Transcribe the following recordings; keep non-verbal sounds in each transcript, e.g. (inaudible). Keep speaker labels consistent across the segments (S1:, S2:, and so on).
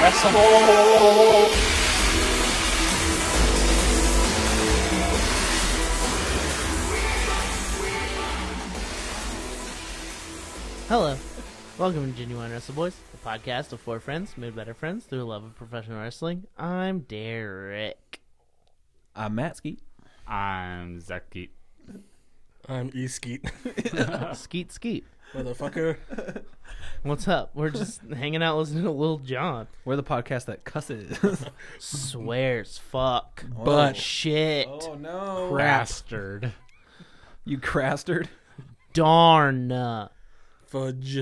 S1: wrestle.
S2: Hello. Welcome to Genuine Wrestle Boys, the podcast of four friends made better friends through the love of professional wrestling. I'm
S3: (laughs)
S2: Derek.
S4: I'm Matt Skeet.
S5: I'm Zach Geet.
S3: I'm E Skeet,
S2: Skeet Skeet.
S3: (laughs) motherfucker.
S2: What's up? We're
S3: (laughs)
S2: just hanging out listening to Lil Jon.
S4: We're the podcast that cusses. (laughs)
S2: Swears, fuck,
S3: Oh. But-
S2: shit,
S3: Oh,
S4: no.
S5: Bastard.
S4: You crastard.
S2: darn.
S3: Oh. Fudge.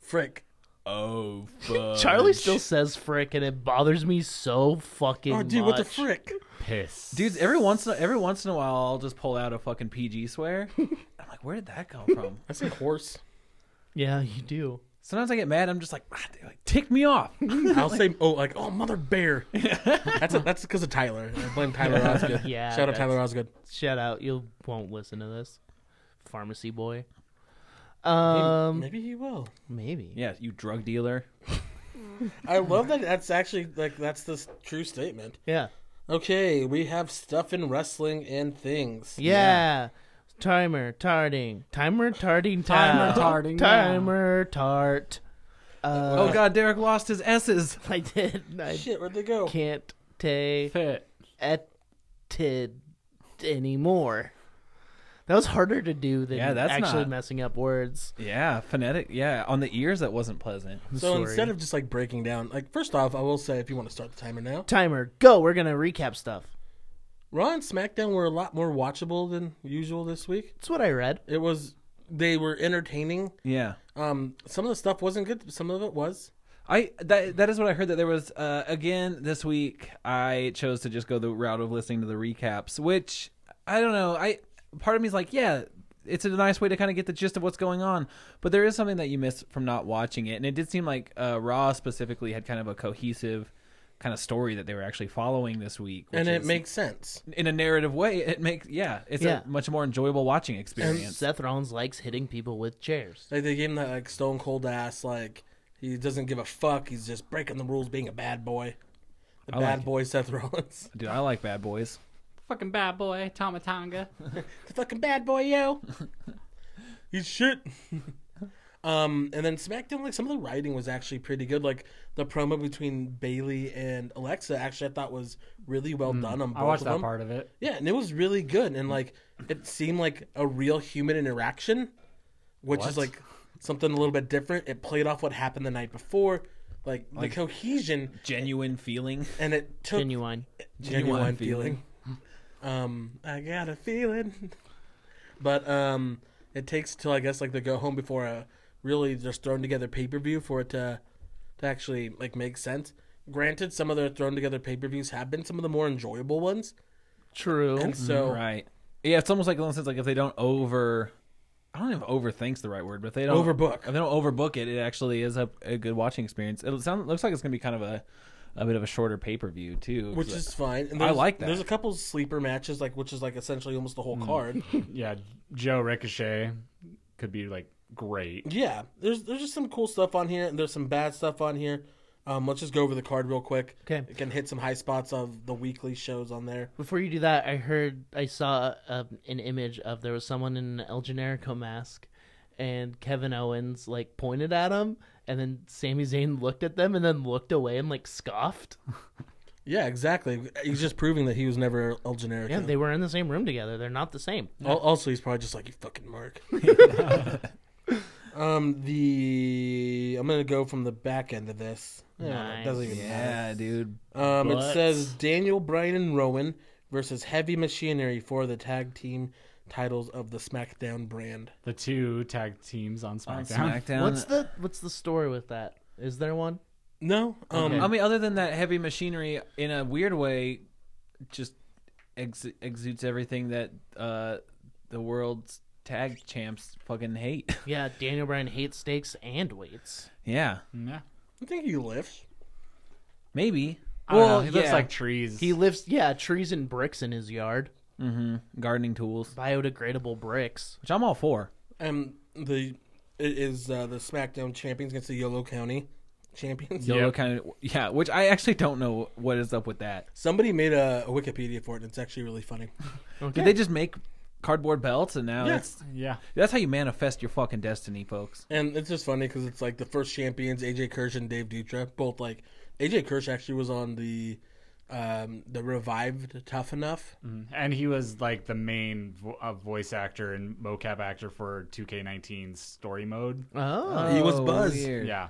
S3: Frick.
S4: Oh, fuck.
S2: Charlie still says frick, and it bothers me so fucking
S3: Oh, dude,
S2: much.
S3: what the frick?
S5: Piss.
S4: Dudes, every once in a, every once in a while, I'll just pull out a fucking PG swear. I'm like, where did that come from?
S3: I say horse.
S2: Yeah, you do.
S4: Sometimes I get mad. I'm just like, ah, they, like, tick me off.
S3: (laughs) I'll (laughs) say, oh, like, oh, mother (laughs) bear. that's that's because of Tyler. I blame Tyler Osgood. (laughs)
S2: Yeah,
S3: Shout out
S2: that's-
S3: Tyler Osgood.
S2: Shout out. You won't listen to this. Pharmacy boy. Um,
S3: Maybe he will.
S2: maybe.
S4: yeah, you drug dealer.
S3: I love that. That's actually like that's the s- true statement.
S2: Yeah.
S3: Okay, we have stuff in wrestling and things.
S2: Yeah. Timer tarding. Timer tarding. Timer
S5: tarding, yeah.
S2: Timer tart. Uh,
S4: oh God, Derek lost his S's.
S2: (laughs) I did. I
S3: Shit, where'd they go?
S2: can't take
S5: Fit.
S2: it anymore. That was harder to do than
S4: Yeah, that's
S2: actually
S4: not-
S2: messing up words.
S4: Yeah, phonetic. Yeah, on the ears that wasn't pleasant.
S3: So
S2: Sorry.
S3: instead of just like breaking down, like first off, I will say if you want to start the timer now,
S2: Timer, go. We're gonna recap stuff.
S3: Raw and SmackDown were a lot more watchable than usual this week.
S2: That's what I read.
S3: It was they were entertaining.
S4: Yeah.
S3: Um, some of the stuff wasn't good. Some of it was.
S4: I that that is what I heard that there was uh, again this week. I chose to just go the route of listening to the recaps, which I don't know. I part of me is like, yeah, it's a nice way to kind of get the gist of what's going on, but there is something that you miss from not watching it, and it did seem like uh, Raw specifically had kind of a cohesive kind of story that they were actually following this week, which
S3: and it
S4: is-
S3: makes sense.
S4: in a narrative way. It makes yeah, it's
S2: Yeah.
S4: a much more enjoyable watching experience.
S2: Seth Rollins likes hitting people with chairs.
S3: Like they gave him that like stone cold ass like he doesn't give a fuck. He's just breaking the rules, being a bad boy. The bad
S4: like
S3: boy Seth Rollins.
S4: Dude, I like Bad Boys.
S5: Fucking bad boy, Tomatonga.
S3: the fucking bad boy, yo. (laughs) He's shit. (laughs) um, and then SmackDown, like some of the writing was actually pretty good. Like the promo between Bailey and Alexa, actually I thought was really well done on both
S5: Hmm. I watched
S3: of
S5: that
S3: them.
S5: part of it.
S3: Yeah, and it was really good, and like it seemed like a real human interaction, which
S5: What?
S3: is like something a little bit different. It played off what happened the night before, like, the cohesion,
S4: Genuine feeling.
S3: and it took genuine,
S2: Genuine.
S4: genuine
S3: feeling. um, I got a feeling, (laughs) but um, it takes till I guess like the go home before a really just thrown together pay per view for it to to actually like make sense. Granted, some of the thrown together pay per views have been some of the more enjoyable ones,
S2: True.
S3: and so.
S4: Right. Yeah, it's almost like in a sense like if they don't over I don't know if overthink's the right word, but if they don't
S3: Overbook.
S4: If they don't overbook it, it actually is a, a good watching experience. It sound, looks like it's gonna be kind of a a bit of a shorter pay per view too.
S3: which
S4: 'cause
S3: is fine. And
S4: I
S3: there's-
S4: like that. Hmm.
S3: There's a couple sleeper matches, like which is like essentially almost the whole
S4: (laughs)
S3: card.
S5: Yeah, Joe Ricochet could be like great.
S3: yeah, there's there's just some cool stuff on here, and there's some bad stuff on here. Um, let's just go over the card real quick.
S2: Okay.
S3: it can hit some high spots of the weekly shows on there.
S2: Before you do that, I heard I saw uh, an image of there was someone in an El Generico mask, and Kevin Owens like pointed at him, and then Sami Zayn looked at them and then looked away and like scoffed.
S3: Yeah, exactly. He's just proving that he was never El Generico.
S2: Yeah, they were in the same room together. They're not the same.
S3: Al- Also, he's probably just like you,
S2: (laughs)
S3: fucking Mark. um, the I'm gonna go from the back end of this. Yeah,
S2: Nice.
S3: it doesn't even matter.
S4: Yeah, dude.
S3: Um,
S2: But-
S3: it says Daniel Bryan and Rowan versus Heavy Machinery for the tag team titles of the SmackDown brand.
S5: The two tag teams on SmackDown.
S4: On SmackDown.
S2: What's the what's the story with that? Is there one?
S3: No, um,
S4: I mean, other than that heavy machinery in a weird way just ex- exudes everything that uh the world's tag champs fucking hate. (laughs)
S2: Yeah, Daniel Bryan hates steaks and weights.
S4: yeah.
S5: (laughs) Yeah.
S3: I think he lifts.
S4: Maybe.
S5: I don't know, he looks like trees.
S2: He lifts yeah trees and bricks in his yard,
S4: gardening tools,
S2: biodegradable bricks.
S4: which I'm all for.
S3: Um, the it is uh, the SmackDown champions against the Yolo County champions.
S4: Yolo
S5: Yeah.
S4: kind of yeah, which I actually don't know what is up with that.
S3: Somebody made a, a Wikipedia for it, and it's actually really funny. (laughs)
S4: Did they just make cardboard belts and now
S3: Yeah.
S4: it's
S5: Yeah.
S4: that's how you manifest your fucking destiny, folks.
S3: And it's just funny because it's like the first champions, AJ Kirsch and Dave Dutra, both like AJ Kirsch actually was on the um, the revived Tough Enough.
S5: And he was like the main vo- uh, voice actor and mocap actor for 2K19's story mode.
S2: Oh,
S3: He was
S4: Oh,
S3: Buzz.
S4: weird.
S5: Yeah.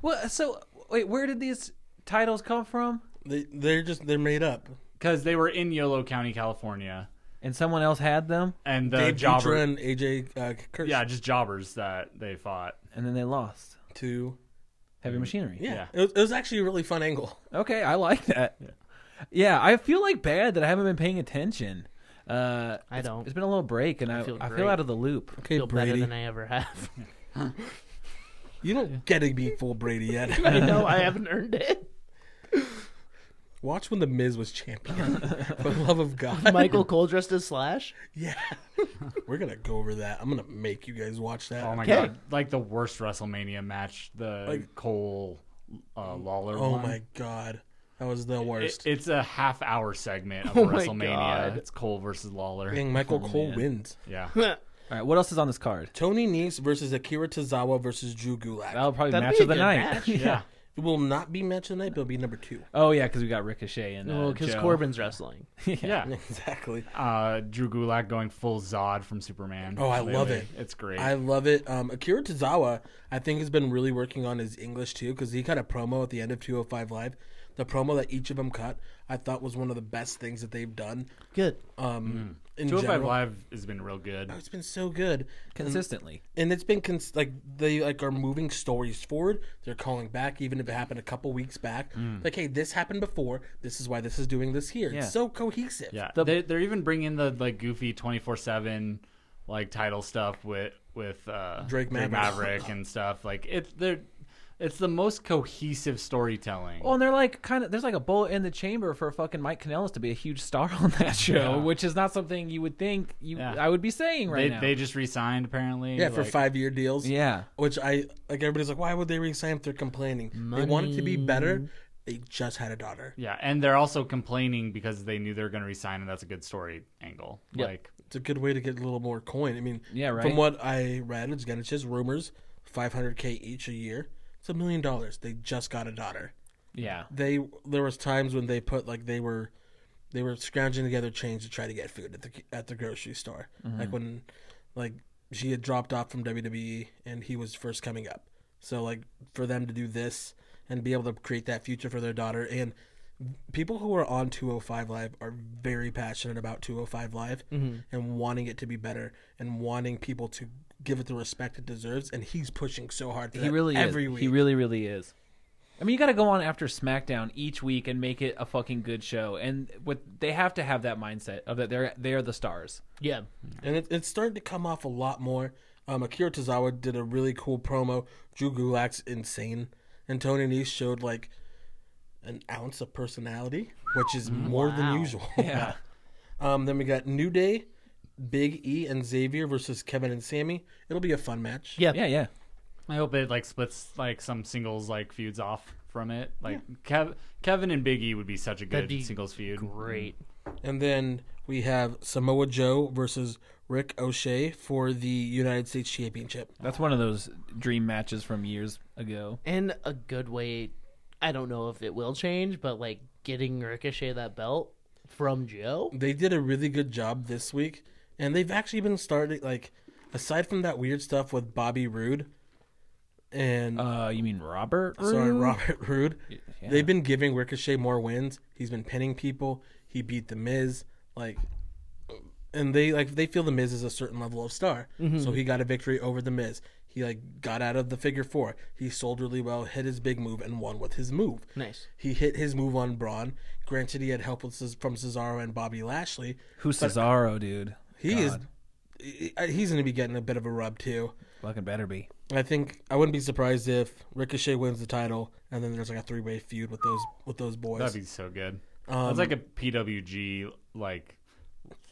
S4: Well, so wait, where did these titles come from?
S3: They they're just they're made up.
S5: Because they were in Yolo County, California.
S4: And someone else had them,
S5: And the
S3: Dave
S5: jobber.
S3: Dutra and AJ uh, Kirsch.
S5: Uh, Yeah, just jobbers that they fought.
S4: and then they lost
S3: To
S4: heavy machinery.
S3: yeah,
S5: Yeah.
S3: It, was, it was actually a really fun angle.
S4: Okay, I like that. Yeah. I feel like bad that I haven't been paying attention. Uh,
S2: I
S4: it's-
S2: don't.
S4: It's been a little break, and I, I, feel,
S2: feel
S4: out
S2: great.
S4: of the loop.
S2: (laughs)
S3: Okay,
S2: feel better
S3: Brady,
S2: than I ever have. (laughs)
S3: you don't get to be full Brady yet.
S2: (laughs) I know I haven't earned it.
S3: Watch when the Miz was champion. (laughs) For the love of God,
S2: Michael Cole dressed as (laughs) Slash.
S3: Yeah, (laughs) we're gonna go over that. I'm gonna make you guys watch that.
S5: Oh my
S2: Okay.
S5: god! Like the worst WrestleMania match, the
S3: Like-
S5: Cole uh, Lawler.
S3: Oh
S5: one.
S3: my god, that was the
S5: It,
S3: worst.
S5: it's a half hour segment
S3: (laughs)
S5: of
S2: Oh my
S5: WrestleMania.
S2: God.
S5: It's Cole versus Lawler.
S3: Dang, Michael Cole
S4: man.
S3: wins.
S5: Yeah.
S3: (laughs)
S2: Oh,
S4: All right, what else is on this card?
S3: Tony Nese versus Akira Tozawa versus Drew Gulak.
S4: That'll probably
S2: That'd
S4: match
S2: be a
S4: of the
S2: good
S4: night.
S2: match.
S5: Yeah.
S3: it will not be match of the night, but it'll be number two.
S4: (laughs)
S3: (laughs)
S4: Oh yeah, because we got Ricochet and uh,
S2: Well, because
S4: Joe.
S2: Corbin's wrestling.
S5: Yeah.
S3: Exactly.
S5: Uh, Drew Gulak going full Zod from Superman.
S3: Oh, I love
S5: lately.
S3: it.
S5: It's great.
S3: I love it. Um, Akira Tozawa, I think, has been really working on his English too, because he cut a promo at the end of 205 Live. The promo that each of them cut, I thought was one of the best things that they've done.
S2: Good.
S3: Um, in
S5: 205
S3: general,
S5: Live has been real good.
S3: Oh, it's been so good.
S4: consistently.
S3: and it's been cons- like they like are moving stories forward. They're calling back, even if it happened a couple weeks back. Like, hey, this happened before. This is why this is doing this here.
S4: Mm. Yeah.
S3: It's so cohesive.
S5: Yeah. they, they're even bringing in the like goofy 24 7 like title stuff with with uh,
S3: Drake Maverick.
S5: Maverick and stuff. Like it's they're it's the most cohesive
S3: Oh,
S5: storytelling.
S4: Well, and they're like kind of there's like a bullet in the chamber for fucking Mike Kanellis to be a huge star (laughs) on that show,
S5: Yeah.
S4: which is not something you would think you
S5: Yeah.
S4: I would be saying
S5: they
S4: right now.
S5: they just re-signed apparently.
S3: Yeah, for
S5: like-
S3: five year deals.
S4: yeah,
S3: Which I like. Everybody's like, why would they resign if they're complaining? They want it to be better. They just had a daughter.
S5: Yeah, and they're also complaining because they knew they were going to resign, and that's a good story angle.
S4: Yep.
S5: Like,
S3: It's a good way to get a little more coin. I mean,
S4: Yeah, right.
S3: From what I read, it's again, it's just rumors. Five hundred k each a year. It's a million dollars. They just got a daughter.
S4: yeah.
S3: they there was times when they put like they were they were scrounging together change to try to get food at the at the grocery store
S4: Mm-hmm.
S3: like when like she had dropped off from WWE and he was first coming up so like for them to do this and be able to create that future for their daughter and people who are on 205 live are very passionate about 205 live
S4: Mm-hmm.
S3: and wanting it to be better and wanting people to give it the respect it deserves and he's pushing so hard for
S4: He
S3: that
S4: really
S3: every
S4: is.
S3: week
S4: He really really is. I mean, you got to go on after SmackDown each week and make it a fucking good show, and what they have to have that mindset of that they're they are the stars.
S2: Yeah.
S3: and it, it's starting to come off a lot more. Um, Akira Tozawa did a really cool promo. Drew Gulak's insane, and Tony Nese showed like an ounce of personality, which is more
S2: Mm, Wow. (laughs)
S3: than usual.
S4: Yeah.
S3: (laughs) Um, then we got New Day, Big E, and Xavier versus Kevin and Sammy. It'll be a fun match.
S2: Yeah.
S4: Yeah, yeah.
S5: I hope it like splits like some singles like feuds off from it. Like Kev- Kevin and Biggie would be such a
S2: That'd
S5: good
S2: be
S5: singles feud.
S2: Great.
S3: And then we have Samoa Joe versus Rick O'Shea for the United States Championship.
S4: That's one of those dream matches from years ago.
S2: And a good way. I don't know if it will change, but like getting Ricochet that belt from Joe.
S3: they did a really good job this week, and they've actually been starting like, aside from that weird stuff with Bobby Roode, and
S4: Uh, you mean Robert?
S3: sorry
S4: Roode?
S3: Robert Roode,
S4: yeah.
S3: they've been giving Ricochet more wins. He's been pinning people. He beat the Miz, like, and they like they feel the Miz is a certain level of star,
S4: Mm-hmm.
S3: so he got a victory over the Miz. He like got out of the figure four. He sold really well, hit his big move, and won with his move.
S2: Nice.
S3: He hit his move on Braun. Granted, he had help with Ces- from Cesaro and Bobby Lashley,
S4: Who's Cesaro, dude?
S3: he
S4: God.
S3: is. he- He's going to be getting a bit of a rub too.
S4: Fucking better be.
S3: I think I wouldn't be surprised if Ricochet wins the title, and then there's like a three way feud with those with those boys.
S5: That'd be so good.
S3: Um,
S5: That's like a PWG like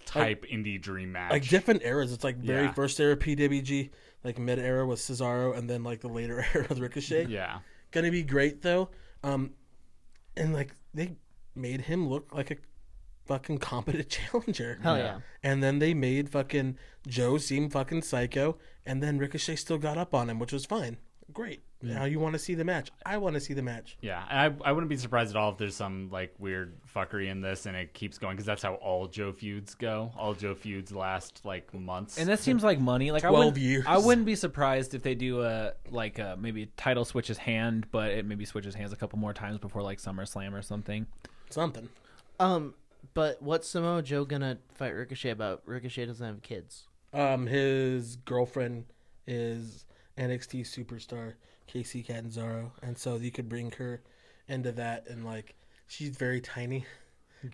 S5: type indie dream match.
S3: like different eras. It's like very
S5: Yeah.
S3: first (laughs) era PWG, like mid era with Cesaro, and then like the later era with Ricochet.
S5: yeah,
S3: gonna be great though. Um, and like they made him look like a fucking competent (laughs) challenger.
S2: Hell yeah.
S3: And then they made fucking Joe seem fucking psycho, and then Ricochet still got up on him, which was fine. Great. Now you want to see the match? I want to see the match.
S5: Yeah, and I, I wouldn't be surprised at all if there's some like weird fuckery in this and it keeps going because that's how all Joe feuds go. All Joe feuds last like months.
S4: And that seems like money. Like
S3: 12
S4: I wouldn't,
S3: years.
S4: I wouldn't be surprised if they do a like a, maybe title switches hand, but it maybe switches hands a couple more times before like SummerSlam or something.
S3: Something.
S2: Um, but what's Samoa Joe gonna fight Ricochet about? Ricochet doesn't have kids.
S3: Um, his girlfriend is NXT superstar Casey Catanzaro, and so you could bring her into that. And like, she's very tiny.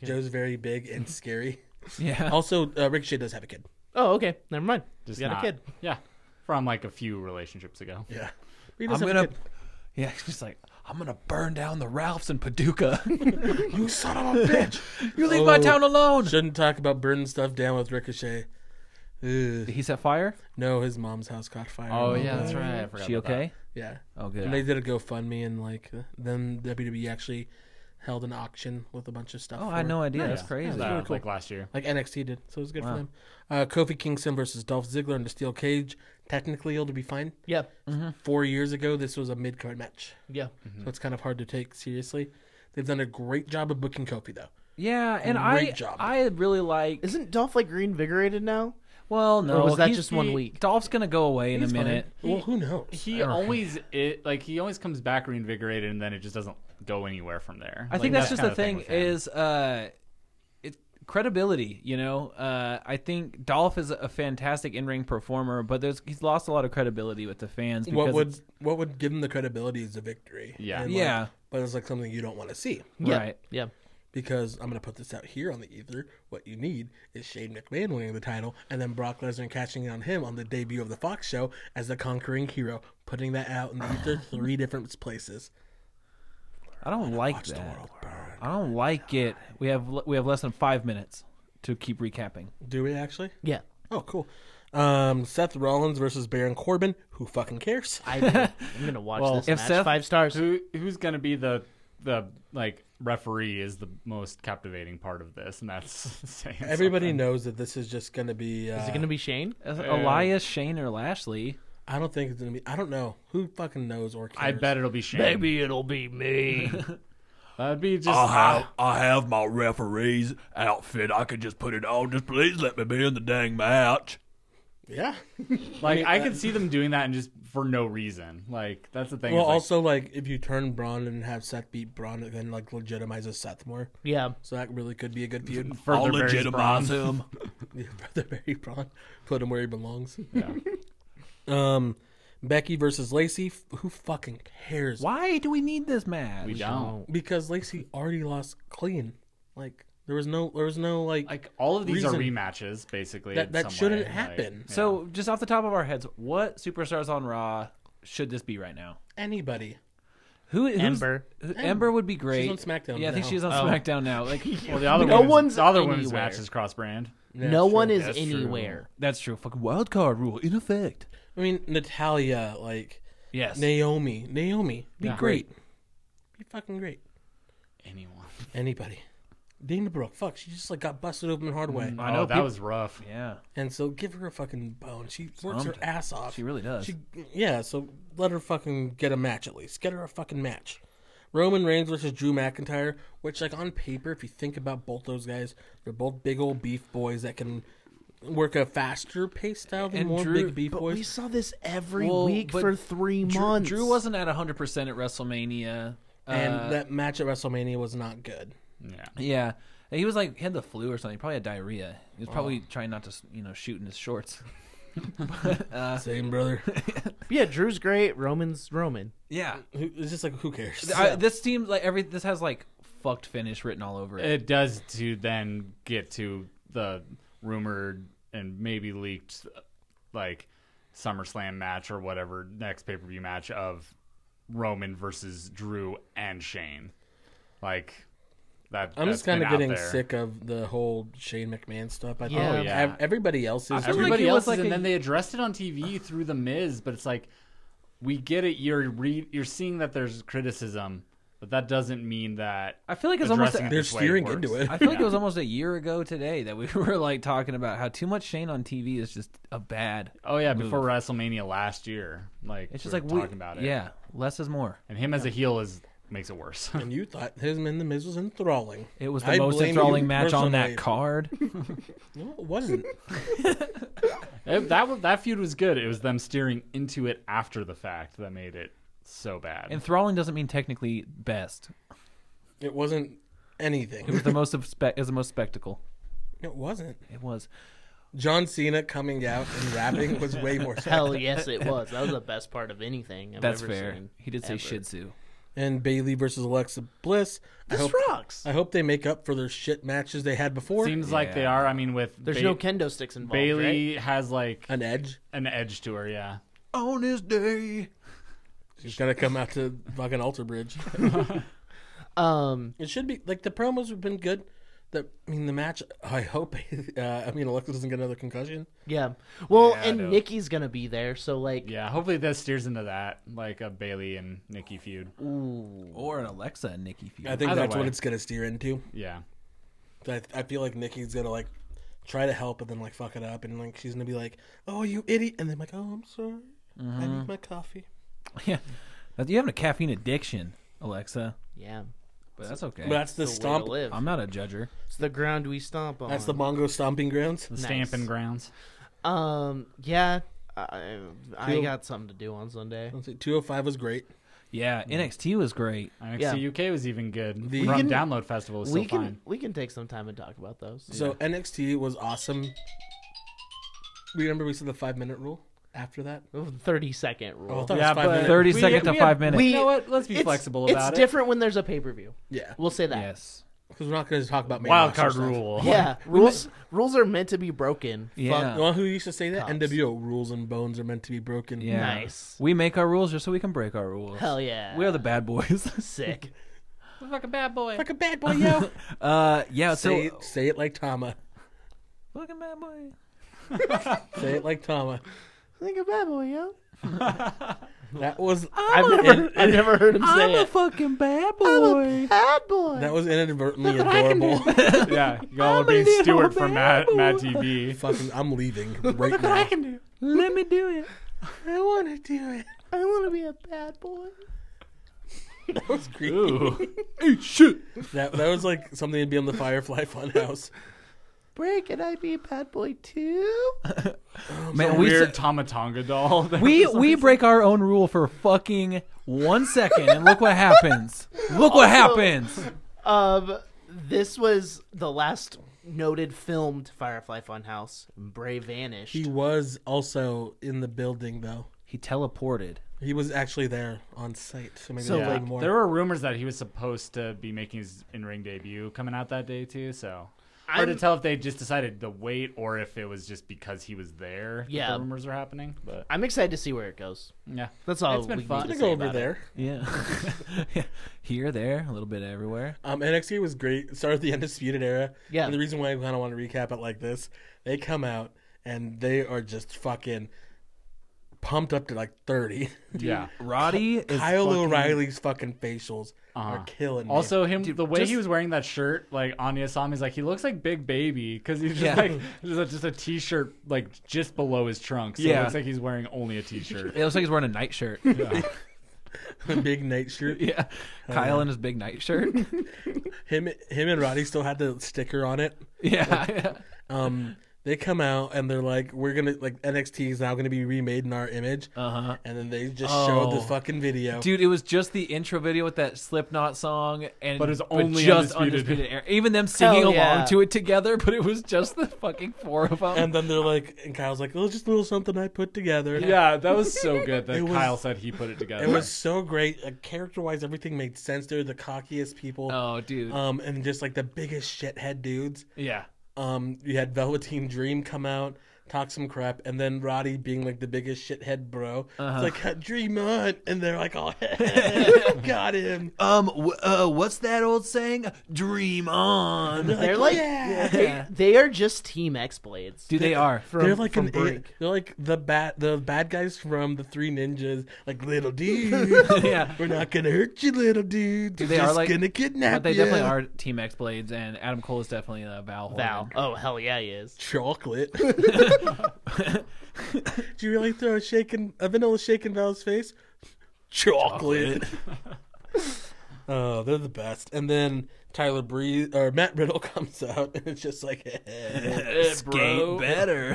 S3: Joe's very big and scary.
S4: Yeah.
S3: (laughs) also, uh, Ricochet does have a kid.
S2: Oh, okay. Never mind.
S5: Just
S2: Just got
S5: not-
S2: a kid.
S5: Yeah, from like a few relationships ago.
S3: Yeah, he
S4: I'm
S3: does have
S4: gonna.
S3: a
S4: Yeah, it's just like I'm gonna burn down the Ralphs in
S3: (laughs)
S4: Paducah.
S3: kid. You son of a bitch!
S4: you leave my
S3: Oh.
S4: town alone.
S3: Shouldn't talk about burning stuff down with Ricochet. Ugh.
S4: He set fire.
S3: No, his mom's house caught fire.
S4: Oh,
S5: right. I forgot
S4: She
S5: about that.
S4: okay?
S3: Yeah.
S4: Oh,
S3: And
S4: good.
S3: they did a GoFundMe, and like uh, then WWE actually held an auction with a bunch of stuff.
S4: Oh,
S3: for
S4: I had
S3: it.
S4: no idea.
S5: Yeah,
S4: That's
S5: yeah.
S4: crazy.
S5: Yeah,
S3: really cool.
S5: Like last year.
S3: Like NXT did, so it was good
S4: Wow.
S3: for them. Uh, Kofi Kingston versus Dolph Ziggler in the steel cage. Technically, it'll be fine.
S2: Yeah.
S4: Mm-hmm.
S3: Four years ago, this was a mid card match,
S2: Yeah.
S3: so it's kind of hard to take seriously. They've done a great job of booking Kofi though.
S4: Yeah, and
S3: Great
S4: I
S3: job.
S4: I really like.
S2: Isn't Dolph like reinvigorated now?
S4: Well, no,
S2: was that
S4: he's-
S2: just one
S4: he-
S2: week?
S4: Dolph's gonna go away in a
S3: It's fine.
S4: minute.
S3: well, who knows?
S5: He always it like he always comes back reinvigorated and then it just doesn't go anywhere from there.
S4: I
S5: Like,
S4: think that's, just
S5: kinda
S4: the thing,
S5: with him.
S4: is uh, it credibility. You know, uh, I think Dolph is a fantastic in ring performer, but there's he's lost a lot of credibility with the fans. Because
S3: What would
S4: it's-
S3: what would give him the credibility is a victory.
S5: Yeah.
S3: And, like,
S4: Yeah.
S3: But it's like something you don't want to see.
S2: Yeah.
S4: Right.
S2: Yeah.
S3: because I'm going to put this out here on the ether. What you need is Shane McMahon winning the title and then Brock Lesnar catching on him on the debut of the Fox show as the conquering hero, putting that out in the ether three different places.
S4: I don't like
S3: The
S4: that.
S3: world burn.
S4: I don't like it. We have l- we have less than five minutes to keep recapping.
S3: Do we actually?
S2: Yeah.
S3: Oh, cool. Um, Seth Rollins versus Baron Corbin. Who fucking cares?
S2: (laughs) I I'm gonna watch this
S4: if
S2: match.
S4: Seth-
S2: Five stars.
S5: Who who's gonna be the the like referee is the most captivating part of this, and that's (laughs) saying
S3: Everybody knows that this is just going to be. Uh,
S2: Is it gonna be Shane?
S4: As- Elias, Shane, or Lashley.
S3: I don't think it's going to be. I don't know. Who fucking knows or
S5: I
S3: cares?
S5: bet it'll be Shane.
S2: it'll be
S4: (laughs)
S2: me.
S5: that'd be just
S1: I, I have my referee's outfit. I could just put it on. Just please let me be in the dang match.
S3: Yeah.
S5: like I could see them doing that and just for no reason. Like that's the thing.
S3: Well,
S5: it's like-
S3: also, like, if you turn Braun and have Seth beat Braun, it then, like, legitimizes Seth more.
S2: yeah.
S3: So that really could be a good feud.
S5: (laughs) further
S1: I'll
S5: buries
S1: legitimize
S5: Braun.
S1: (laughs) him.
S3: (laughs) Yeah, brother Barry Braun. Put him where he belongs.
S5: Yeah.
S3: (laughs) Um, Becky versus Lacey. F- Who fucking cares?
S4: Why do we need this match?
S5: We don't.
S3: Because Lacey already lost clean. Like there was no, there was no like,
S5: Like all of these
S3: Reason-
S5: are rematches, basically.
S3: that.
S5: in
S3: That
S5: some
S3: shouldn't
S5: way, like-
S3: happen.
S4: So, just off the top of our heads, what superstars on Raw should this be right now?
S3: Anybody.
S4: Who who's,
S2: Ember.
S4: who- Ember would be great.
S3: on SmackDown
S4: Yeah, I think
S3: now.
S4: she's on SmackDown now. Like,
S5: Well, the other
S2: No
S5: women's,
S2: one's
S5: the other women's
S2: anywhere.
S5: match is cross brand.
S3: Yeah,
S2: no
S3: sure.
S2: one is
S5: That's true.
S2: anywhere.
S4: that's true. Fucking wild card rule in effect.
S3: I mean, Natalia. Like
S4: Yes.
S3: Naomi. Naomi. Be
S5: Yeah.
S3: great. Be fucking great.
S5: Anyone?
S3: Anybody. Dana Brooke. Fuck. She just like got busted open hard way.
S5: I
S4: know
S5: know that
S4: peop-
S5: was rough.
S4: yeah,
S3: And so give her a fucking bone. She works
S4: Something.
S3: her ass off.
S4: she really does.
S3: She, yeah, so let her fucking get a match at least. Get her a fucking match. Roman Reigns versus Drew McIntyre, which, like, on paper, if you think about both those guys, they're both big old beef boys that can work a faster pace style than
S4: And
S3: more
S4: Drew-
S3: big beef
S2: But we
S3: boys.
S2: saw this every
S4: Well,
S2: week
S4: but
S2: for three
S4: Drew,
S2: months.
S4: Drew wasn't at 100% at WrestleMania.
S3: and
S4: Uh,
S3: that match at WrestleMania was not good.
S5: Yeah.
S4: yeah. He was like, he had the flu or something. He probably had diarrhea. He
S3: Oh.
S4: was probably trying not to, you know, shoot in his shorts. uh,
S3: Same brother. (laughs)
S2: Yeah, Drew's great. Roman's Roman.
S4: (laughs) Yeah.
S3: Who- it's just like, who cares?
S4: I, this seems like every, this has like fucked finish written all over it.
S5: It does to then get to the rumored and maybe leaked like SummerSlam match or whatever next pay per view match of Roman versus Drew and Shane. Like that.
S3: I'm just
S5: kind of
S3: getting sick of the whole Shane McMahon stuff. I think
S2: Yeah. Oh,
S5: yeah.
S3: ev- everybody else is.
S4: feel like
S5: Everybody
S4: he was
S5: else,
S4: (laughs) like
S5: and
S4: a-
S5: then they addressed it on TV through the Miz, but it's like, we get it. You're re- you're seeing that there's criticism, but that doesn't mean that
S4: I feel like it's almost.
S5: addressing
S4: a-
S5: it
S3: They're
S5: this way
S3: steering
S5: works.
S3: into it.
S4: I feel like it was almost a year ago today that we (laughs) were like talking about how too much Shane on TV is just a bad.
S5: Oh yeah, before
S4: move.
S5: WrestleMania last year, like
S4: It's
S5: we
S4: just
S5: were
S4: like we,
S5: talking about it.
S4: Yeah, less is more.
S5: and him as a heel is makes it worse.
S3: And you thought him and the Miz was enthralling.
S4: It was the
S3: I
S4: most
S3: blame
S4: enthralling
S3: you
S4: match on
S3: personally.
S4: that card.
S3: No, it wasn't.
S5: (laughs) It- that was- that feud was good. It was them steering into it after the fact that made it so bad.
S4: enthralling doesn't mean technically best.
S3: it wasn't anything. (laughs)
S4: It was the most of spe- it was the most spectacle.
S3: It wasn't.
S4: It was.
S3: John Cena coming out and rapping was way more.
S2: (laughs)
S4: (laughs)
S2: Hell yes, it was. That was the best part of anything. I've
S4: That's
S2: ever
S4: fair.
S2: Seen,
S4: He did say
S2: ever.
S4: Shih Tzu.
S3: And Bailey versus Alexa Bliss. I
S2: This
S3: hope,
S2: rocks.
S3: I hope they make up for their shit matches they had before.
S5: Seems like they
S4: Yeah.
S5: are. I mean, with
S2: There's
S5: Ba-
S2: no kendo sticks involved. right?
S5: Bailey has like
S3: An edge.
S5: an edge to her. Yeah,
S4: On his day.
S3: She's gonna come out to fucking Alter Bridge. (laughs)
S2: Um,
S3: It should be like the promos have been good. The I mean the match. I hope. (laughs) Uh, I mean Alexa doesn't get another concussion.
S2: yeah. Well,
S5: Yeah, I
S2: and
S5: know.
S2: Nikki's gonna be there, so like,
S5: yeah. Hopefully that steers into that, like a Bailey and Nikki feud.
S2: ooh,
S4: Or an Alexa and Nikki feud.
S3: I think
S5: Either
S3: that's
S5: way.
S3: what it's gonna steer into.
S5: Yeah,
S3: I, I feel like Nikki's gonna like try to help and then like fuck it up and like she's gonna be like, "Oh, you idiot," and then like, "Oh, I'm sorry. I
S5: Mm-hmm.
S3: need my coffee."
S4: (laughs) yeah. But You have a caffeine addiction, Alexa.
S2: yeah.
S4: But that's okay.
S3: But that's the,
S2: The
S3: stomp.
S2: way to live.
S4: I'm not a judger.
S2: It's the ground we stomp on.
S3: That's the Mongo stomping grounds.
S5: the
S2: Nice.
S5: stamping grounds.
S2: Um, yeah. I, I
S3: Cool.
S2: got something to do on Sunday.
S3: Two hundred five was great.
S4: Yeah, NXT was great.
S5: NXT
S2: Yeah.
S5: UK was even good.
S3: The-
S5: The Rum
S3: We can-
S5: Download Festival was
S2: we
S5: still
S2: can
S5: fine.
S2: we can take some time and talk about those.
S3: So NXT was awesome. Remember we said the five minute rule after that.
S2: Ooh, Thirty second rule.
S3: Oh, I thought
S5: Yeah,
S3: it was five
S5: but-
S3: minutes.
S4: 30
S5: We-
S4: second to
S5: we
S4: 5
S5: have-
S4: minute.
S2: we-
S5: You know what? Let's be
S2: It's-
S5: flexible
S2: it's
S5: about it.
S2: different when there's a pay per view.
S3: Yeah,
S2: We'll say that.
S4: yes.
S3: because we're not going to talk about main
S5: Wild
S3: roster
S5: card
S3: stuff.
S5: rule.
S2: Yeah, rules rules are meant to be broken. Fuck.
S4: Yeah.
S3: You know who used to say that?
S2: Cops.
S3: NWO rules and bones are meant to be broken.
S4: Yeah.
S2: Nice.
S4: We make our rules just so we can break our rules.
S2: Hell yeah.
S4: We are the bad boys. (laughs)
S2: sick.
S5: Fucking bad boy.
S3: Like a bad boy, yo.
S4: uh, yeah. So
S3: say, it, say it like Tama.
S4: fucking bad boy.
S3: Say it like Tama.
S2: Think of that boy, yo.
S3: (laughs) That was
S2: I've
S4: (laughs)
S2: never (laughs) I've never heard him
S4: I'm
S2: say
S4: a
S2: it.
S4: fucking bad boy.
S2: Bad boy.
S3: that was inadvertently adorable.
S5: (laughs) yeah, y'all are
S4: I'm a
S5: being
S4: little
S5: Stewart from
S4: bad
S5: Mad, Mad
S4: boy.
S5: TV.
S3: Fucking, I'm leaving right now.
S2: can do.
S4: Let me do it.
S3: I want to do it.
S2: I want to be a bad boy.
S3: That was creepy.
S5: Ooh,
S3: That, that was like something to be on the Firefly (laughs) Funhouse.
S2: Break and I be a bad boy too.
S4: Man, we
S5: weird
S4: s-
S5: Tomatonga doll. that
S4: we
S5: was-
S4: we break our own rule for fucking one second, and look what happens. Look what happens.
S2: Um, this was the last noted filmed Firefly Funhouse. Bray vanished.
S3: He was also in the building, though.
S4: He teleported.
S3: He was actually there on site. So maybe
S2: So,
S3: there's
S5: Yeah.
S3: like, more.
S5: There were rumors that he was supposed to be making his in-ring debut coming out that day too. So hard
S2: I'm-
S5: to tell if they just decided to wait or if it was just because he was there. Yeah,
S2: Yeah.
S5: the rumors are happening. But
S2: I'm excited to see where it goes.
S5: yeah,
S2: That's all
S5: It's been
S2: we
S5: fun.
S2: need
S3: I'm
S2: to say
S3: gonna go over
S2: about it.
S3: there.
S4: Yeah. (laughs) Here, there, a little bit everywhere.
S3: Um, NXT was great. It started the (laughs) Undisputed Era.
S2: Yeah.
S3: And the reason why I kind of want to recap it like this, they come out and they are just fucking pumped up to like 30.
S5: yeah.
S4: Roddy is
S3: (laughs) Kyle
S4: fucking- Uh-huh.
S3: O'Reilly's fucking facials are killing me. (laughs)
S5: Also, him the way he
S4: just-
S5: was wearing that shirt, like Anya Sami's like he looks like Big Baby because he's just
S4: Yeah.
S5: like just a, just a t-shirt like just below his trunk, so
S4: Yeah.
S5: it looks like he's wearing only a t-shirt.
S4: (laughs) It looks like he's wearing a nightshirt.
S3: the big night
S4: (laughs)
S3: shirt.
S4: yeah. Kyle in his big nightshirt.
S3: Him, him and Roddy still had the sticker on it.
S4: (laughs) yeah.
S3: Um, they come out and they're like, "We're gonna like NXT is now gonna be remade in our image." Uh
S4: Uh-huh.
S3: And then they just
S4: Oh.
S3: showed the fucking video.
S4: Dude, it was just the intro video with that Slipknot song, and
S5: But it's only
S4: just
S5: Undisputed.
S4: undisputed Era. Even them singing
S2: Hell
S4: along
S2: yeah.
S4: to it together, (laughs) but it was just the fucking four of them.
S3: And then they're like, and Kyle's like, "Oh, just a little something I put together."
S5: Yeah, that was so good that
S3: It was-
S5: Kyle said he put it together.
S3: It was so great. Like, character wise, everything made sense. They're the cockiest people.
S4: oh, dude,
S3: Um, and just like the biggest shithead dudes.
S4: yeah,
S3: Um, you had Velveteen Dream come out. talk some crap, and then Roddy being like the biggest shithead bro.
S4: Uh-huh.
S3: It's like Dream on, and they're
S4: (laughs)
S3: like, "Oh, (laughs) got him."
S1: Um, w- uh, what's that old saying? Dream (laughs) on.
S2: They're like
S3: yeah.
S2: they, they are just Team X Blades.
S4: Dude, they are.
S2: From,
S3: they're like
S2: from
S3: an
S2: Brink.
S3: they're like the bad the bad guys from the Three Ninjas. Like
S2: (laughs)
S3: little dude,
S4: Yeah.
S3: we're not gonna hurt you, little dude.
S4: they
S3: We're
S4: are
S3: just
S4: like-
S3: gonna kidnap
S4: But they
S3: you.
S4: definitely are Team X Blades, and Adam Cole is definitely a Val.
S2: Val.
S4: Holden.
S2: Oh hell yeah, he is.
S4: (laughs)
S3: chocolate. (laughs) Did you really throw a shaken a vanilla shake in Val's face? Chocolate. (laughs) oh, they're the best. And then Tyler Breeze or Matt Riddle (laughs) comes out, and it's just like (laughs)
S1: Skate better.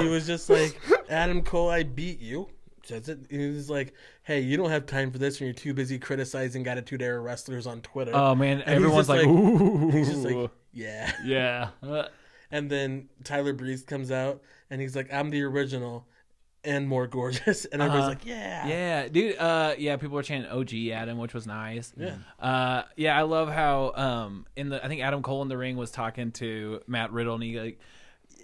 S3: he was just like Adam Cole. I beat you. Says it. He was like, "Hey, you don't have time for this, and you're too busy criticizing Attitude Era wrestlers on Twitter."
S4: Oh man,
S3: he's
S4: everyone's
S3: just
S4: like,
S3: like-
S4: ooh.
S3: He's just like, "Yeah."
S5: Yeah.
S3: And then Tyler Breeze comes out and he's like, I'm the original and more gorgeous. (laughs) And everybody's like, yeah.
S4: Yeah, dude. Uh, yeah, people were chanting OG Adam, which was nice. Yeah. Uh, yeah, I love how um in the I think Adam Cole in the ring was talking to Matt Riddle, and he like,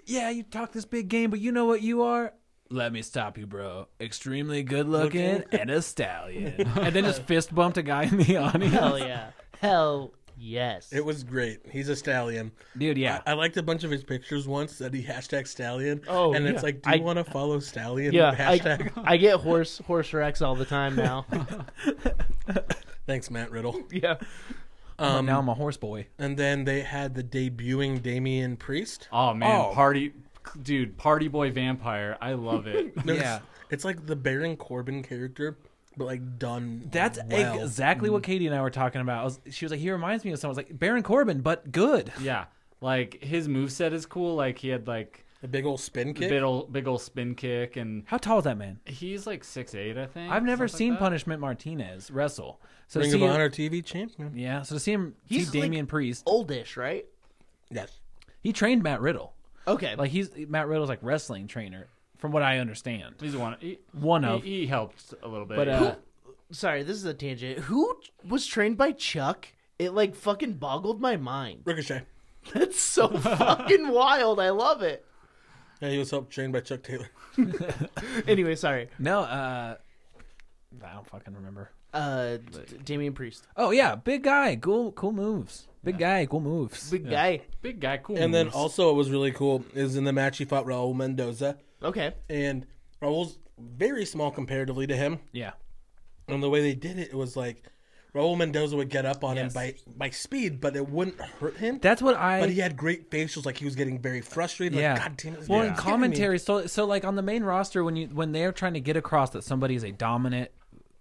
S4: yeah, you talk this big game, but you know what you are. Let me stop you, bro. Extremely good looking and a (laughs) stallion. and then just fist bumped a guy in the (laughs) audience.
S2: Hell yeah. hell yes.
S3: It was great. He's a stallion.
S4: Dude, yeah.
S3: I liked a bunch of his pictures once that he hashtag stallion.
S2: Oh,
S3: and it's
S2: yeah.
S3: like, do you
S2: I-
S3: want to follow stallion?
S2: yeah,
S3: Hashtag.
S2: (laughs) I, I get horse horse wrecks all the time now.
S3: Thanks, Matt Riddle.
S2: yeah.
S3: Um,
S4: now I'm a horse boy.
S3: and then they had the debuting Damian Priest.
S5: Oh man,
S3: Oh.
S5: party dude, party boy vampire. I love
S4: (laughs)
S5: it.
S3: There's-
S4: Yeah.
S3: It's like the Baron Corbin character, but like done.
S4: That's
S3: well.
S4: exactly what Katie and I were talking about. I was, she was like, he reminds me of someone. I was like, Baron Corbin, but good.
S5: yeah. Like his moveset is cool. Like he had like
S3: a big old spin
S5: the
S3: kick.
S5: big old, big old spin kick and
S4: How tall is that man?
S5: he's like six eight, I think.
S4: I've never
S5: something
S4: seen
S5: like that.
S4: Punishment Martinez wrestle. So to
S3: Ring
S4: see
S3: of
S4: him-
S3: Honor TV champion.
S4: Yeah, so to see him,
S2: He's
S4: see
S2: like-
S4: Damian Priest,
S2: (laughs) Oldish, right?
S3: Yes.
S4: he trained Matt Riddle.
S2: Okay.
S4: Like he's Matt Riddle's like wrestling trainer, from what I understand.
S5: He's one. He,
S4: One
S5: he-
S4: of.
S5: He, helped a little bit.
S4: But uh,
S2: sorry, this is a tangent. Who was trained by Chuck? It like fucking boggled my mind. (laughs)
S3: Ricochet.
S2: That's (laughs) so fucking wild. I love it.
S3: Yeah, he was helped trained by Chuck Taylor.
S2: Anyway, sorry.
S4: no, uh, I don't fucking remember.
S2: Uh, D- Damian Priest,
S4: Oh yeah, big guy, cool, cool moves. Big guy, cool moves.
S2: big guy.
S5: big guy, cool.
S3: And then
S5: moves.
S3: also, what was really cool is in the match he fought Raul Mendoza,
S2: Okay.
S3: and Raul's very small comparatively to him.
S4: yeah,
S3: And the way they did it, it was like Raul Mendoza would get up on him
S4: Yes.
S3: by by speed, but it wouldn't hurt him.
S4: that's what I.
S3: but he had great facials, like he was getting very frustrated.
S4: yeah.
S3: Like, God damn it! this
S4: well,
S3: guy's
S4: in
S3: getting me."
S4: commentary, so so like on the main roster, when you when they're trying to get across that somebody's a dominant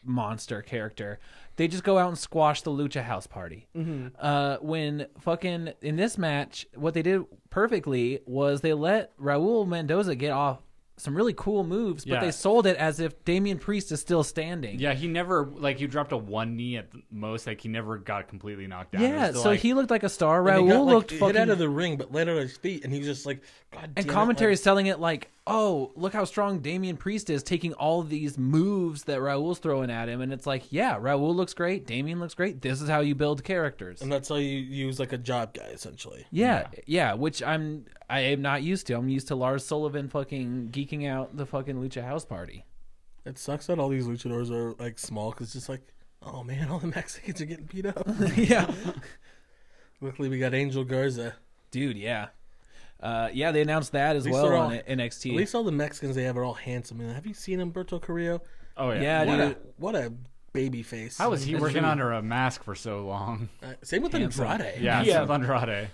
S4: monster character, they just go out and squash the Lucha House Party.
S3: Mm-hmm.
S4: Uh, when fucking in this match, what they did perfectly was they let Raul Mendoza get off some really cool moves, but
S5: Yeah.
S4: they sold it as if Damian Priest is still standing.
S5: yeah, he never like he dropped a one knee at the most. Like he never got completely knocked down. It
S4: Yeah,
S5: was
S4: so
S5: like-
S4: he looked like a star.
S3: And
S4: Raul
S3: he got, like,
S4: looked
S3: hit
S4: fucking
S3: out of the ring, but landed on his feet, and he was just like, God damn
S4: And
S3: it,
S4: commentary
S3: like-
S4: is selling it like, oh, look how strong Damian Priest is taking all these moves that Raul's throwing at him. And it's like, yeah, Raul looks great. Damien looks great. This is how you build characters.
S3: and that's how you use like a job guy essentially.
S4: Yeah, yeah, which I'm I am not used to. I'm used to Lars Sullivan fucking geeking out the fucking Lucha House
S3: (laughs)
S4: Party. (laughs)
S3: It sucks that all these luchadors are like small because just like, oh man, all the (laughs) Mexicans are getting beat up. (laughs)
S4: yeah.
S3: Luckily, we got Angel Garza.
S4: Dude, yeah. Uh, yeah, they announced that as
S3: least
S4: well
S3: they're
S4: on
S3: all-
S4: NXT.
S3: At least all the Mexicans they have are all handsome. And have you seen Humberto Carrillo?
S5: oh yeah,
S4: yeah,
S3: What
S4: dude.
S3: a what a baby face.
S5: How was he working under a mask for so
S4: (laughs)
S5: long?
S3: Uh, same with Andrade.
S5: Yeah,
S2: Yeah.
S5: yeah. Andrade.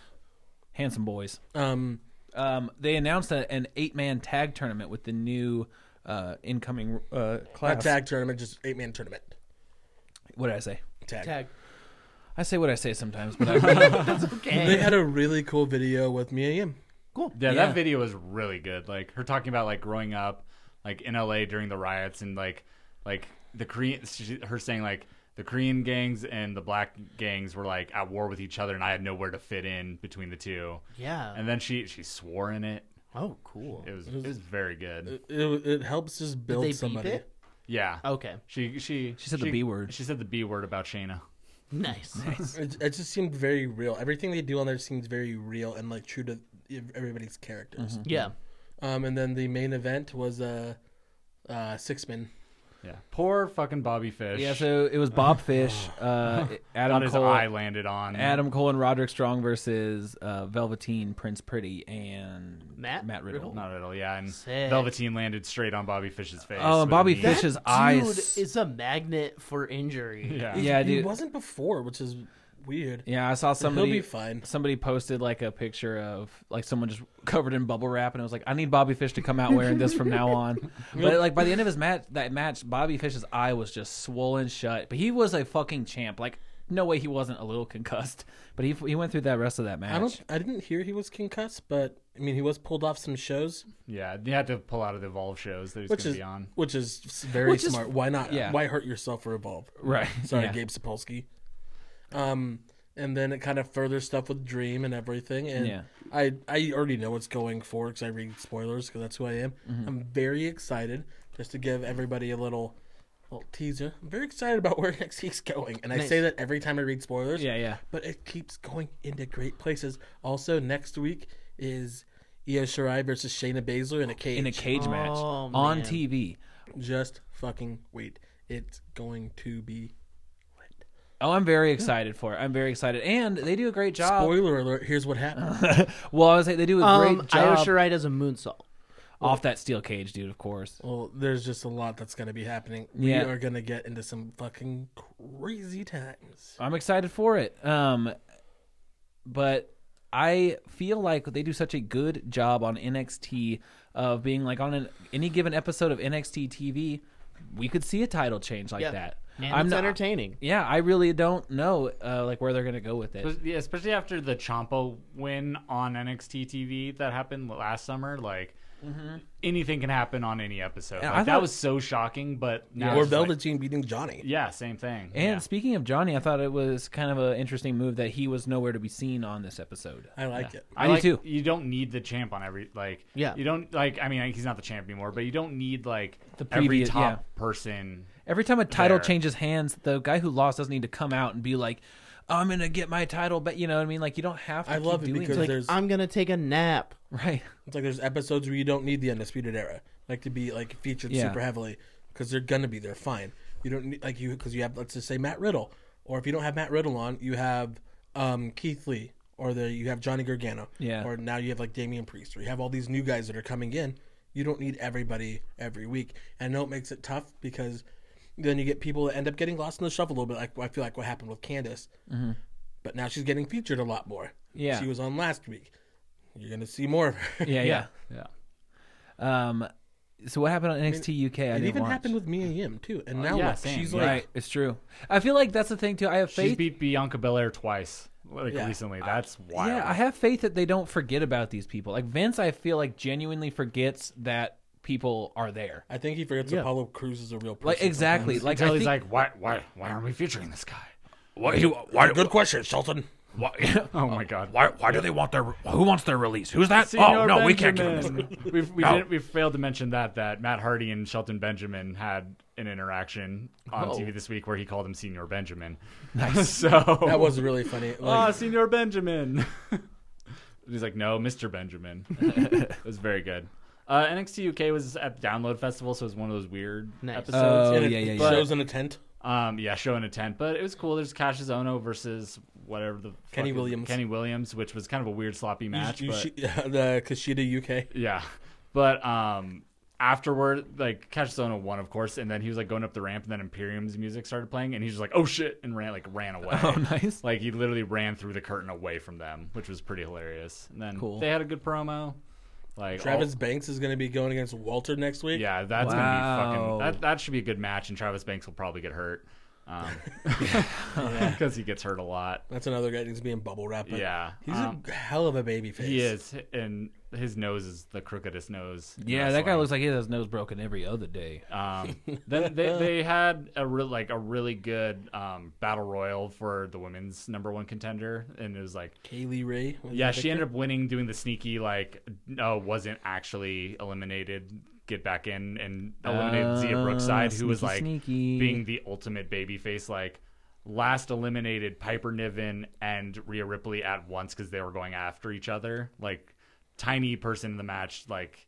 S4: Handsome boys.
S3: Um,
S4: Um, they announced a, an eight man tag tournament with the new uh, incoming uh,
S3: not
S4: class.
S3: tag tournament, just eight man tournament.
S4: What did I say?
S3: Tag.
S2: Tag.
S4: I say what I say sometimes, but
S3: (laughs)
S4: I,
S3: They
S2: (laughs) Okay.
S3: had a really cool video with Mia Yim.
S5: Yeah,
S4: Yeah.
S5: that video was really good. Like her talking about like growing up, like in LA during the riots, and like like the Korean, she, her saying like the Korean gangs and the black gangs were like at war with each other, and I had nowhere to fit in between the two.
S2: Yeah.
S5: And then she she swore in it.
S2: oh, cool.
S5: It was it was very
S4: Uh,
S5: good.
S3: It, it helps just build
S2: they beep
S3: somebody.
S2: it?
S5: Yeah.
S2: Okay.
S5: She she
S4: She said the B word.
S5: She said the B word about Shayna.
S2: (laughs) Nice.
S3: It, it just seemed very real. Everything they do on there seems very real and like true to everybody's characters.
S2: (laughs) Yeah.
S3: Um, and then the main event was uh, uh, Sixman.
S5: Yeah. Poor fucking Bobby Fish.
S4: Yeah, so it was Bob Fish,
S3: (laughs)
S4: uh,
S5: Thought
S4: Adam
S5: his
S4: Cole,
S5: eye landed on.
S4: Adam Cole, and Roderick Strong versus uh, Velveteen, Prince Pretty, and
S2: Matt
S4: Matt Riddle.
S2: Riddle?
S5: Not at all. Yeah, and
S2: Sick.
S5: Velveteen landed straight on Bobby Fish's face.
S4: Oh,
S5: with
S4: and Bobby
S5: a knee.
S4: Fish Fish's
S2: that
S4: eyes-
S2: dude is a magnet for injury.
S5: (laughs) Yeah.
S4: Yeah,
S3: he
S4: dude.
S3: wasn't before, which is weird.
S4: Yeah, I saw somebody.
S3: He'll be fine.
S4: Somebody posted like a picture of like someone just (laughs) covered in bubble wrap, and it was like, "I need Bobby Fish to come out wearing this from now
S3: (laughs)
S4: on." But like by the end of his match, that match, Bobby Fish's eye was just swollen shut. But he was a fucking champ. Like no way he wasn't a little concussed. But he he went through that rest of that match.
S3: I don't. I didn't hear he was concussed, but I mean he was pulled off some shows,
S5: Yeah, you had to pull out of the Evolve shows that he's
S3: which
S5: going
S3: is
S5: to be on.
S3: which is s- very
S4: Which is-
S3: smart. why not?
S4: yeah.
S3: Why hurt yourself or evolve?
S4: right. (laughs)
S3: Sorry,
S4: Yeah.
S3: Gabe Sapolsky. Um, and then it kind of further stuff with Dream and everything. And
S4: Yeah.
S3: I I already know what's going for because I read spoilers because that's who I am. I'm very excited just to give everybody a little. little teaser. I'm very excited about (laughs) where next week's going, and I say that every time I read spoilers.
S4: Yeah, yeah.
S3: but it keeps going into great places. Also, next week is Io Shirai versus Shayna Baszler in a cage.
S4: In a cage match
S2: Oh,
S4: on
S2: man.
S4: TV.
S3: Just fucking wait. It's going to be.
S4: Oh, I'm very excited for it. I'm very excited, and they do a great job.
S3: Spoiler alert! Here's what happened.
S4: (laughs) well, I was like, they do a
S2: Um,
S4: great job
S2: Io Shirai does a moonsault.
S4: off that steel cage, dude. Of course.
S3: well, there's just a lot that's going to be happening. We
S4: Yeah.
S3: are going to get into some fucking crazy times.
S4: I'm excited for it. Um, but I feel like they do such a good job on NXT of being like on an, any given episode of NXT TV, we could see a title change like
S2: Yeah.
S4: that.
S2: And
S4: I'm
S2: it's
S4: not-
S2: entertaining.
S4: Yeah, I really don't know uh, like where they're gonna go with it.
S5: But, yeah, especially after the Champa win on NXT TV that happened last summer, like anything can happen on any episode.
S4: Yeah, Mm-hmm. I
S5: Like, that
S4: thought-
S5: was so shocking, but now
S3: or
S5: it's just like-
S3: Velveteen beating Johnny.
S5: yeah, same thing.
S4: And
S5: yeah.
S4: speaking of Johnny, I thought it was kind of an interesting move that he was nowhere to be seen on this episode.
S3: I like it.
S4: I do
S5: like-
S4: too.
S5: You don't need the champ on every like.
S2: Yeah.
S5: You don't like. I mean, he's not the champ anymore, but you don't need like
S4: The
S5: every
S4: previous-
S5: top person.
S4: Every time a title
S5: There.
S4: changes hands, the guy who lost doesn't need to come out and be like, "I'm gonna get my title," but you know what I mean. Like you don't have to.
S3: I
S4: keep
S3: love it
S4: doing
S3: because
S4: that.
S3: there's
S2: I'm gonna take a nap.
S4: right. (laughs)
S3: it's like there's episodes where you don't need the Undisputed Era like to be like featured
S4: Yeah.
S3: super heavily because they're gonna be there. Fine, you don't need like you because you have let's just say Matt Riddle, or if you don't have Matt Riddle on, you have um, Keith Lee, or the you have Johnny Gargano,
S4: Yeah.
S3: or now you have like Damian Priest, or you have all these new guys that are coming in. You don't need everybody every week. And I know it makes it tough because then you get people that end up getting lost in the shuffle a little bit. Like I feel like what happened with Candace, but now she's getting featured a lot more.
S4: Mm-hmm. Yeah.
S3: she was on last week. You're gonna see more of her. (laughs)
S4: Yeah, yeah.
S5: Yeah.
S4: Um, so what happened on NXT UK? I
S3: It
S4: didn't
S3: even
S4: watch.
S3: happened with Mia Yim too, and now
S5: Uh, yeah,
S3: look,
S5: same,
S3: she's
S5: yeah.
S3: like
S4: right. It's true. I feel like that's the thing too. I have
S5: She's
S4: faith.
S5: beat Bianca Belair twice, like
S3: Yeah.
S5: recently. That's wild.
S4: yeah, I have faith that they don't forget about these people. Like Vince, I feel like genuinely forgets that people are there.
S3: I think he forgets
S2: Yeah.
S3: Apollo Cruz is a real person.
S4: Like exactly.
S3: sometimes.
S4: Like I
S5: Until he's
S4: think,
S5: like, why, why, why aren't we featuring this guy?
S1: (laughs) Why, (laughs) do- why,
S3: Good question, Shelton.
S1: why,
S5: (laughs) Oh my god. (laughs)
S1: why, why do they want their? Who wants their release? Who's that? oh
S5: Senor
S1: no, we can't give them. this.
S5: Benjamin. We've, we
S1: No.
S5: didn't, we failed to mention that that Matt Hardy and Shelton Benjamin had an interaction on TV this week where he called him Senior Benjamin. Nice. (laughs) so
S3: That was really funny.
S5: ah,
S3: Like,
S5: Senior Benjamin. (laughs) He's like, no, Mr. (laughs) Benjamin. it was very good. Uh, NXT UK was at Download Festival, so it was one of those weird
S2: Nice.
S5: episodes.
S4: Oh,
S3: and it
S4: yeah, yeah, yeah.
S3: Shows in a tent.
S5: Um, yeah, show in a tent, but it was cool. There's Cassius Ono versus whatever the
S3: Kenny
S5: fuck is-
S3: Williams.
S5: Kenny Williams, which was kind of a weird sloppy match.
S3: You- you
S5: but...
S3: sh- (laughs) the Kushida UK.
S5: Yeah. But um afterward, like Catchzone won, of course, and then he was like going up the ramp and then Imperium's music started playing and he was just like, Oh shit and ran like ran away.
S4: (laughs)
S3: (laughs)
S4: oh, nice.
S5: Like he literally ran through the curtain away from them, which was pretty hilarious. And then
S4: Cool.
S5: they had a good promo. Like
S3: Travis
S5: all-
S4: Oh.
S3: Banks is going to be going against Walter next week.
S5: yeah, that's
S4: Wow.
S5: gonna be fucking that, that should be a good match and Travis Banks will probably get hurt.
S4: (laughs)
S5: Um (laughs) because he gets hurt a lot.
S3: that's another guy who's being bubble wrapped. but
S5: Yeah.
S3: he's
S5: Um,
S3: a hell of a baby face.
S5: he is and his nose is the crookedest nose. in
S4: Yeah, that guy
S5: wrestling.
S4: looks like he has his nose broken every other day.
S5: Um,
S4: (laughs)
S5: then they, they had a real like a really good um, battle royal for the women's number one contender, and it was like
S3: Kaylee Ray. was
S5: yeah,
S3: the
S5: she
S3: victor.
S5: ended up winning doing the sneaky like no wasn't actually eliminated, get back in and eliminated Zia Brookside, who was
S4: Oh, sneaky,
S5: like
S4: sneaky.
S5: being the ultimate babyface like. Last eliminated Piper Niven and Rhea Ripley at once because they were going after each other. Like tiny person in the match, like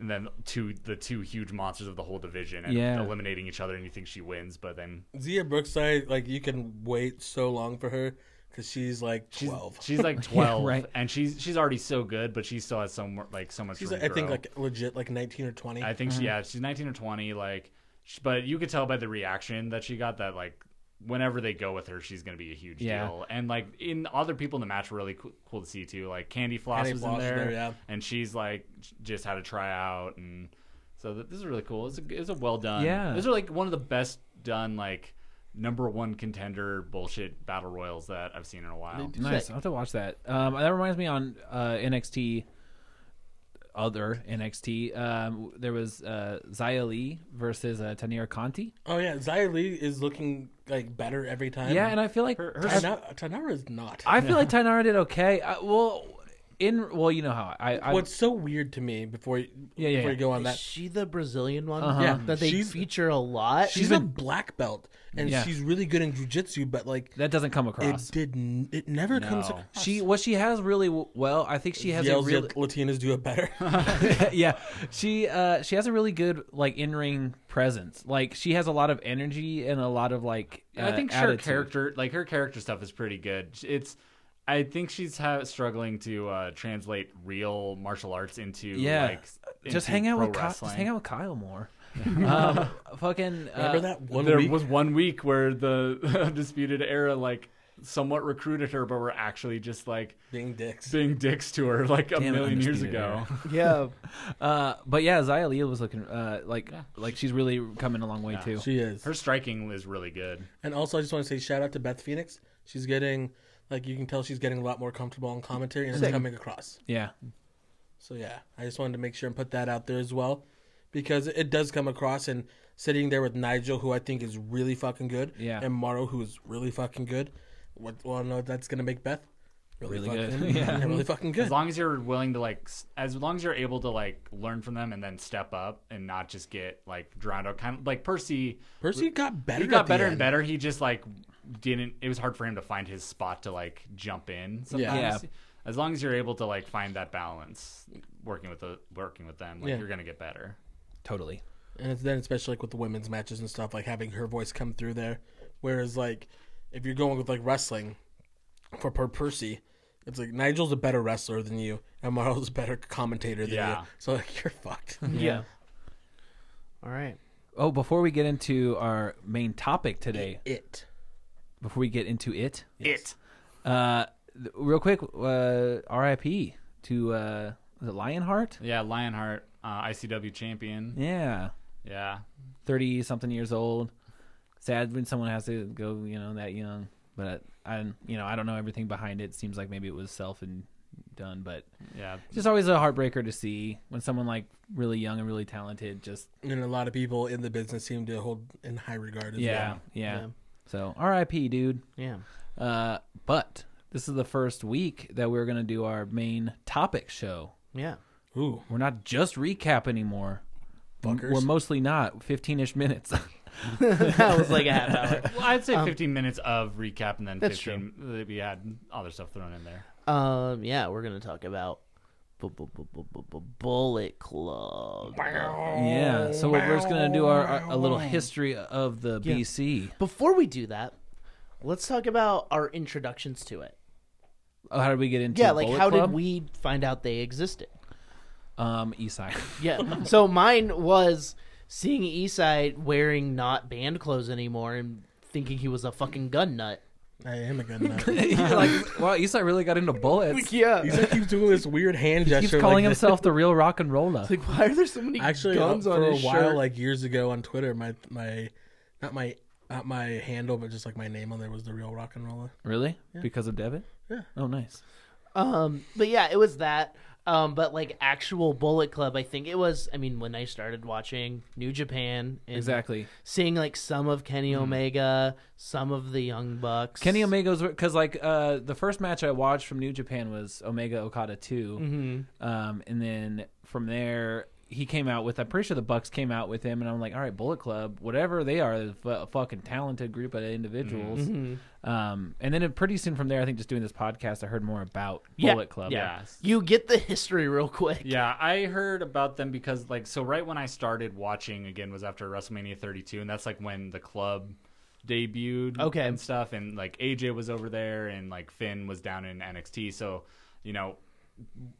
S5: and then two the two huge monsters of the whole division and
S4: Yeah.
S5: eliminating each other, and you think she wins, but then
S3: Zia Brookside, like you can wait so long for her because she's like
S5: she's
S3: twelve.
S5: she's
S4: (laughs)
S5: like twelve,
S4: right.
S5: and she's she's already so good, but she still has so more like so much.
S3: She's,
S5: room
S3: like, I
S5: to
S3: think
S5: grow.
S3: like legit like nineteen or twenty.
S5: I think
S4: Mm-hmm.
S5: she yeah she's nineteen or twenty, like, sh but you could tell by the reaction that she got that like whenever they go with her, she's gonna be a huge
S4: Yeah.
S5: deal, and like in other people in the match were really cool, cool to see too, like Candy Floss
S3: Candy
S5: was
S3: Floss
S5: in
S3: was
S5: there,
S3: there, yeah.
S5: and she's like j- just had a tryout and. So th- this is really cool. It's a, it's a well done.
S4: Yeah.
S5: These are like one of the best done like number one contender bullshit battle royals that I've seen in a while.
S4: Nice. I'll have to watch that. Um, that reminds me on uh, NXT, other NXT. Um, there was uh, Zia Lee versus uh, Tania Conti.
S3: Oh yeah, Zia Lee is looking like better every time.
S4: Yeah, and I feel like
S5: Her- her
S4: I,
S3: Tana- Tanara is not.
S4: I feel like Tainara did okay. I, well, in well, you know how I. I
S3: What's so weird to me before you,
S4: Yeah, yeah,
S3: before
S4: yeah.
S3: you go on
S2: Is
S3: that,
S2: she the Brazilian one?
S4: Uh-huh.
S3: Yeah,
S2: that they
S3: she's-
S2: feature a lot. (laughs)
S3: she's a black belt and
S4: Yeah.
S3: she's really good in jujitsu, but like
S4: that doesn't come across.
S3: it did n- it never comes.
S5: No.
S3: Across.
S4: She what she has really w- well. I think she has
S3: yells
S4: a really
S3: that Latinas do
S4: (laughs)
S3: it better.
S4: yeah she uh she has a really good like in-ring presence like she has a lot of energy and a lot of like
S5: And I
S4: uh,
S5: think sure
S4: attitude.
S5: character like her character stuff is pretty good. It's I think she's ha- struggling to uh, translate real martial arts into
S4: yeah
S5: like
S4: just
S5: into
S4: hang out
S5: pro
S4: with Ky- just
S5: wrestling.
S4: hang out with
S5: (laughs)
S4: Kyle more um, fucking uh,
S3: Remember that one
S5: there
S3: week?
S5: was one week where the (laughs) disputed era like somewhat recruited her, but were actually just like
S3: being dicks.
S5: being dicks to her like a
S4: Damn it,
S5: million years
S4: Undisputed
S5: ago.
S2: yeah.
S4: uh but yeah Zia Lee was looking uh like like she's really coming a long way too
S3: She is.
S5: Her striking is really good.
S3: And also, I just want to say shout out to Beth Phoenix. She's getting, like, you can tell she's getting a lot more comfortable on commentary and it's coming across.
S4: yeah
S3: So, yeah, I just wanted to make sure and put that out there as well because it does come across. And sitting there with Nigel, who I think is really fucking good,
S4: Yeah.
S3: and Morrow, who is really fucking good, what, well, no, that's going to make Beth really,
S4: Really
S5: (laughs)
S4: good.
S3: fucking, yeah. really fucking
S5: As
S3: good.
S5: long as you're willing to like, s- as long as you're able to like learn from them and then step up and not just get like drowned out. Kind of like Percy.
S3: Percy got better.
S5: he got
S3: at the
S5: better and
S3: end.
S5: better. He just like didn't. It was hard for him to find his spot to like jump in. Sometimes.
S4: Yeah.
S5: As long as you're able to like find that balance, working with the working with them, like
S3: Yeah.
S5: you're gonna get better.
S4: totally
S3: And it's then, especially like with the women's matches and stuff, like having her voice come through there. Whereas, like, if you're going with like wrestling for per Percy, it's like Nigel's a better wrestler than you, and Marlo's a better commentator than
S5: Yeah.
S3: you. So like, (laughs) you're fucked.
S2: Yeah. All right.
S4: oh before we get into our main topic today
S3: it.
S4: before we get into it
S5: It.
S4: Uh, th- real quick, uh, RIP to uh, was it Lionheart?
S5: Yeah, Lionheart, uh, ICW champion.
S4: Yeah,
S5: Yeah.
S4: thirty something years old. Sad when someone has to go, you know, that young. But I, you know, I don't know everything behind it. Seems like maybe it was self and done, but
S5: Yeah.
S4: it's just always a heartbreaker to see when someone like really young and really talented just
S3: And a lot of people in the business seem to hold in high regard as
S4: yeah
S3: well.
S4: yeah.
S2: Yeah.
S4: So RIP, dude.
S2: Yeah.
S4: Uh, but this is the first week that we're gonna do our main topic show.
S2: Yeah.
S3: Ooh,
S4: We're not just recap anymore.
S3: fuckers.
S4: We're mostly not. 15 ish minutes.
S2: (laughs)
S4: (laughs)
S2: that was like a half hour.
S5: Well, I'd say 15 minutes of recap and then
S2: That's
S5: 15. True. We had other stuff thrown in there.
S2: (laughs) Um, yeah, we're gonna talk about bu- bu- bu- bu- bu- bu- Bullet Club.
S4: yeah. So we're, we're just going to do our, our- a little history of the
S2: Yeah.
S4: BC.
S2: Before we do that, let's talk about our introductions to it.
S4: Oh, how did we get into
S2: Yeah, like
S4: Bullet
S2: how
S4: Club?
S2: did we find out they existed?
S4: Um,
S2: (laughs)
S4: Eastside.
S2: Yeah. so mine was seeing Eastside wearing not band clothes anymore and thinking he was a fucking gun nut.
S3: I am
S2: (laughs)
S3: a gun
S4: (laughs)
S3: nut.
S4: You're like, wow, Eastside really got into bullets.
S2: Yeah.
S3: He's like keeps doing this weird hand gesture.
S4: He's calling
S3: like this.
S4: himself the real rock and roller.
S2: (laughs) (laughs) Like, why are there so many
S3: (laughs) Actually,
S2: guns
S3: uh,
S2: on
S3: for a
S2: his
S3: while,
S2: shirt?
S3: like years ago on Twitter, my my not my not my handle, but just like my name on there was the real rock and roller.
S4: really? Because of Devitt?
S3: Yeah.
S4: Oh, nice.
S3: uh,
S2: Um, but yeah, it was that. Um, but like actual Bullet Club, I think it was. I mean, when I started watching New Japan, and
S4: Exactly.
S2: seeing like some of Kenny Omega, some of the Young Bucks.
S4: Kenny Omega's because like uh, the first match I Mm-hmm. watched from New Japan was Omega Okada 2 um, and then from there he came out with. I'm pretty sure the Bucks came out with him, and I'm like, all right, Bullet Club, whatever they are, they're a fucking talented group of individuals. Um, and then it, pretty soon from there, I think just doing this podcast, I heard more about
S2: Yeah,
S4: Bullet Club.
S2: yeah.
S5: Yes.
S2: You get the (laughs) history real quick.
S5: Yeah, I heard about them because like so right when I started watching again was after WrestleMania 32 and that's like when the club debuted
S2: Okay.
S5: and stuff and like AJ was over there and like Finn was down in NXT so you know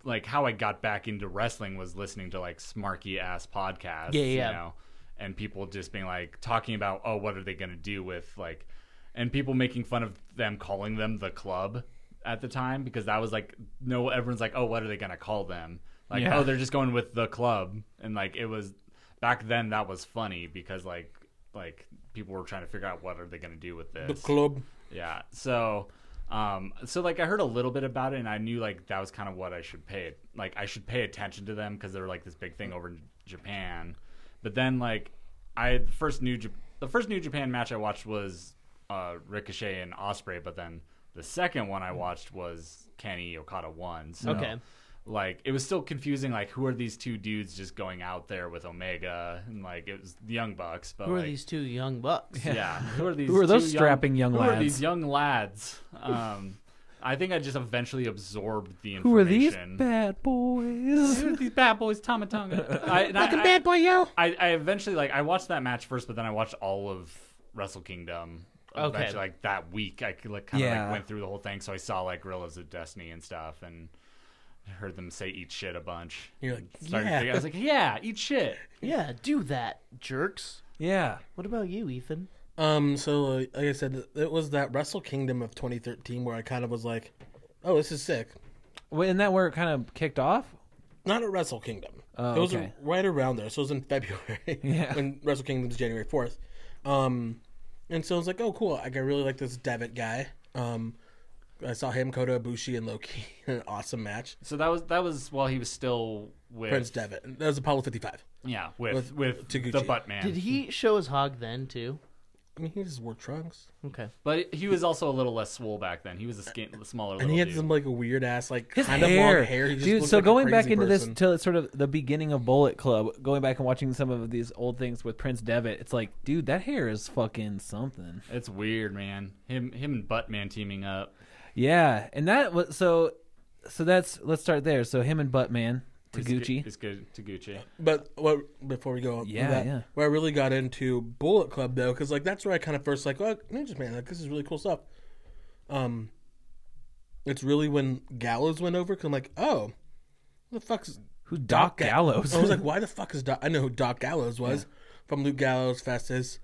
S5: like how I got back into wrestling was listening to like smarky ass podcasts
S2: Yeah,
S5: you
S2: yeah.
S5: know and people just being like talking about oh what are they going to do with like and people making fun of them calling them the club at the time because that was like no everyone's like oh what are they going to call them like
S4: Yeah.
S5: oh they're just going with the club and like it was back then that was funny because like like people were trying to figure out what are they going to do with this
S3: The club.
S5: yeah so um so like i heard a little bit about it and i knew like that was kind of what i should pay like i should pay attention to them because they're like this big thing over in japan but then like i the first new Jap- the first new japan match i watched was uh ricochet and osprey but then the second one i watched was kenny okada one so
S2: Mm. Okay.
S5: like it was still confusing like who are these two dudes just going out there with omega and like it was the young bucks but
S2: Who are
S5: like,
S2: these two young bucks? (laughs)
S5: yeah. Who are these?
S4: Who are those
S5: two
S4: strapping young
S5: who
S4: lads?
S5: are these young lads? Um, I think I just eventually absorbed the information.
S4: Who are these bad boys?
S5: Who are these bad boys? Tomatonga. I, and I, I,
S4: boy, yo.
S5: I, I eventually like I watched that match first, but then I watched all of Wrestle Kingdom.
S2: Okay.
S5: Eventually, like that week, I could, like kind of
S4: Yeah.
S5: like went through the whole thing, so I saw like Gorillas of Destiny and stuff, and heard them say "eat shit" a bunch.
S3: You're like,
S5: Started
S3: yeah.
S5: thinking- I was like, yeah, eat shit.
S2: Yeah, do that, jerks.
S4: Yeah.
S2: What about you, Ethan?
S3: Um, so uh, like I said, it was that Wrestle Kingdom of 2013 where I kind of was like, "Oh, this is sick."
S4: Well, isn't that where it kind of kicked off?
S3: Not at Wrestle Kingdom.
S4: Oh,
S3: it was
S4: okay.
S3: right around there, so it was in February. (laughs)
S4: Yeah.
S3: when Wrestle Kingdom's January 4th. Um, and so I was like, "Oh, cool! Like, I really like this Devitt guy." Um, I saw him, Kota Ibushi, and Loki (laughs) in an awesome match.
S5: So that was that was while he was still with
S3: Prince Devitt. That was Apollo 55.
S5: Yeah, with
S3: With
S5: with,
S3: Taguchi.
S5: the butt man.
S2: Did he show his hog then too?
S3: I mean, he just wore trunks,
S2: Okay.
S5: But he was also a little less swole back then. He was a skin, smaller little
S3: and he had
S5: dude.
S3: some like a weird ass, like
S4: His
S3: kind
S4: hair.
S3: of long hair. He just
S4: Dude,
S3: looked
S4: so
S3: like a
S4: going back
S3: crazy
S4: into
S3: person.
S4: this till it's sort of the beginning of Bullet Club, going back and watching some of these old things with Prince Devitt, it's like, dude, that hair is fucking something.
S5: It's weird, man. Him him and butt man teaming up.
S4: Yeah, and that was so. So that's let's start there. So him and Buttman, Taguchi.
S5: It's good. Taguchi.
S3: But what before we go, on
S4: Yeah,
S3: that,
S4: yeah.
S3: where I really got into Bullet Club though, because like that's where I kind of first like, oh, Ninja Man, like this is really cool stuff. Um, it's really when Gallows went over, cause I'm like, oh, who the fuck's
S4: Who Doc
S3: Ga-
S4: Gallows? (laughs)
S3: I was like, why the fuck is Doc? I know who Doc Gallows was from Luke Gallows, Festus,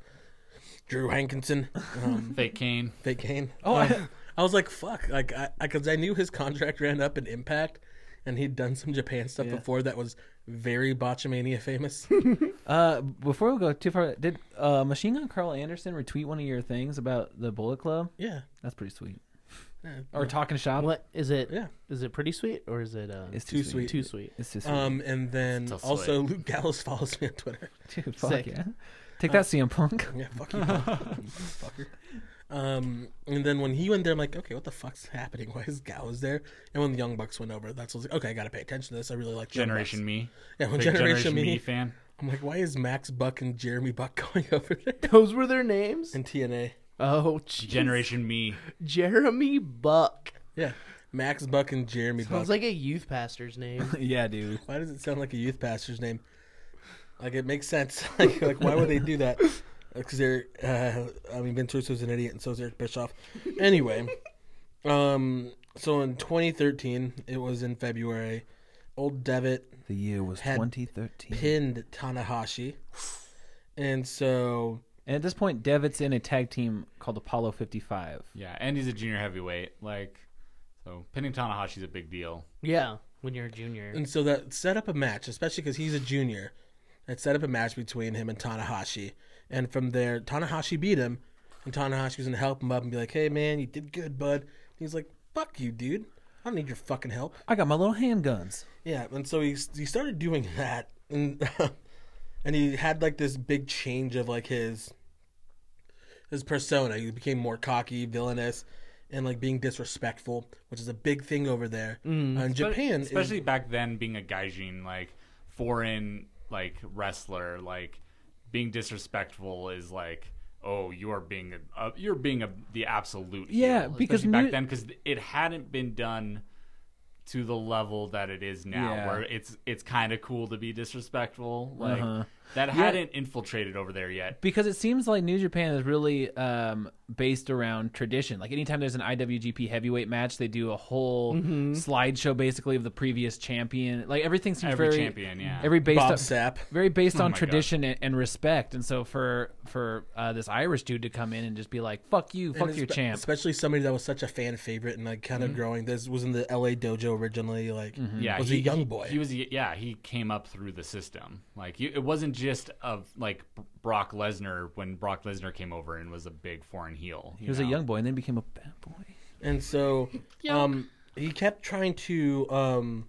S3: Drew Hankinson,
S4: (laughs)
S3: um,
S5: Fake Kane.
S3: Fake Kane. Oh, I, I was like, fuck, like I because I, knew his contract ran up in Impact, and he'd done some Japan stuff before that was very Botchamania famous.
S4: Uh, before we go too far, did uh, Machine Gun Carl Anderson retweet one of your things about the Bullet Club?
S3: yeah.
S4: That's pretty sweet.
S3: Yeah.
S4: Or talking shop?
S2: What is it? Is
S3: Yeah.
S2: it pretty sweet or is it uh,
S4: It's
S3: Too sweet.
S2: too sweet?
S4: It's too sweet.
S3: Um, and then
S5: Still
S3: also Luke Gallows (laughs) follows me on Twitter.
S4: (laughs) Dude, fuck
S2: sick.
S4: yeah. Take
S3: Um,
S4: that, CM
S3: (laughs)
S4: Punk.
S3: Yeah, fuck you, fucker. Um, and then when he went there, I'm like, okay, what the fuck's happening? Why is Gallows there? And when the Young Bucks went over, that's what I was like, okay, I gotta pay attention to this. I really like the Young
S5: Generation
S3: Bucks.
S5: Me.
S3: Yeah, when
S5: Big
S3: Generation, Me.
S5: fan.
S3: I'm like, why is Max Buck and Jeremy Buck (laughs) going over
S2: (laughs)
S3: there?
S2: Those were their names.
S3: And TNA.
S2: Oh, geez.
S5: Generation Me.
S2: Jeremy Buck.
S3: Yeah, Max Buck and Jeremy
S2: Sounds
S3: Buck.
S2: like a youth pastor's name.
S4: yeah, dude.
S3: why does it sound like a youth pastor's name? Like it makes sense. (laughs) like, like why would they do that? Because they're. Uh, I mean, Vince Russo's an idiot, and so is Eric Bischoff. Anyway, um, so in 2013, it was in February. Old Devitt
S4: The year was
S3: Had
S4: 2013.
S3: pinned Tanahashi, and so
S4: And at this point, Devitt's in a tag team called Apollo 55.
S5: Yeah, and he's a junior heavyweight. Like, so pinning Tanahashi's a big deal.
S2: yeah, when you're a junior.
S3: and so that set up a match, especially because he's a junior. It set up a match between him and Tanahashi, and from there, Tanahashi beat him, and Tanahashi was gonna help him up and be like, "Hey, man, you did good, bud." And he's like, "Fuck you, dude. I don't need your fucking help."
S4: I got my little handguns.
S3: Yeah, and so he he started doing (laughs) that, and and he had like this big change of like his his persona. He became more cocky, villainous, and like being disrespectful, which is a big thing over there. Uh, in
S5: But
S3: Japan, is-
S5: especially back then, being a gaijin, like foreign like wrestler. Like being disrespectful is like, oh, you are being a, uh, you're being a, the absolute heel,
S4: Yeah, because
S5: especially back
S4: mu-
S5: then because it hadn't been done to the level that it is now,
S4: Yeah.
S5: where it's it's kind of cool to be disrespectful. Like
S4: Uh-huh.
S5: that hadn't infiltrated over there yet.
S4: because it seems like New Japan is really um, based around tradition. Like anytime there's an IWGP Heavyweight match, they do a whole
S5: Mm-hmm.
S4: slideshow basically of the previous champion. Like everything seems
S5: Every
S4: very
S5: champion, yeah. Oh
S4: every based
S3: Bob
S4: on,
S3: Sapp.
S4: very based on
S5: my
S4: tradition and, and respect. And so for for uh, this Irish dude to come in and just be like, "Fuck you, fuck
S3: And
S4: your
S3: espe-
S4: champ," Mm-hmm.
S3: Especially somebody that was such a fan favorite and like kind of growing. This was in the LA dojo originally. Like,
S5: Yeah,
S3: was
S5: he-
S3: a young boy.
S5: He was, a- yeah, he came up through the system. Like you, it wasn't just of like Brock Lesnar when Brock Lesnar came over and was a big foreign heel.
S4: he was a young boy and then became a bad boy.
S3: and
S5: (laughs)
S3: so um, he kept trying to um,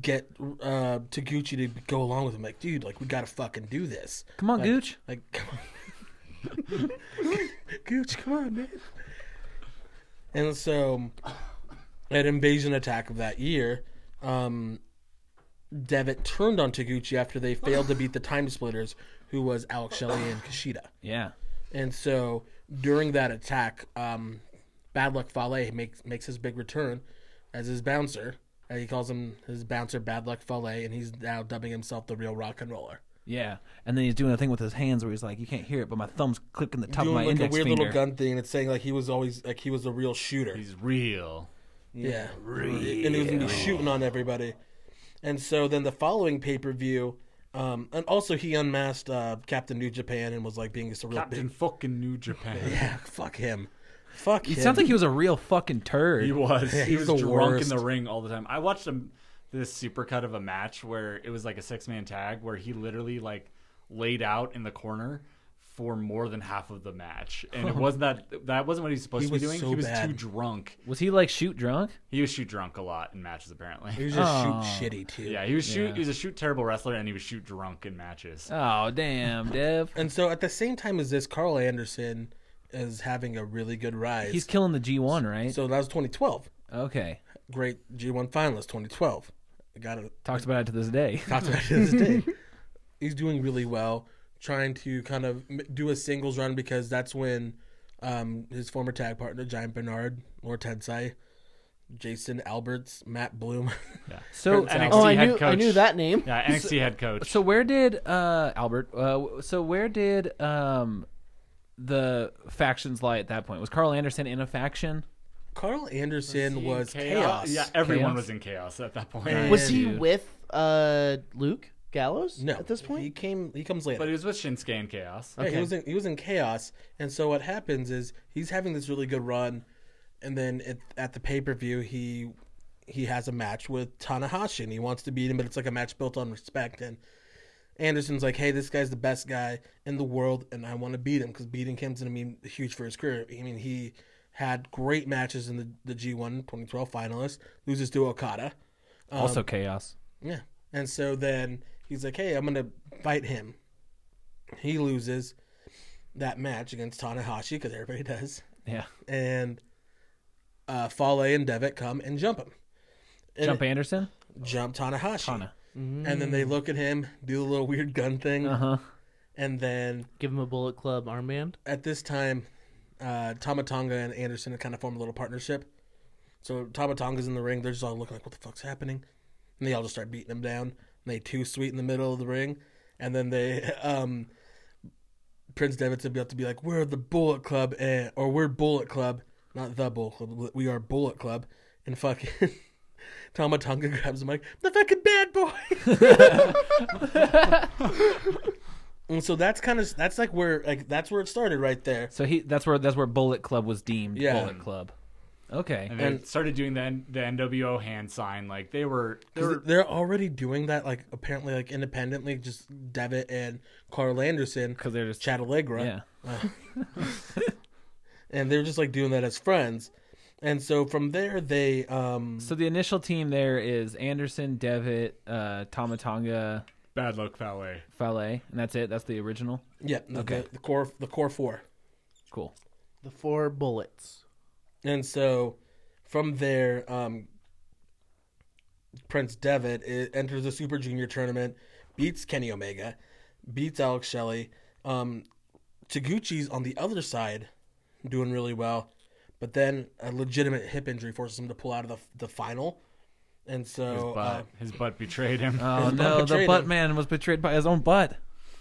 S3: get uh, Taguchi to go along with him. Like, dude, like we gotta fucking do this.
S4: Come on,
S3: Like-
S4: Gooch.
S3: Like, (laughs) come on. (laughs) Gooch, come on, man. And so, at Invasion Attack of that year, um, Devitt turned on Taguchi after they failed to beat the Time Splitters, who was Alex Shelley and Kushida.
S4: Yeah.
S3: And so, during that attack, um, Bad Luck Fale makes makes his big return as his bouncer. And he calls him his bouncer Bad Luck Fale, and he's now dubbing himself the real rock and roller.
S4: Yeah, and then he's doing a thing with his hands where he's like, "You can't hear it, but my thumb's clicking the top
S3: doing
S4: of my
S3: like
S4: index
S3: a weird
S4: finger."
S3: little gun thing, and it's saying like he was always like he was a real shooter.
S5: He's real.
S3: yeah, and he was gonna be shooting on everybody. And so then the following pay per view, um, and also he unmasked uh, Captain New Japan and was like being just a real
S5: Captain
S3: big (laughs)
S5: fucking New Japan.
S3: yeah, fuck him, fuck
S4: It
S3: him.
S4: sounds like he was a real fucking
S5: (laughs)
S4: turd.
S5: He was. he
S3: he's
S5: was
S3: the
S5: drunk
S3: worst.
S5: in the ring all the time. I watched him this supercut of a match where it was like a six man tag where he literally like laid out in the corner for more than half of the match, and
S3: (laughs)
S5: it wasn't that that wasn't what he was supposed
S3: He
S5: to be
S3: was
S5: doing.
S3: so
S5: he was
S3: bad.
S5: too drunk.
S4: Was he like shoot drunk?
S5: He was shoot drunk a lot in matches apparently.
S3: he was just
S4: Oh.
S3: shoot shitty too.
S5: Yeah, he was shoot. He was a shoot terrible wrestler, and he was shoot drunk in matches.
S4: Oh
S3: (laughs)
S4: damn, Dev.
S3: And so at the same time as this, Carl Anderson is having a really good rise.
S4: He's killing the G1, right?
S3: so that was 2012,
S4: okay.
S3: great G1 finalist 2012. Got it.
S4: Talks about it to this
S3: (laughs)
S4: day.
S3: talked about it to this day. (laughs) He's doing really well, trying to kind of m- do a singles run because that's when um, his former tag partner, Giant Bernard, or Tensai, Jason Alberts, Matt Bloom. (laughs)
S4: So
S5: NXT
S2: Oh, I
S5: head
S2: knew I
S5: coach.
S2: knew that name.
S5: Yeah, NXT head coach.
S4: (laughs) so where did uh Albert uh so where did um the factions lie at that point? Was Carl Anderson in a faction?
S3: Carl Anderson was
S5: Chaos-
S3: chaos.
S5: Yeah, everyone
S4: Chaos?
S5: was in chaos at that point.
S2: Was he
S4: Dude.
S2: with uh Luke Gallows
S3: No,
S2: at this
S3: he
S2: point?
S3: came. He comes later.
S5: But it was with Shinsuke and Chaos.
S3: Yeah, he was in, he was in chaos, and so what happens is he's having this really good run, and then at, at the pay per view he he has a match with Tanahashi, and he wants to beat him, but it's like a match built on respect. And Anderson's like, "Hey, this guy's the best guy in the world, and I want to beat him because beating him's gonna mean huge for his career." I mean, he had great matches in the the G1 2012 finalist, loses to Okada. Um,
S4: also chaos.
S3: Yeah. And so then he's like, hey, I'm going to fight him. He loses that match against Tanahashi because everybody does.
S4: Yeah.
S3: And uh, Fale and Devitt come and jump him. And
S4: Jump Anderson?
S3: Jump Tanahashi.
S4: Tana.
S3: And then they look at him, do the little weird gun thing.
S4: Uh-huh.
S3: And then
S2: Give him a Bullet Club armband.
S3: at this time, uh, Tamatanga and Anderson kind of form a little partnership. So Tamatanga's in the ring. They're just all looking like, what the fuck's happening? And they all just start beating him down. And they two sweet in the middle of the ring. And then they, (laughs) um, Prince Devitt's about to be like, we're the Bullet Club, and, or we're Bullet Club. Not the Bullet Club. We are Bullet Club. And fucking (laughs) Tamatanga (laughs) grabs him like, the fucking bad boy. (laughs) and so that's kind of, that's like where, like, that's where it started right there.
S4: So he that's where that's where Bullet Club was deemed
S3: Yeah.
S4: Bullet Club. Okay.
S5: And they started doing the, N- the NWO hand sign. Like they were, they
S3: Because
S5: were
S3: they're already doing that, like apparently, like independently, just Devitt and Carl Anderson,
S4: Cuz they're just
S3: Chad Allegra,
S4: yeah.
S3: and they're just like doing that as friends. And so from there, they um
S4: So the initial team there is Anderson, Devitt, uh, Tomatonga,
S5: bad luck valet.
S4: Fale, and that's it. That's the original.
S3: yeah the,
S4: Okay.
S3: the, the core the core four,
S4: Cool.
S2: The four bullets. (laughs)
S3: and so from there, um Prince Devitt i- enters the Super Junior tournament, beats Kenny Omega, beats Alex Shelley. Um, Taguchi's on the other side, doing really well, but then a legitimate hip injury forces him to pull out of the the final, and
S5: His
S3: so
S5: butt,
S3: uh,
S5: his butt betrayed him.
S4: Oh
S3: His butt
S4: no, the
S3: betrayed
S4: butt
S3: him.
S4: man was betrayed by his own butt.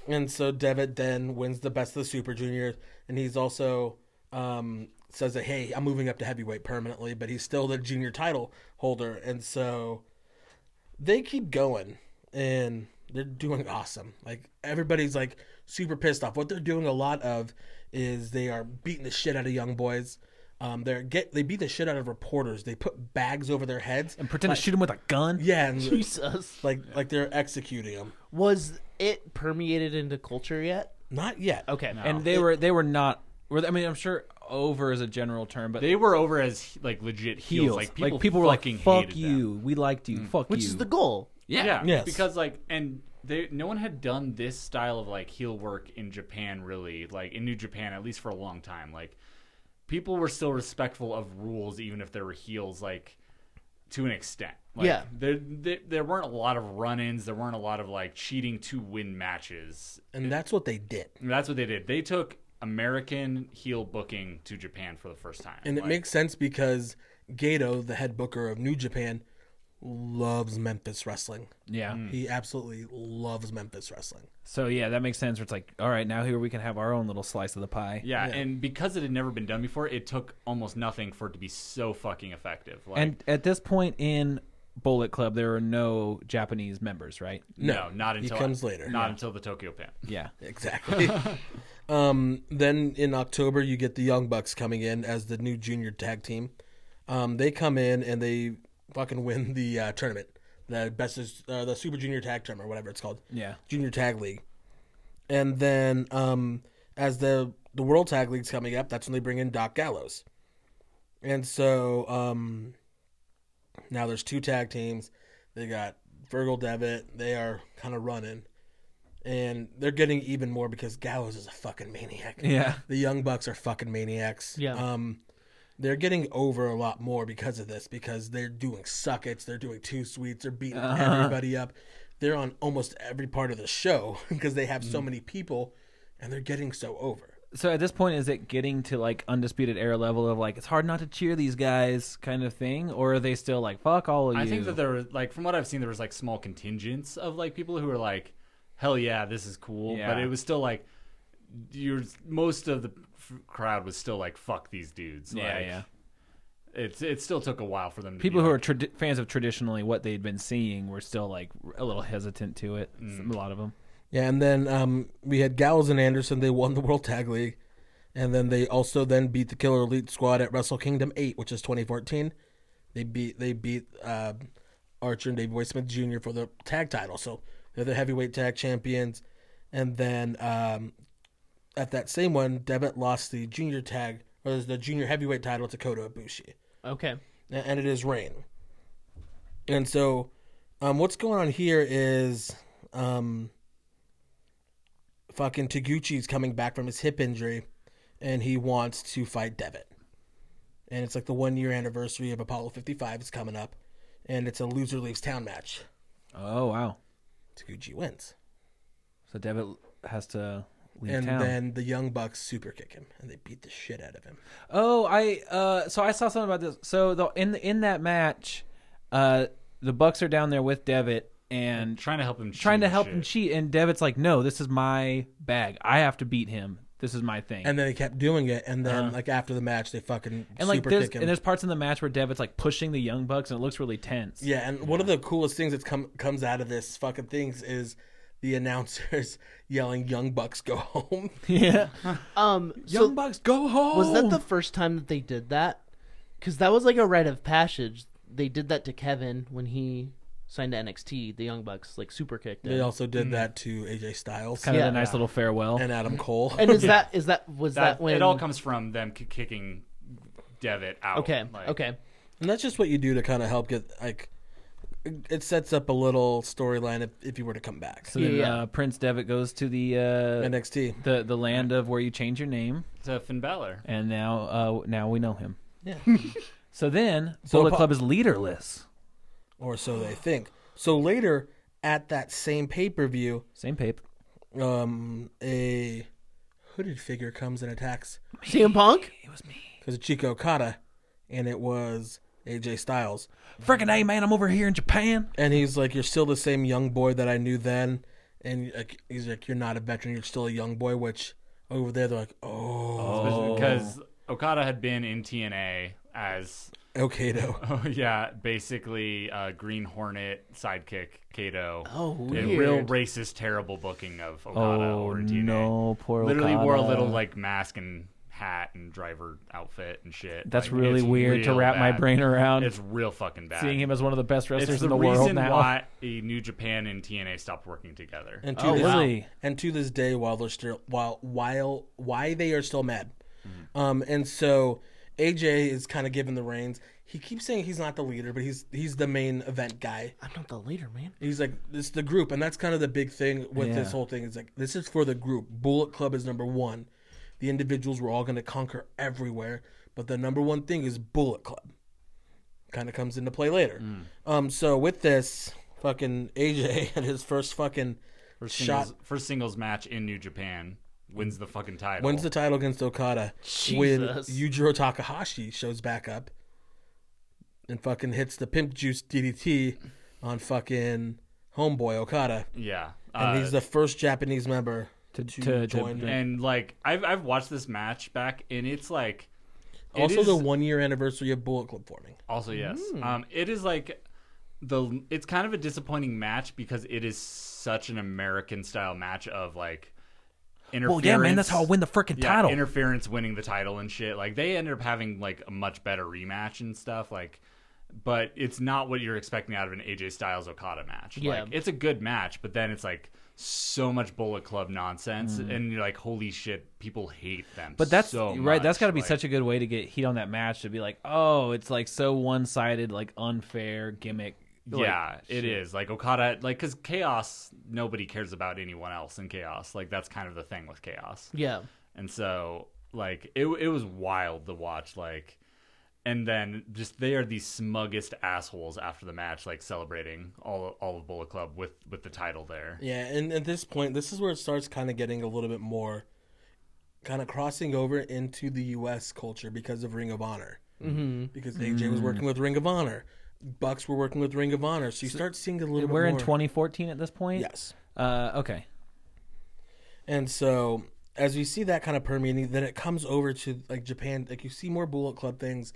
S3: And so Devitt then wins the best of the Super Juniors, and he's also um, says that hey, I'm moving up to heavyweight permanently, but he's still the junior title holder, and so they keep going, and they're doing awesome. Like everybody's like super pissed off. What they're doing a lot of is they are beating the shit out of young boys. Um, they're get they beat the shit out of reporters. They put bags over their heads and
S4: Pretend to shoot him with a gun.
S3: yeah, and
S2: Jesus.
S3: like like they're executing them.
S2: Was it permeated into culture yet?
S3: Not yet.
S2: Okay.
S4: And they were they were not. Were, I mean, I'm sure over is a general term, but
S5: they were over as like legit heels.
S4: heels.
S5: Like people,
S4: were like,
S5: fucking
S4: "Fuck
S5: hated them. Mm.
S4: you, we liked you, fuck
S2: Which
S4: you."
S2: is the goal.
S5: Yeah.
S3: Yes.
S5: Because like and they no one had done this style of like heel work in Japan really, like in New Japan at least for a long time. Like people were still respectful of rules even if they were heels like to an extent. Like,
S2: Yeah.
S5: There, there there weren't a lot of run-ins, there weren't a lot of like cheating to win matches.
S3: and that's what they did.
S5: And that's what they did. They took American heel booking to Japan for the first time.
S3: And it
S5: Like,
S3: makes sense because Gato, the head booker of New Japan, loves Memphis wrestling.
S4: yeah.
S5: Mm.
S3: He absolutely loves Memphis wrestling.
S4: So yeah, that makes sense. Where it's like, all right, now here we can have our own little slice of the pie.
S5: yeah, and because it had never been done before, it took almost nothing for it to be so fucking effective. Like,
S4: And at this point in Bullet Club, there are no Japanese members, right?
S5: No, not
S3: he
S5: until
S3: comes later.
S5: Not until the Tokyo Pan.
S4: Yeah.
S3: Exactly. um, then in October, you get the Young Bucks coming in as the new junior tag team. Um, they come in and they fucking win the uh, tournament, the best is, uh, the Super Junior Tag Tournament or whatever it's called.
S4: Yeah.
S3: Junior Tag League. And then um, as the the World Tag League's coming up, that's when they bring in Doc Gallows. And so um, now there's two tag teams. They got Virgil Devitt. They are kind of running, and they're getting even more because Gallows is a fucking maniac.
S4: Yeah.
S3: The Young Bucks are fucking maniacs.
S2: Yeah.
S3: Um, they're getting over a lot more because of this because they're doing suckets, they're doing two sweets, they're beating everybody up. They're on almost every part of the show (laughs) because they have so many people, and they're getting so over.
S4: So at this point, is it getting to like undisputed era level of like it's hard not to cheer these guys kind of thing, or are they still like fuck all of
S5: I
S4: you?
S5: think that there was like from what I've seen there was like small contingents of like people who were like, Hell yeah, this is cool. But
S4: Yeah.
S5: it was still like you're most of the f- crowd was still like, fuck these dudes.
S4: yeah,
S5: like,
S4: yeah.
S5: It's it still took a while for them to
S4: People
S5: be
S4: who are
S5: like,
S4: trad fans of traditionally what they'd been seeing were still like a little hesitant to it.
S5: Mm.
S4: A lot of them.
S3: Yeah, and then um, we had Gallows and Anderson. They won the World Tag League, and then they also then beat the Killer Elite Squad at Wrestle Kingdom Eight, which is 2014. They beat they beat uh, Archer and Davey Boy Smith Jr. for the tag title. So they're the heavyweight tag champions. And then um, at that same one, Devitt lost the junior tag or the junior heavyweight title to Kota Ibushi
S2: Okay.
S3: and- and it is rain. And so, um, what's going on here is, um, fucking Taguchi's coming back from his hip injury, and he wants to fight Devitt. And it's like the one year anniversary of Apollo 55 is coming up, and it's a loser leaves town match.
S4: Oh wow.
S3: Taguchi wins,
S4: So Devitt has to leave
S3: and
S4: town.
S3: then the Young Bucks super kick him, and they beat the shit out of him.
S4: Oh, I uh, so I saw something about this. So the in in that match, uh, the Bucks are down there with Devitt and
S5: trying to help him
S4: trying
S5: cheat
S4: to
S5: and
S4: help
S5: shit.
S4: him cheat, and Devitt's like, "No, this is my bag. I have to beat him. This is my thing."
S3: And then they kept doing it, and then like after the match, they fucking
S4: Uh-huh. And, like
S3: super
S4: there's
S3: kick him.
S4: and there's parts in the match where Devitt's like pushing the Young Bucks, and it looks really tense.
S3: Yeah, and one of the coolest things that come comes out of this fucking things is the (laughs) announcers yelling "Young Bucks go home."
S4: (laughs) yeah.
S2: Um.
S4: Young
S2: So
S4: Bucks, go home.
S2: was that the first time that they did that? Because that was like a rite of passage. They did that to Kevin when he signed to NXT. The Young Bucks like super kicked
S3: They
S2: him.
S3: also
S4: Mm-hmm.
S3: did that to AJ Styles
S4: kind of
S2: Yeah.
S4: a nice little farewell?
S3: and Adam Cole.
S2: And
S5: (laughs)
S2: is that is that was that,
S5: that,
S2: when
S5: it all comes from them k- kicking Devitt out.
S2: Okay.
S5: Like,
S2: okay.
S3: And that's just what you do to kind of help get like it- it sets up a little storyline if, if you were to come back.
S4: so then
S2: Yeah.
S4: uh, Prince Devitt goes to the uh,
S3: NXT.
S4: the the land of where you change your name,
S5: To Finn Balor.
S4: and now uh, now we know him.
S3: Yeah.
S4: (laughs) So then,
S3: So
S4: Bullet
S3: apo-
S4: Club is leaderless.
S3: or so they think. So later at that same pay per view,
S4: Same pape.
S3: um, a hooded figure comes and attacks
S2: CM Punk?
S3: Kazuchika Okada, and it was AJ Styles.
S4: Frickin' hey man, I'm over here in Japan.
S3: And he's like, "You're still the same young boy that I knew then." And like, he's like, "You're not a veteran. You're still a young boy." Which over there, they're like, "Oh,
S5: because Okada had been in TNA as
S3: okay, though."
S5: oh (laughs) yeah, basically uh, Green Hornet sidekick Kato.
S2: Oh,
S5: And
S2: weird.
S5: real racist, terrible booking of Okada
S4: Oh
S5: over in TNA.
S4: no, poor
S5: Literally wore a
S4: Okada.
S5: little like mask and hat and driver outfit and shit.
S4: That's
S5: Like,
S4: really
S5: it's
S4: weird to
S5: real
S4: wrap my
S5: bad.
S4: brain around.
S5: It's real fucking bad.
S4: (laughs) Seeing him as one of the best wrestlers
S5: it's the,
S4: in the
S5: reason
S4: world now.
S5: why the New Japan and TNA stopped working together.
S3: And to
S4: Oh,
S3: this,
S4: really?
S3: and to this day, while they're still while while why they are still mad, um, and so AJ is kind of given the reins. He keeps saying he's not the leader, but he's he's the main event guy.
S2: I'm not the leader, man.
S3: He's like this the group, and that's kind of the big thing with this
S4: Yeah.
S3: whole thing. Is like this is for the group. Bullet Club is number one. The individuals were all going to conquer everywhere, but the number one thing is Bullet Club. Kind of comes into play later. Um, so with this fucking (laughs) AJ and his first fucking
S5: First
S3: shot
S5: singles, first singles match in New Japan wins the fucking title.
S3: wins the title against Okada when
S2: Jesus.
S3: Yujiro Takahashi shows back up and fucking hits the pimp juice DDT on fucking homeboy Okada.
S5: yeah,
S3: And
S5: uh,
S3: he's the first Japanese member
S4: To-
S3: to,
S4: to- to-
S3: join.
S5: and like I've I've watched this match back, and it's like it
S3: also,
S5: is-
S3: the one year anniversary of Bullet Club forming.
S5: also yes,
S4: Mm.
S5: um, it is like the it's kind of a disappointing match because it is such an American style match of like
S4: (laughs) Well,
S5: interference.
S4: yeah, man, that's how I win the freaking
S5: yeah,
S4: title.
S5: interference winning the title and shit. Like they ended up having like a much better rematch and stuff. Like, but it's not what you're expecting out of an AJ Styles Okada match.
S2: Yeah.
S5: Like it's a good match, but then it's like so much Bullet Club nonsense, and you're like, holy shit, people hate them.
S4: Mm. But that's
S5: so
S4: right. That's
S5: much.
S4: got to be
S5: Like,
S4: such a good way to get heat on that match to be like, oh, it's like so one-sided, like unfair gimmick. Like,
S5: yeah, it is. Like Okada, like because Chaos, nobody cares about anyone else in Chaos. Like that's kind of the thing with Chaos.
S2: Yeah.
S5: And so like it it was wild to watch like and then just they are the smuggest assholes after the match like celebrating all all of Bullet Club with with the title there.
S3: Yeah, and at this point, this is where it starts kind of getting a little bit more kind of crossing over into the U.S. culture because of Ring of Honor. Mm-hmm. Because AJ was working with Ring of Honor. Bucks were working with Ring of Honor. So you start seeing a little
S4: We're
S3: bit
S4: in
S3: more.
S4: 2014 at this point.
S3: Yes.
S4: Uh, okay.
S3: And so as we see that kind of permeating, then it comes over to like Japan. Like you see more Bullet Club things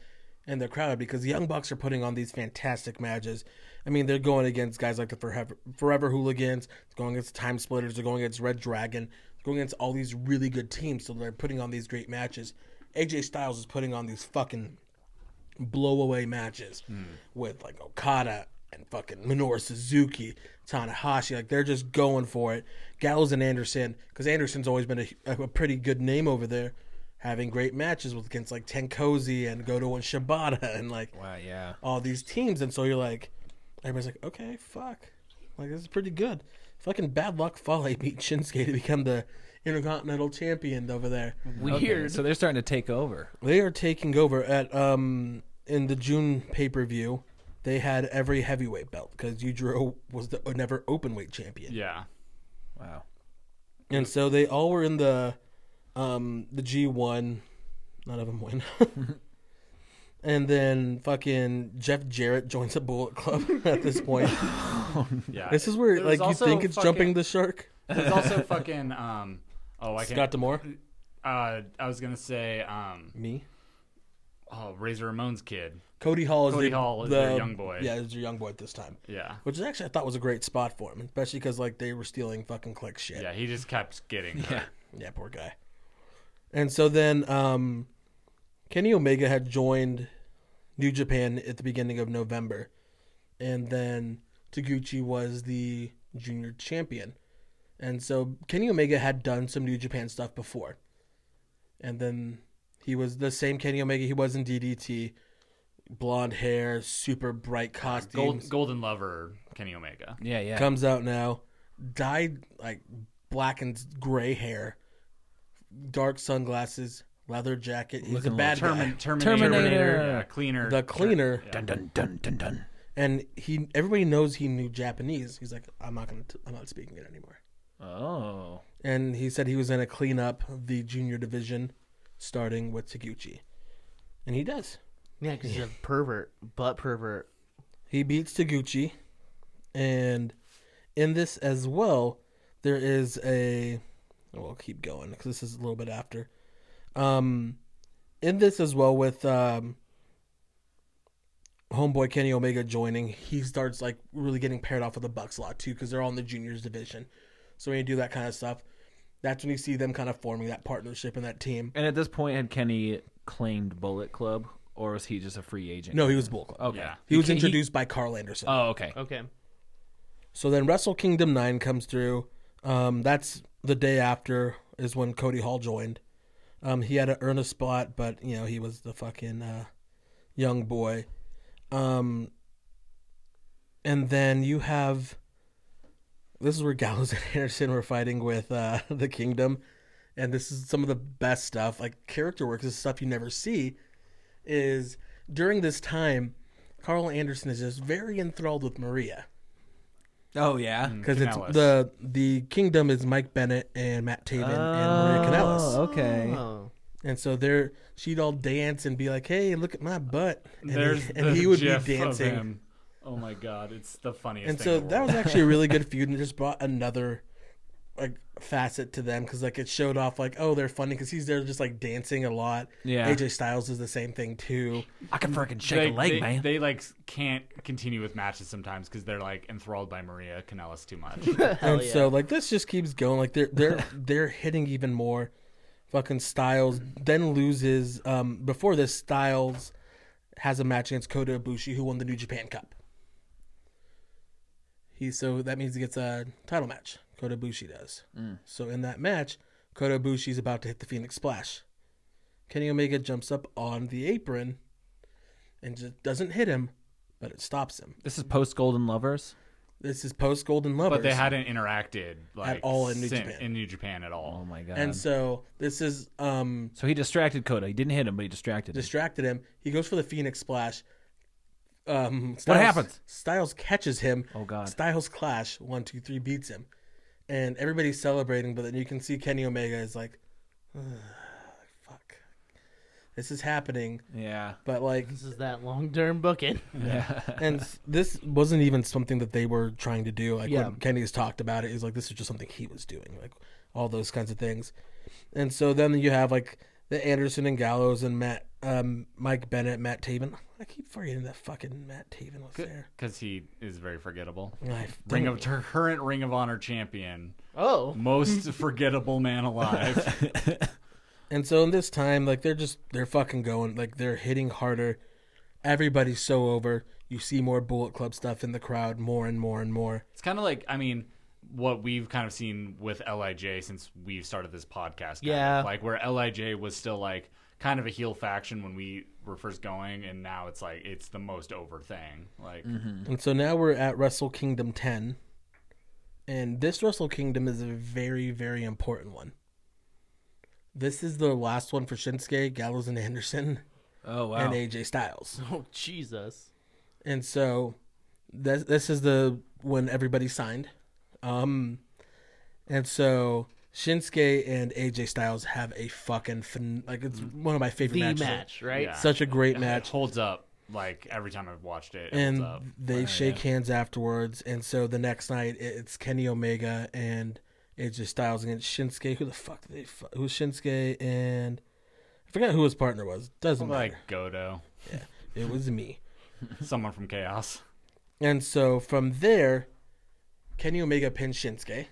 S3: in the crowd because the Young Bucks are putting on these fantastic matches. I mean, they're going against guys like the Forever, Forever Hooligans, they're going against Time Splitters, they're going against Red Dragon, they're going against all these really good teams. So they're putting on these great matches. AJ Styles is putting on these fucking blowaway matches with like Okada and fucking Minoru Suzuki, Tanahashi. Like they're just going for it. Gallows and Anderson, because Anderson's always been a, a pretty good name over there, having great matches with against like Tenkozy and Goto and Shibata and like
S4: Wow. Yeah.
S3: all these teams. And so you're like, everybody's like, okay, fuck, like this is pretty good. Fucking bad luck. Fale beat Shinsuke to become the Intercontinental Champion over there
S2: Weird.
S4: So they're starting to take over.
S3: they are taking over at um in the June pay per view. They had every heavyweight belt because Yujiro was the uh, never open weight champion,
S5: Yeah.
S4: Wow.
S3: and so they all were in the um the G one. None of
S5: (laughs)
S3: them win. and then fucking Jeff Jarrett joins the Bullet Club (laughs) at this point.
S5: Yeah.
S3: this is where
S5: There was
S3: like you
S5: also
S3: think it's
S5: fucking-
S3: jumping the shark.
S5: There's also fucking um oh I
S3: Scott
S5: can't
S3: Demore,
S5: uh I was going to say um
S3: me,
S5: oh Razor Ramon's kid.
S3: Cody Hall is
S5: Cody
S3: the,
S5: Hall is
S3: the-
S5: their young boy.
S3: Yeah, is their young boy at this time.
S5: Yeah.
S3: Which is actually I thought was a great spot for him, especially because like they were stealing fucking click shit.
S5: Yeah, he just kept getting hurt.
S3: (laughs) Yeah, poor guy. And so then um, Kenny Omega had joined New Japan at the beginning of November. And then Taguchi was the junior champion. And so Kenny Omega had done some New Japan stuff before. And then he was the same Kenny Omega he was in DDT. Blonde hair, super bright costumes
S5: Gold, Golden Lover Kenny Omega.
S4: Yeah. Yeah.
S3: comes out now, dyed like black and gray hair, dark sunglasses, leather jacket. He's a
S5: (laughs)
S3: bad
S5: Termin-
S3: guy.
S5: Terminator,
S4: Terminator.
S5: yeah, cleaner.
S3: The cleaner,
S4: Dun dun dun dun dun.
S3: and he everybody knows he knew Japanese. He's like, I'm not gonna, t- I'm not speaking it anymore.
S4: Oh.
S3: And he said he was gonna clean up the junior division, starting with Taguchi, and he does.
S2: Yeah, because he's a pervert, butt pervert.
S3: He beats Taguchi, and in this as well, there is a. We'll I'll keep going because this is a little bit after. Um, in this as well with um, homeboy Kenny Omega joining, he starts like really getting paired off with the Bucks a lot too because they're all in the juniors division. So when you do that kind of stuff, that's when you see them kind of forming that partnership and that team.
S4: And at this point, had Kenny claimed Bullet Club, or was he just a free agent?
S3: No, he was Bull Club.
S4: Okay.
S5: Yeah.
S3: He was
S4: ca-
S3: introduced by Carl Anderson.
S4: oh, okay.
S2: Okay.
S3: So then Wrestle Kingdom 9 comes through. Um, that's the day after is when Cody Hall joined. Um, he had to earn a spot, but, you know, he was the fucking uh, young boy. Um, and then you have. This is where (laughs) Gallows and Anderson were fighting with uh, (laughs) the Kingdom. And this is some of the best stuff. Like, character work this is stuff you never see. Is during this time, Carl Anderson is just very enthralled with Maria
S4: Oh, yeah.
S3: because it's
S5: Kanellis.
S3: the the kingdom is Mike Bennett and Matt Taven and Maria Kanellis,
S4: Oh, okay.
S2: Oh.
S3: and so they're she'd all dance and be like, "Hey, look at my butt," and, he-
S5: There's
S3: and
S5: the
S3: he would
S5: gif
S3: be
S5: Of
S3: dancing,
S5: him. Oh my god, it's the funniest.
S3: and
S5: thing
S3: so
S5: in the
S3: that
S5: world.
S3: was actually a
S5: (laughs)
S3: really good feud, and just brought another like facet to them because like it showed off like, oh, they're funny because he's there just like dancing a lot.
S4: Yeah.
S3: AJ Styles is the same thing too.
S4: I can freaking (laughs) shake
S5: they,
S4: a leg,
S5: they,
S4: man.
S5: they, like can't continue with matches sometimes because they're like enthralled by Maria Canellis too
S3: (laughs)
S5: much.
S3: and so like this just keeps going. Like they're
S5: (laughs)
S3: they're they're hitting even more. Fucking Styles then loses. Um, before this, Styles has a match against Kota Ibushi, who won the New Japan Cup. He so that means he gets a title match. Kota Ibushi does.
S5: Mm.
S3: So in that match, Kota Ibushi's about to hit the Phoenix Splash. Kenny Omega jumps up on the apron, and just doesn't hit him, but it stops him.
S4: this is post Golden Lovers.
S3: This is post Golden Lovers.
S5: but they hadn't interacted like,
S3: all in New
S5: sin-
S3: Japan.
S5: in New Japan at all.
S4: Oh, my God.
S3: and so this is um
S4: so he distracted Coda. He didn't hit him, but he distracted him.
S3: distracted him. He goes for the Phoenix splash. Um, Styles,
S4: happens?
S3: Styles catches him.
S4: Oh, God.
S3: Styles clash one two three beats him, and everybody's celebrating. But then you can see Kenny Omega is like, "Fuck, this is happening."
S4: Yeah.
S3: But like,
S2: This is that long
S5: (laughs)
S2: term booking.
S3: and s- this wasn't even something that they were trying to do. Like
S2: Yeah.
S3: when Kenny's talked about it, he's like, this is just something he was doing, like all those kinds of things. And so then you have like the Anderson and Gallows and Matt, um, Mike Bennett, Matt Taven. I keep forgetting that fucking Matt Taven was there.
S5: Because he is very forgettable.
S3: I
S5: Ring
S3: don't-
S5: of tur- current Ring of Honor champion,
S2: Oh.
S3: (laughs)
S5: most forgettable man alive.
S3: And so in this time, like they're just they're fucking going, like they're hitting harder. Everybody's so over. You see more Bullet Club stuff in the crowd, more and more and more.
S5: It's kind of like, I mean, what we've kind of seen with Lij since we've started this podcast. kind
S2: Yeah.
S5: of. like where Lij was still like kind of a heel faction when we were first going, and now it's like it's the most over thing. Like
S3: And so now we're at Wrestle Kingdom 10. And this Wrestle Kingdom is a very, very important one. This is the last one for Shinsuke, Gallows and Anderson,
S4: Oh, wow.
S3: and AJ Styles.
S2: Oh, Jesus.
S3: And so this, this is the when everybody signed. Um and so Shinsuke and AJ Styles have a fucking fin- like it's one of my favorite
S2: The
S3: matches.
S2: match, right?
S5: Yeah.
S3: Such a great
S5: it
S3: match.
S5: holds up. Like every time I've watched it, it
S3: and
S5: holds up.
S3: they shake hands afterwards. And so the next night, it- it's Kenny Omega and AJ Styles against Shinsuke. Who the fuck did they? Fu- who's Shinsuke and I forgot who his partner was. Doesn't
S5: Like
S3: matter. (laughs)
S5: Godo,
S3: It was me.
S5: someone from Chaos.
S3: And so from there, Kenny Omega pins Shinsuke,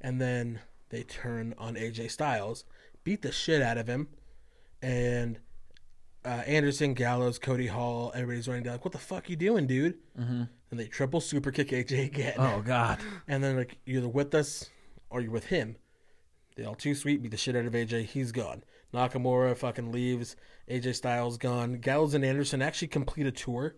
S3: and then they turn on AJ Styles, beat the shit out of him, and uh, Anderson, Gallows, Cody Hall, everybody's running down like, "What the fuck you doing, dude?" Mm-hmm. And they triple super kick AJ again,
S4: oh, God.
S3: and then like you're either with us or you're with him. They all too sweet, beat the shit out of AJ. He's gone. Nakamura fucking leaves. AJ Styles gone. Gallows and Anderson actually complete a tour,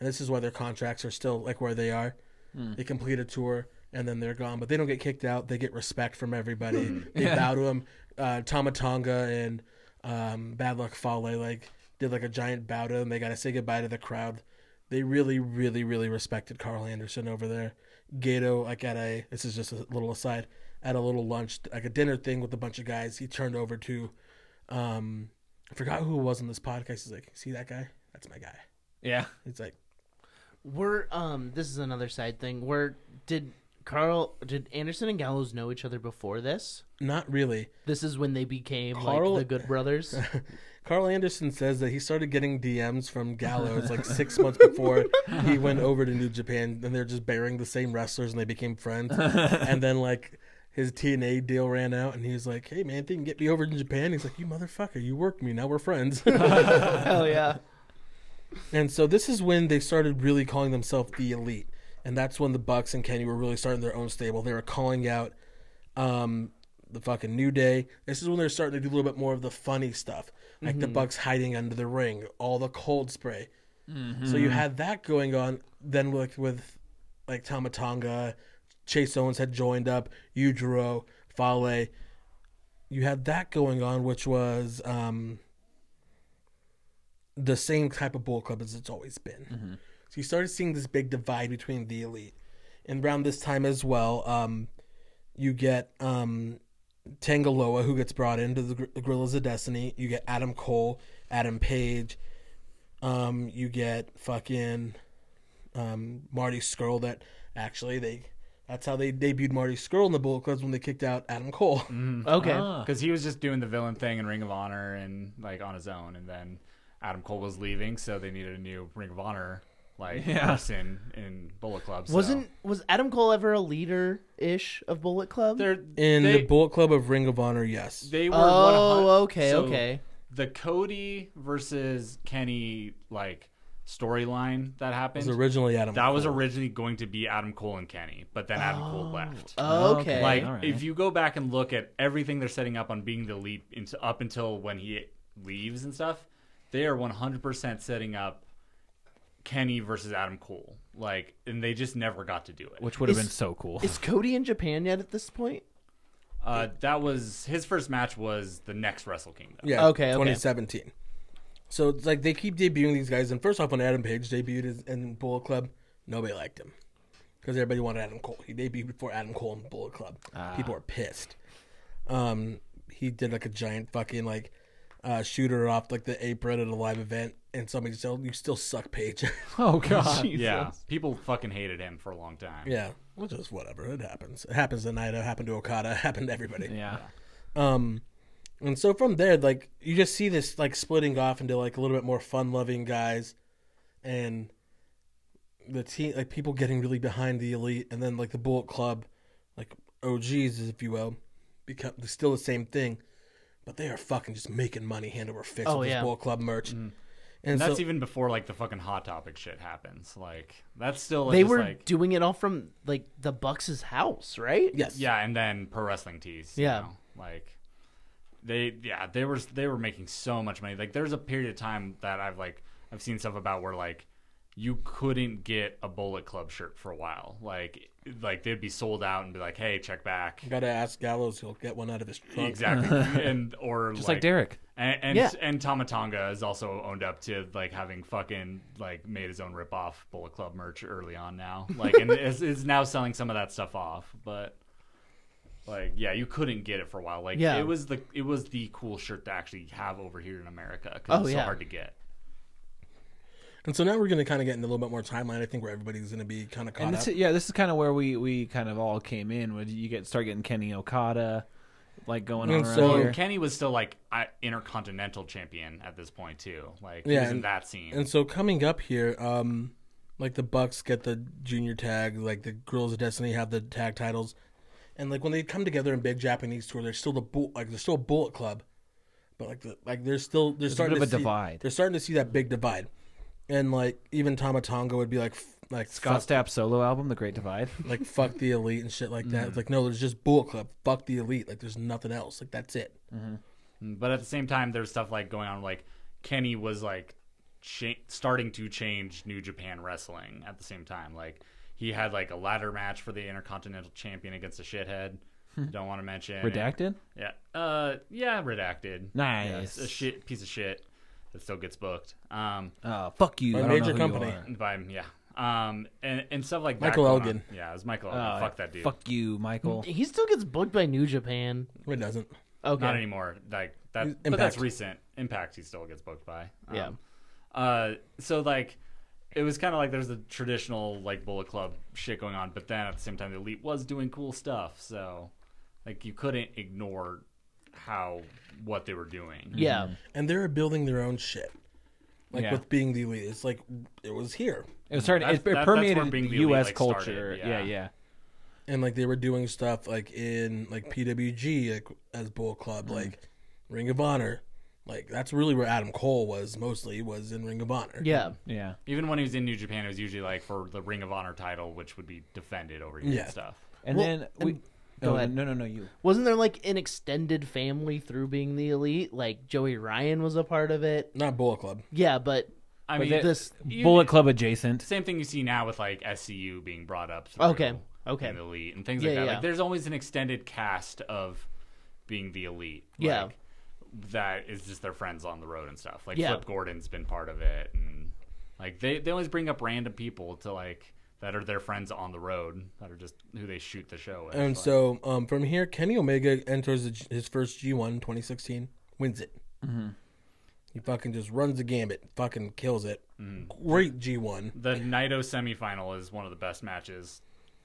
S3: and this is why their contracts are still like where they are. They complete a tour and then they're gone, but they don't get kicked out. They get respect from everybody. they bow to him. Uh, Tomatonga and um, Bad Luck Fale like did like a giant bow to him. They got to say goodbye to the crowd. they really, really, really respected Carl Anderson over there. Gato, like at a this is just a little aside, at a little lunch, like a dinner thing with a bunch of guys, he turned over to, um, I forgot who it was on this podcast. He's like, see that guy? That's my guy.
S4: Yeah.
S3: He's like,
S2: We're um this is another side thing. Where did Carl did Anderson and Gallows know each other before this?
S3: not really.
S2: This is when they became
S3: Carl-
S2: like the good brothers.
S3: Carl Anderson says that he started getting DMs from Gallows like six months before he went over to New Japan, and they're just burying the same wrestlers, and they became friends. and then like his TNA deal ran out, and he was like, "Hey man, if you can get me over to Japan." He's like, "You motherfucker, you worked me. Now we're friends." (laughs)
S2: Hell yeah.
S3: and so this is when they started really calling themselves the Elite, and that's when the Bucks and Kenny were really starting their own stable. They were calling out um, the fucking New Day. This is when they're starting to do a little bit more of the funny stuff, like the Bucks hiding under the ring, all the cold spray. So you had that going on. Then with with like Tamatanga, Chase Owens had joined up, Yujiro, Fale. You had that going on, which was um, the same type of bull club as it's always been.
S5: Mm-hmm.
S3: So you started seeing this big divide between the elite, and around this time as well, um, you get um, Tangaloa who gets brought into the, Gor- the Gorillas of Destiny. You get Adam Cole, Adam Page. Um, you get fucking um, Marty Skrull. That actually they. That's how they debuted Marty Skrull in the Bullet Clubs when they kicked out Adam Cole.
S2: (laughs)
S5: Mm-hmm.
S2: Okay.
S5: because he was just doing the villain thing in Ring of Honor and like on his own, and then Adam Cole was leaving, so they needed a new Ring of Honor like person in Bullet Club. so-
S2: Wasn't was Adam Cole ever a leader ish of Bullet Club?
S5: They're-
S3: In
S5: they,
S3: the Bullet Club of Ring of Honor, yes.
S5: they were
S2: Oh,
S5: 100
S2: okay,
S5: so
S2: okay.
S5: The Cody versus Kenny like storyline that happened
S3: It was originally Adam
S5: that was
S3: Cole.
S5: originally going to be Adam Cole and Kenny, but then Adam Cole left.
S2: Oh, okay.
S5: Like
S4: All right.
S5: if you go back and look at everything they're setting up on being the lead into up until when he leaves and stuff, they are 100% setting up Kenny versus Adam Cole. Like and they just never got to do it.
S4: Which would have
S2: Is-
S4: been so cool.
S2: Is Cody in Japan yet at this point?
S5: uh, that was his first match was the next Wrestle Kingdom.
S3: Yeah.
S2: Okay, okay.
S3: 2017. So it's like they keep debuting these guys, and first off, when Adam Page debuted as- in Bullet Club, nobody liked him because everybody wanted Adam Cole. He debuted before Adam Cole in Bullet Club.
S2: Ah.
S3: People are pissed. Um, he did like a giant fucking like uh, shooter off like the apron at a live event, and somebody said, "You still suck, Page."
S4: (laughs)
S3: (laughs)
S4: oh (laughs) god.
S5: Yeah, people fucking hated him for a long time.
S3: yeah, which is whatever. It happens. It happens to Naito. It happened to Okada. (laughs) It happened to everybody.
S4: Yeah.
S3: Um, and so from there, like you just see this like splitting off into like a little bit more fun-loving guys, and the team like people getting really behind the elite, and then like the Bullet Club, like OGs, if you will, become they're still the same thing, but they are fucking just making money hand over fist
S2: Oh,
S3: with
S2: yeah.
S3: this Bullet Club merch. And
S5: That's
S3: so,
S5: even before like the fucking hot topic shit happens. Like that's still
S2: They
S5: just,
S2: were
S5: like
S2: doing it all from like the Bucks' house, right?
S3: yes,
S5: Yeah, and then pro wrestling tees. you
S2: Yeah.
S5: know, like they yeah, they were they were making so much money. Like there's a period of time that I've like I've seen stuff about where like you couldn't get a Bullet Club shirt for a while. Like like they'd be sold out and be like, "Hey, check back."
S3: You gotta ask Gallows; he'll get one out of his trunk.
S5: Exactly.
S2: (laughs)
S5: and or
S4: Just like, Derek.
S5: And and,
S2: Yeah.
S5: and Tamatanga is also owned up to like having fucking like made his own rip off Bullet Club merch early on now. Like and is, is now selling some of that stuff off, but like yeah, you couldn't get it for a while. Like
S2: Yeah.
S5: it was the it was the cool shirt to actually have over here in America because
S2: Oh,
S5: it's
S2: yeah.
S5: so hard to get.
S3: And so now we're gonna kind of get into a little bit more timeline. I think where everybody's gonna be kind of caught
S4: And
S3: up.
S4: this, is- yeah, this is kind of where we we kind of all came in. When you get start getting Kenny Okada, like going on
S3: And
S4: around
S2: Oh,
S3: so-
S5: Well,
S4: here.
S5: Kenny was still like I, intercontinental champion at this point too. Like he
S3: Yeah,
S5: was in
S3: and-
S5: that scene.
S3: And so coming up here, um, like the Bucks get the junior tag, like the Girls of Destiny have the tag titles, and like when they come together in big Japanese tour, they're still the bull, like they're still a Bullet Club, but like the, like they're still they're starting
S4: bit of
S3: to
S4: a
S3: see,
S4: divide.
S3: They're starting to see that big divide, and like even Tamatanga would be like f- like
S4: Scott
S3: fuck,
S4: Stapp solo album, The Great Divide.
S3: like fuck the elite and shit like
S4: Mm.
S3: that. It's like no, there's just Bullet Club. Fuck the elite. Like there's nothing else. Like that's it.
S5: But at the same time, there's stuff like going on. Like Kenny was like cha- starting to change New Japan wrestling at the same time. Like he had like a ladder match for the Intercontinental Champion against a shithead. Don't want to mention
S4: Hmm. Redacted.
S5: Yeah, uh, yeah, redacted.
S4: Nice.
S5: Yeah, it's a shit piece of shit. that still gets booked. Um,
S4: Uh, fuck you.
S3: By
S4: I don't know
S3: major
S4: who you
S3: company.
S4: are.
S5: by yeah, um, and and stuff like
S3: Michael
S5: that going on.
S3: Elgin.
S5: Yeah, it was Michael. Elgin.
S4: Uh,
S5: fuck that dude.
S4: Fuck you, Michael.
S2: He still gets booked by New Japan.
S3: It doesn't.
S2: Okay.
S5: Not anymore. Like that,
S3: He's-
S5: but that's
S3: Impact.
S5: recent. Impact. He still gets booked by. Um,
S2: Yeah.
S5: Uh, so like, it was kind of like there's the traditional like Bullet Club shit going on, but then at the same time, the Elite was doing cool stuff. So, like, you couldn't ignore how what they were doing.
S2: Yeah.
S3: And they're building their own shit. Like
S4: Yeah.
S3: with being the elite, it's like it was here,
S4: It was started.
S5: That's-
S4: it,
S5: that- that's
S4: permeated
S5: where being the
S4: the
S5: elite,
S4: U.S.
S5: like,
S4: culture.
S5: started,
S4: yeah.
S5: yeah.
S4: yeah,
S3: and like they were doing stuff like in like PWG, like as Bull Club, like Ring of Honor. Like that's really where Adam Cole was mostly was in Ring of Honor.
S2: Yeah.
S4: yeah.
S5: Even when he was in New Japan, it was usually like for the Ring of Honor title, which would be defended over here
S3: Yeah.
S5: and stuff.
S4: And
S2: Well,
S4: then we.
S2: and-
S4: oh,
S2: go ahead.
S4: No, no, no. You.
S2: Wasn't there like an extended family through being the elite? Like Joey Ryan was a part of it.
S3: Not Bullet Club.
S2: Yeah, but
S5: I
S4: But
S5: mean,
S4: they-
S2: this
S5: you-
S4: Bullet Club adjacent.
S5: same thing you see now with like SCU being brought up. Through
S2: Okay, okay.
S5: in the elite and things
S2: Yeah,
S5: like that.
S2: yeah.
S5: Like there's always an extended cast of being the elite.
S2: Yeah.
S5: Like, that is just their friends on the road and stuff. Like
S2: Yeah.
S5: Flip Gordon's been part of it, and like they they always bring up random people to like that are their friends on the road that are just who they shoot the show with.
S3: And
S5: Like,
S3: so um, from here, Kenny Omega enters the- his first G1 2016, wins it. He fucking just runs the gambit, fucking kills it. Great G1.
S5: the Naito semifinal is one of the best matches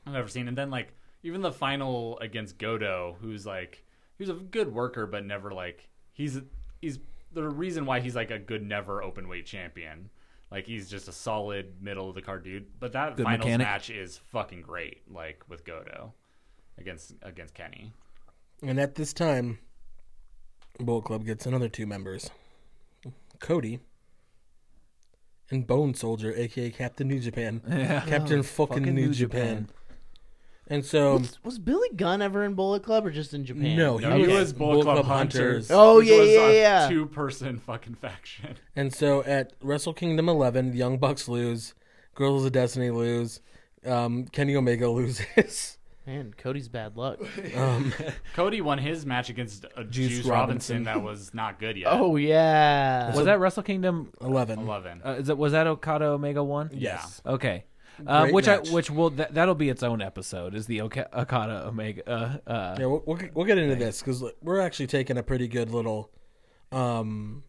S5: I've ever seen. And then like even the final against Godo, who's like who's a good worker but never like he's he's the reason why he's like a good never open weight champion. Like he's just a solid middle of the card dude. But that
S4: Good
S5: finals
S4: mechanic.
S5: match is fucking great, like with Godo against against Kenny.
S3: And at this time, Bullet Club gets another two members Cody and Bone Soldier, aka Captain New (laughs) Japan. Captain Oh, fucking, New, Japan. And so,
S2: was, was Billy Gunn ever in Bullet Club or just in Japan?
S3: Um, no, he
S5: No,
S3: was,
S5: he was Bullet Club Hunters.
S2: Oh,
S5: which
S2: yeah,
S5: was
S2: yeah,
S5: a
S2: yeah.
S5: Two person (laughs) fucking faction.
S3: And so at Wrestle Kingdom 11, the Young Bucks lose, Girls of Destiny lose, um, Kenny Omega loses. (laughs) um,
S2: Man, Cody's
S5: (laughs)
S2: bad luck.
S5: Cody won his match against a
S3: Juice
S5: Juice, Robinson.
S3: Robinson.
S5: that was not good yet.
S2: Oh yeah.
S4: Was that Wrestle Kingdom?
S3: 11.
S5: eleven.
S4: Uh, is it, was that Okada Omega one?
S3: Yes.
S4: Okay. Um,
S3: Great
S4: which
S3: match.
S4: I which will that, that'll be its own episode is the Oka- Okada Omega. Uh, uh,
S3: Yeah, we'll, we'll, we'll get into this because we're actually taking a pretty good little um,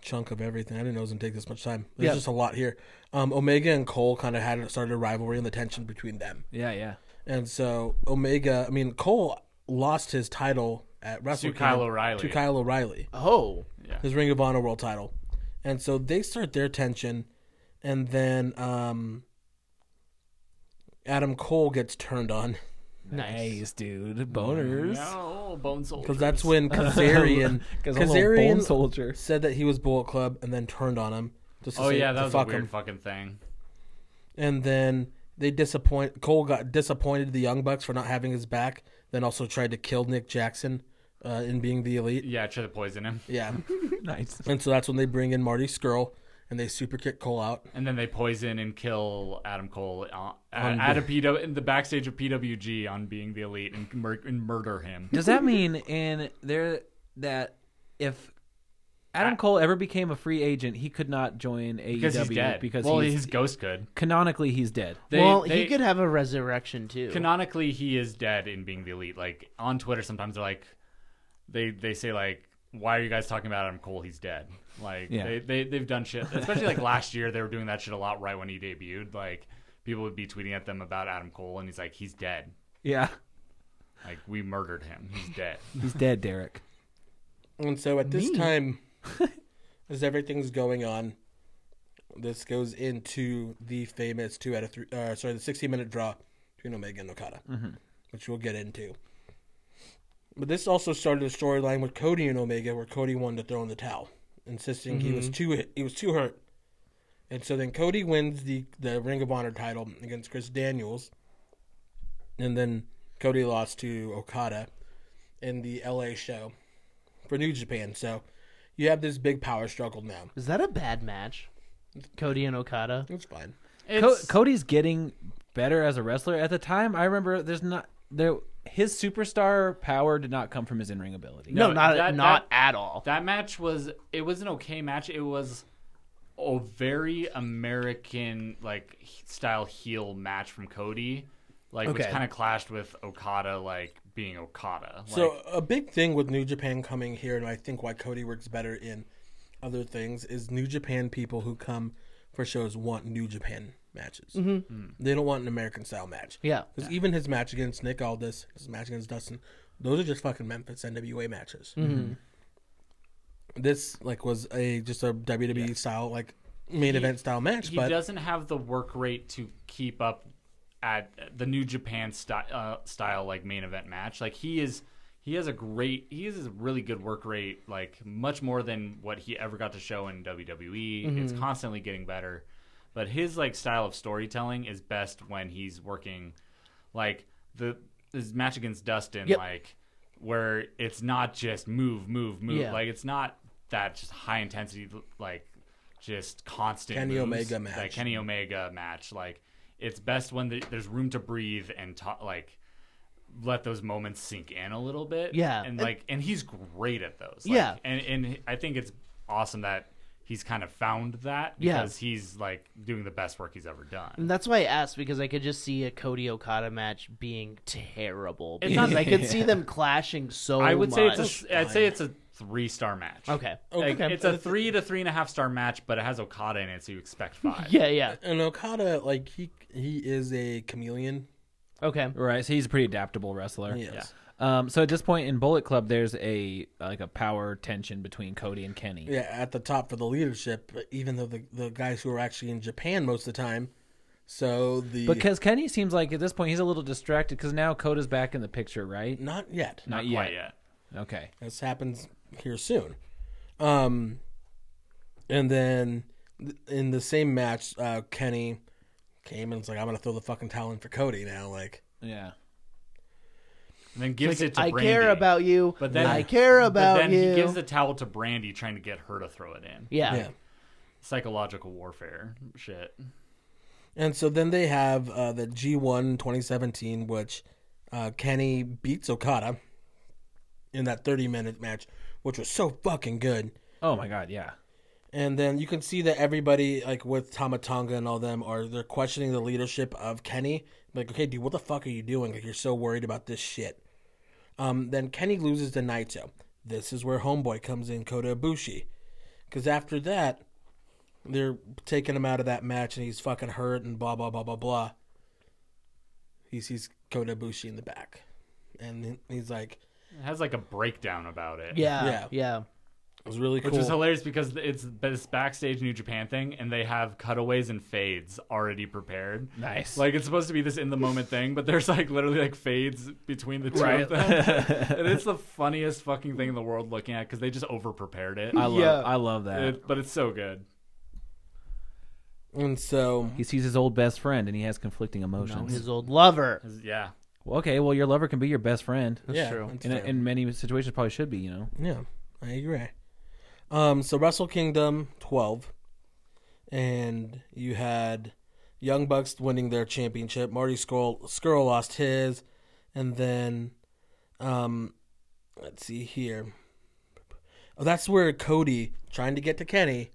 S3: chunk of everything. I didn't know it was going to take this much time. There's
S4: Yeah.
S3: just a lot here. Um, Omega and Cole kind of had started a rivalry and the tension between them.
S4: yeah, yeah.
S3: And so Omega, I mean, Cole lost his title at Wrestle
S5: Kyle
S3: Kingdom
S5: O'Reilly.
S3: To Kyle O'Reilly.
S2: Oh.
S3: his Ring of Honor World title. And so they start their tension, and then um, Adam Cole gets turned on
S2: Nice.
S4: Nice, dude. Boners.
S5: No, Bone Soldier.
S3: because that's
S5: (laughs)
S3: when Kazarian
S4: Because I'm a little bone
S3: Kazarian
S4: soldier.
S3: said that he was Bullet Club, and then turned on him. Just to
S5: Oh
S3: say,
S5: yeah,
S3: to
S5: that was a
S3: fuck
S5: weird
S3: him.
S5: fucking thing.
S3: And then they disappoint. Cole got disappointed the Young Bucks for not having his back. Then also tried to kill Nick Jackson uh, in being the elite.
S5: Yeah, try to poison him,
S3: Yeah,
S4: (laughs) Nice.
S3: and so that's when they bring in Marty Skrull, and they super kick Cole out.
S5: and then they poison and kill Adam Cole uh,
S3: On
S5: at, at a PW in the backstage of PWG on being the elite and, mur- and murder him.
S4: Does that mean in there that if Adam Cole ever became a free agent, he could not join AEW
S5: Because he's dead.
S4: because
S5: well,
S4: he's,
S5: his ghost could.
S4: canonically he's dead.
S5: They,
S2: well,
S5: they-
S2: he could have a resurrection too.
S5: Canonically, he is dead in being the elite. Like on Twitter, sometimes they're like, they they say like, "Why are you guys talking about Adam Cole? He's dead." Like
S4: Yeah.
S5: they they they've done shit. Especially like last year, they were doing that shit a lot right when he debuted. Like people would be tweeting at them about Adam Cole, and he's like, "He's dead.
S4: Yeah,
S5: Like we murdered him. He's dead."
S4: he's dead, Derek.
S3: And so at this time, as everything's going on, this goes into the famous two out of three, uh, sorry, the 60 minute draw between Omega and Okada, which we'll get into. But this also started a storyline with Cody and Omega where Cody wanted to throw in the towel, insisting he was too he was too hurt. And so then Cody wins the, the Ring of Honor title against Chris Daniels. And then Cody lost to Okada in the LA show for New Japan. So you have this big power struggle now.
S2: Is that a bad match? Cody and Okada.
S3: That's fine.
S4: Co- Cody's getting better as a wrestler. At the time, I remember there's not there. his superstar power did not come from his in ring ability.
S2: No,
S5: No,
S2: not
S5: that-
S2: not at all.
S5: (laughs) That match was it was an okay match. It was a very American like he- style heel match from Cody, like which
S4: Okay.
S5: kind of clashed with Okada like being Okada. Like,
S3: So a big thing with New Japan coming here, and I think why Cody works better in other things is New Japan people who come for shows want New Japan matches.
S5: Hmm.
S3: They don't want an American style match.
S2: Yeah.
S3: because even his match against Nick Aldis, his match against Dustin, those are just fucking Memphis NWA matches.
S5: Hmm.
S3: This like was a just a WWE style like main event style match,
S5: he
S3: but
S5: doesn't have the work rate to keep up at the New Japan style, uh, style like main event match. Like he is, he has a great, he has a really good work rate, like much more than what he ever got to show in WWE.
S2: Mm-hmm.
S5: It's constantly getting better, but his like style of storytelling is best when he's working, like the his match against Dustin,
S2: Yep.
S5: like where it's not just move, move, move.
S2: Yeah.
S5: Like it's not that just high intensity, like just constant
S3: Kenny
S5: moves,
S3: Omega
S5: That
S3: match.
S5: Kenny Omega match. Like it's best when the, there's room to breathe and ta- like let those moments sink in a little bit.
S2: Yeah.
S5: and
S2: And-
S5: like and he's great at those. Like,
S2: Yeah.
S5: and and I think it's awesome that he's kind of found that
S2: Yeah.
S5: because he's like doing the best work he's ever done.
S2: And that's why I asked because I could just see a Cody Okada match being terrible
S5: It's
S2: because
S5: not- (laughs)
S2: I could see them clashing so.
S3: Oh
S5: I would say it's
S2: much.
S5: a I'd say it's a three star match.
S2: okay.
S5: Like,
S2: okay.
S5: It's a three to three and a half star match, but it has Okada in it, so you expect
S2: (laughs)
S5: five.
S2: yeah, yeah.
S3: and Okada like he he is a chameleon.
S2: Okay.
S4: Right, so he's a pretty adaptable wrestler.
S3: Yes.
S4: Um, so at this point in Bullet Club, there's a like a power tension between Cody and Kenny.
S3: yeah, at the top for the leadership, even though the, the guys who are actually in Japan most of the time. So the
S4: Because Kenny seems like at this point he's a little distracted because now Coda's back in the picture, right?
S3: not yet.
S5: not
S4: Not
S5: quite
S4: yet.
S5: yet.
S4: Okay.
S3: This happens here soon. Um, and then th- in the same match, uh, Kenny came and was like, "I'm gonna throw the fucking towel in for Cody now." Like,
S4: Yeah.
S5: And then gives it to
S2: I
S5: Brandy.
S2: care about you.
S5: But then
S2: I care about
S5: but then
S2: you.
S5: he gives the towel to Brandy, trying to get her to throw it in.
S2: yeah.
S3: yeah.
S5: Psychological warfare, shit.
S3: And so then they have uh, the G1 2017, which uh, Kenny beats Okada in that 30 minute match, which was so fucking good.
S4: Oh my God. Yeah.
S3: And then you can see that everybody, like with Tamatanga and all them, are they're questioning the leadership of Kenny. Like, okay, dude, what the fuck are you doing? Like, you're so worried about this shit. Um, then Kenny loses to Naito. This is where Homeboy comes in, Kota Ibushi, because after that, they're taking him out of that match, and he's fucking hurt and blah blah blah blah blah. He sees Kota Ibushi in the back, and he's like,
S5: It has like a breakdown about it.
S2: Yeah.
S3: Yeah.
S2: Yeah.
S3: "It was really cool."
S5: Which is hilarious because it's this backstage New Japan thing, and they have cutaways and fades already prepared.
S4: Nice.
S5: Like it's supposed to be this in the moment thing, but there's like literally like fades between the two
S4: Right.
S5: of them, and it's the funniest fucking thing in the world looking at because they just over prepared it.
S4: I love.
S2: Yeah.
S4: I love that.
S5: It- But it's so good.
S3: and so
S4: he sees his old best friend and he has conflicting
S2: No,
S4: emotions.
S2: his old lover.
S5: 'Cause, Yeah,
S4: Well, okay. Well, your lover can be your best friend.
S3: yeah,
S2: true.
S3: that's
S4: In,
S3: fair.
S4: in many situations, probably should be. You know.
S3: Yeah, I agree. Um, so Wrestle Kingdom 12, and you had Young Bucks winning their championship. Marty Skrull, Skrull lost his, and then, um, let's see here. Oh, that's where Cody trying to get to Kenny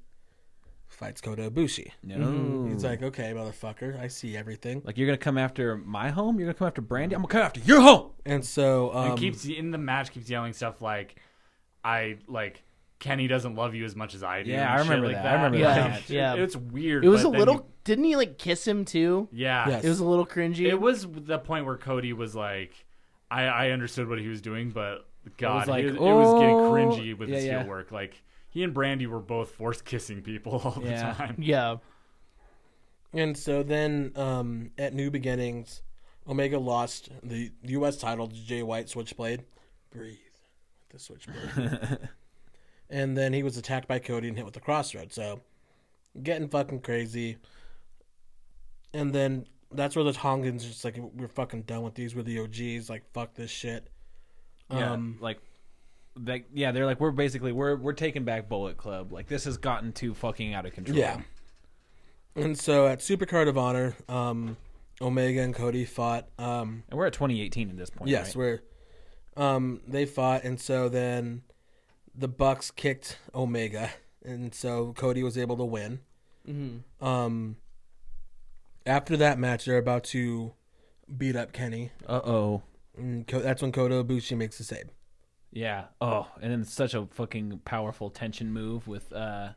S3: fights Kota Ibushi.
S4: No.
S3: He's like, "Okay, motherfucker, I see everything."
S4: Like you're gonna come after my home. You're gonna come after Brandy. I'm gonna come after your home.
S3: And so, um,
S5: and keeps in the match keeps yelling stuff like, "I like Kenny doesn't love you as much as I do."
S4: Yeah,
S5: and
S4: I
S5: shit
S4: remember
S5: like
S4: that. I remember
S5: Like,
S2: that match. Yeah.
S5: (laughs) it's weird.
S2: It was
S5: but
S2: a
S5: then
S2: little.
S5: you-
S2: Didn't he like kiss him too?
S5: yeah,
S3: Yes.
S2: It was a little cringy.
S5: it was the point where Cody was like, "I, I understood what he was doing, but God,
S4: like,
S5: he- it, was getting
S4: "Oh."
S5: cringy with his
S4: Yeah, yeah.
S5: heel work." Like he and Brandy were both force kissing people (laughs) all the
S4: Yeah.
S5: time.
S2: yeah.
S3: And so then um, at New Beginnings, Omega lost the U.S. title to Jay White Switchblade. Breathe with the Switchblade. and then he was attacked by Cody and hit with the crossroad. So getting fucking crazy. And then that's where the Tongans just like, we're fucking done with these. We're the OGs. Like, fuck this shit.
S4: Yeah,
S3: Um,
S4: like that. Yeah, they're like we're basically we're we're taking back Bullet Club. Like this has gotten too fucking out of control.
S3: Yeah. And so at Supercard of Honor, um, Omega and Cody fought. Um,
S4: And we're at 2018 at this point.
S3: yes,
S4: right?
S3: where um, they fought, and so then the Bucks kicked Omega, and so Cody was able to win. Mm-hmm. Um, after that match, they're about to beat up Kenny,
S4: Uh oh.
S3: and Co- that's when Kota Ibushi makes the save.
S4: Yeah. Oh, and then such a fucking powerful tension move with uh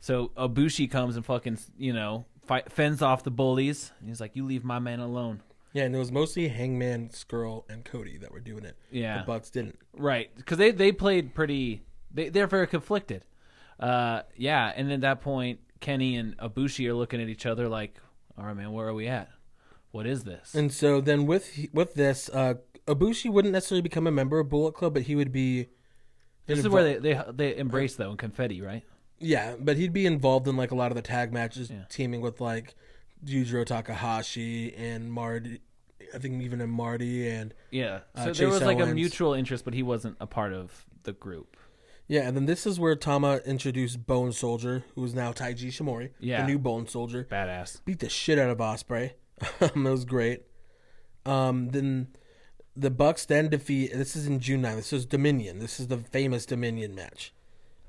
S4: so Abushi comes and fucking, you know, fight, fends off the bullies. And he's like, "You leave my man alone."
S3: Yeah, and it was mostly Hangman, Skrull, and Cody that were doing it.
S4: Yeah.
S3: the Bucks didn't.
S4: Right, cuz they they played pretty they they're very conflicted. Uh yeah, and at that point Kenny and Abushi are looking at each other like, "All right, man, where are we at? What is this?"
S3: And so then with with this, uh, Ibushi wouldn't necessarily become a member of Bullet Club, but he would be.
S4: this is where they they they embrace though in confetti, right?
S3: Yeah, but he'd be involved in like a lot of the tag matches,
S4: Yeah.
S3: teaming with like Yujiro Takahashi and Marty. I think even in Marty and
S4: Yeah.
S3: Uh,
S4: So there
S3: Chase
S4: was like a
S3: Owens.
S4: mutual interest, but he wasn't a part of the group.
S3: yeah, and then this is where Tama introduced Bone Soldier, who is now Taiji Shimori,
S4: Yeah.
S3: the new Bone Soldier.
S4: Badass.
S3: beat the shit out of Osprey. (laughs) that was great. Um, then the Bucks then defeat. This is in June 9th. This is Dominion. This is the famous Dominion match,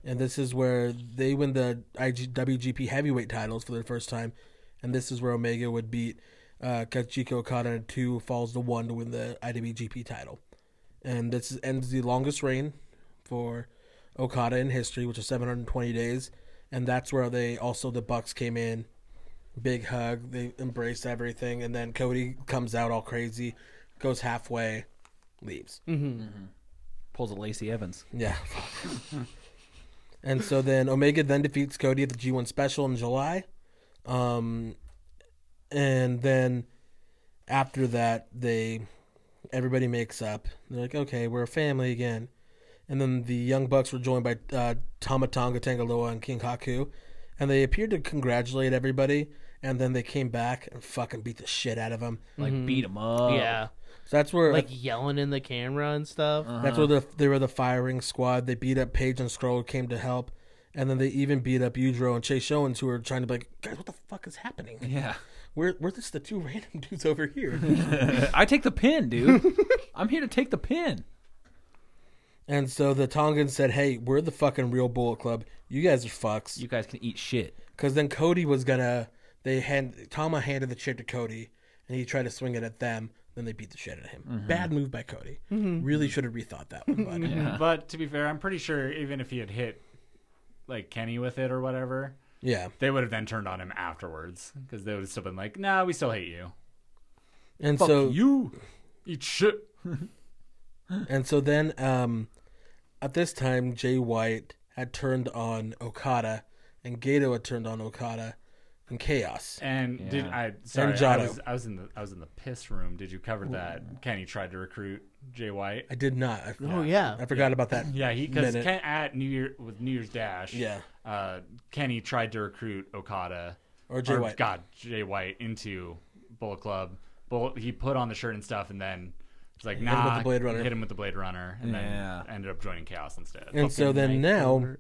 S3: and this is where they win the IG, WGP Heavyweight titles for the first time, and this is where Omega would beat uh, Kachiko Okada in two falls to one to win the IWGP title, and this is, ends the longest reign for Okada in history, which is 720 days, and that's where they also the Bucks came in big hug. They embrace everything, and then Cody comes out all crazy, goes halfway, leaves.
S4: Pulls a Lacey Evans.
S3: Yeah. and so then Omega then defeats Cody at the G1 Special in July, um, and then after that they everybody makes up. They're like, okay, we're a family again. And then the Young Bucks were joined by uh, Tamatanga Tangaloa and King Haku, and they appeared to congratulate everybody. And then they came back and fucking beat the shit out of them.
S4: Like beat him up.
S2: Mm-hmm. yeah,
S3: So that's where
S2: like yelling in the camera and stuff.
S3: That's where the, they were the firing squad. They beat up Page and Scroll came to help, and then they even beat up Udro and Chase Owens, who were trying to be like, guys, what the fuck is happening?
S4: Yeah.
S3: We're we're just the two (laughs) random dudes over here.
S4: (laughs)
S3: (laughs)
S4: I take the
S2: (laughs)
S4: pin, dude. I'm here to take the pin.
S3: and so the Tongans said, hey, we're the fucking real Bullet Club. You guys are fucks.
S4: You guys can eat shit.
S3: Because then Cody was gonna. They hand Tama handed the shit to Cody, and he tried to swing it at them. Then they beat the shit out of him. Bad move by Cody. Really should have rethought that one, buddy. yeah.
S5: But to be fair, I'm pretty sure even if he had hit like Kenny with it or whatever, they would have then turned on him afterwards because they would have still been like, "Nah, we still hate you.
S3: And
S5: Fuck
S3: so
S5: you, eat shit."
S3: And so then, um, at this time, Jay White had turned on Okada, and Gato had turned on Okada, and Chaos.
S5: And did
S4: Yeah.
S5: I? Sorry, I
S3: Jotto.
S5: was, I was in the I was in the piss room. Did you cover that? Kenny tried to recruit Jay White.
S3: I did not. I,
S2: Oh yeah,
S3: I forgot about that.
S5: Yeah, he because
S3: Minute.
S5: at New Year with New Year's Dash,
S3: Yeah.
S5: uh, Kenny tried to recruit Okada
S3: Or Jay White.
S5: God, Jay White into Bullet Club. Bull, he put on the shirt and stuff, and then it's like,
S3: him with
S5: nah,
S3: the Blade Runner.
S5: hit him with the Blade Runner, and
S4: Yeah.
S5: then ended up joining Chaos instead.
S3: And so then now,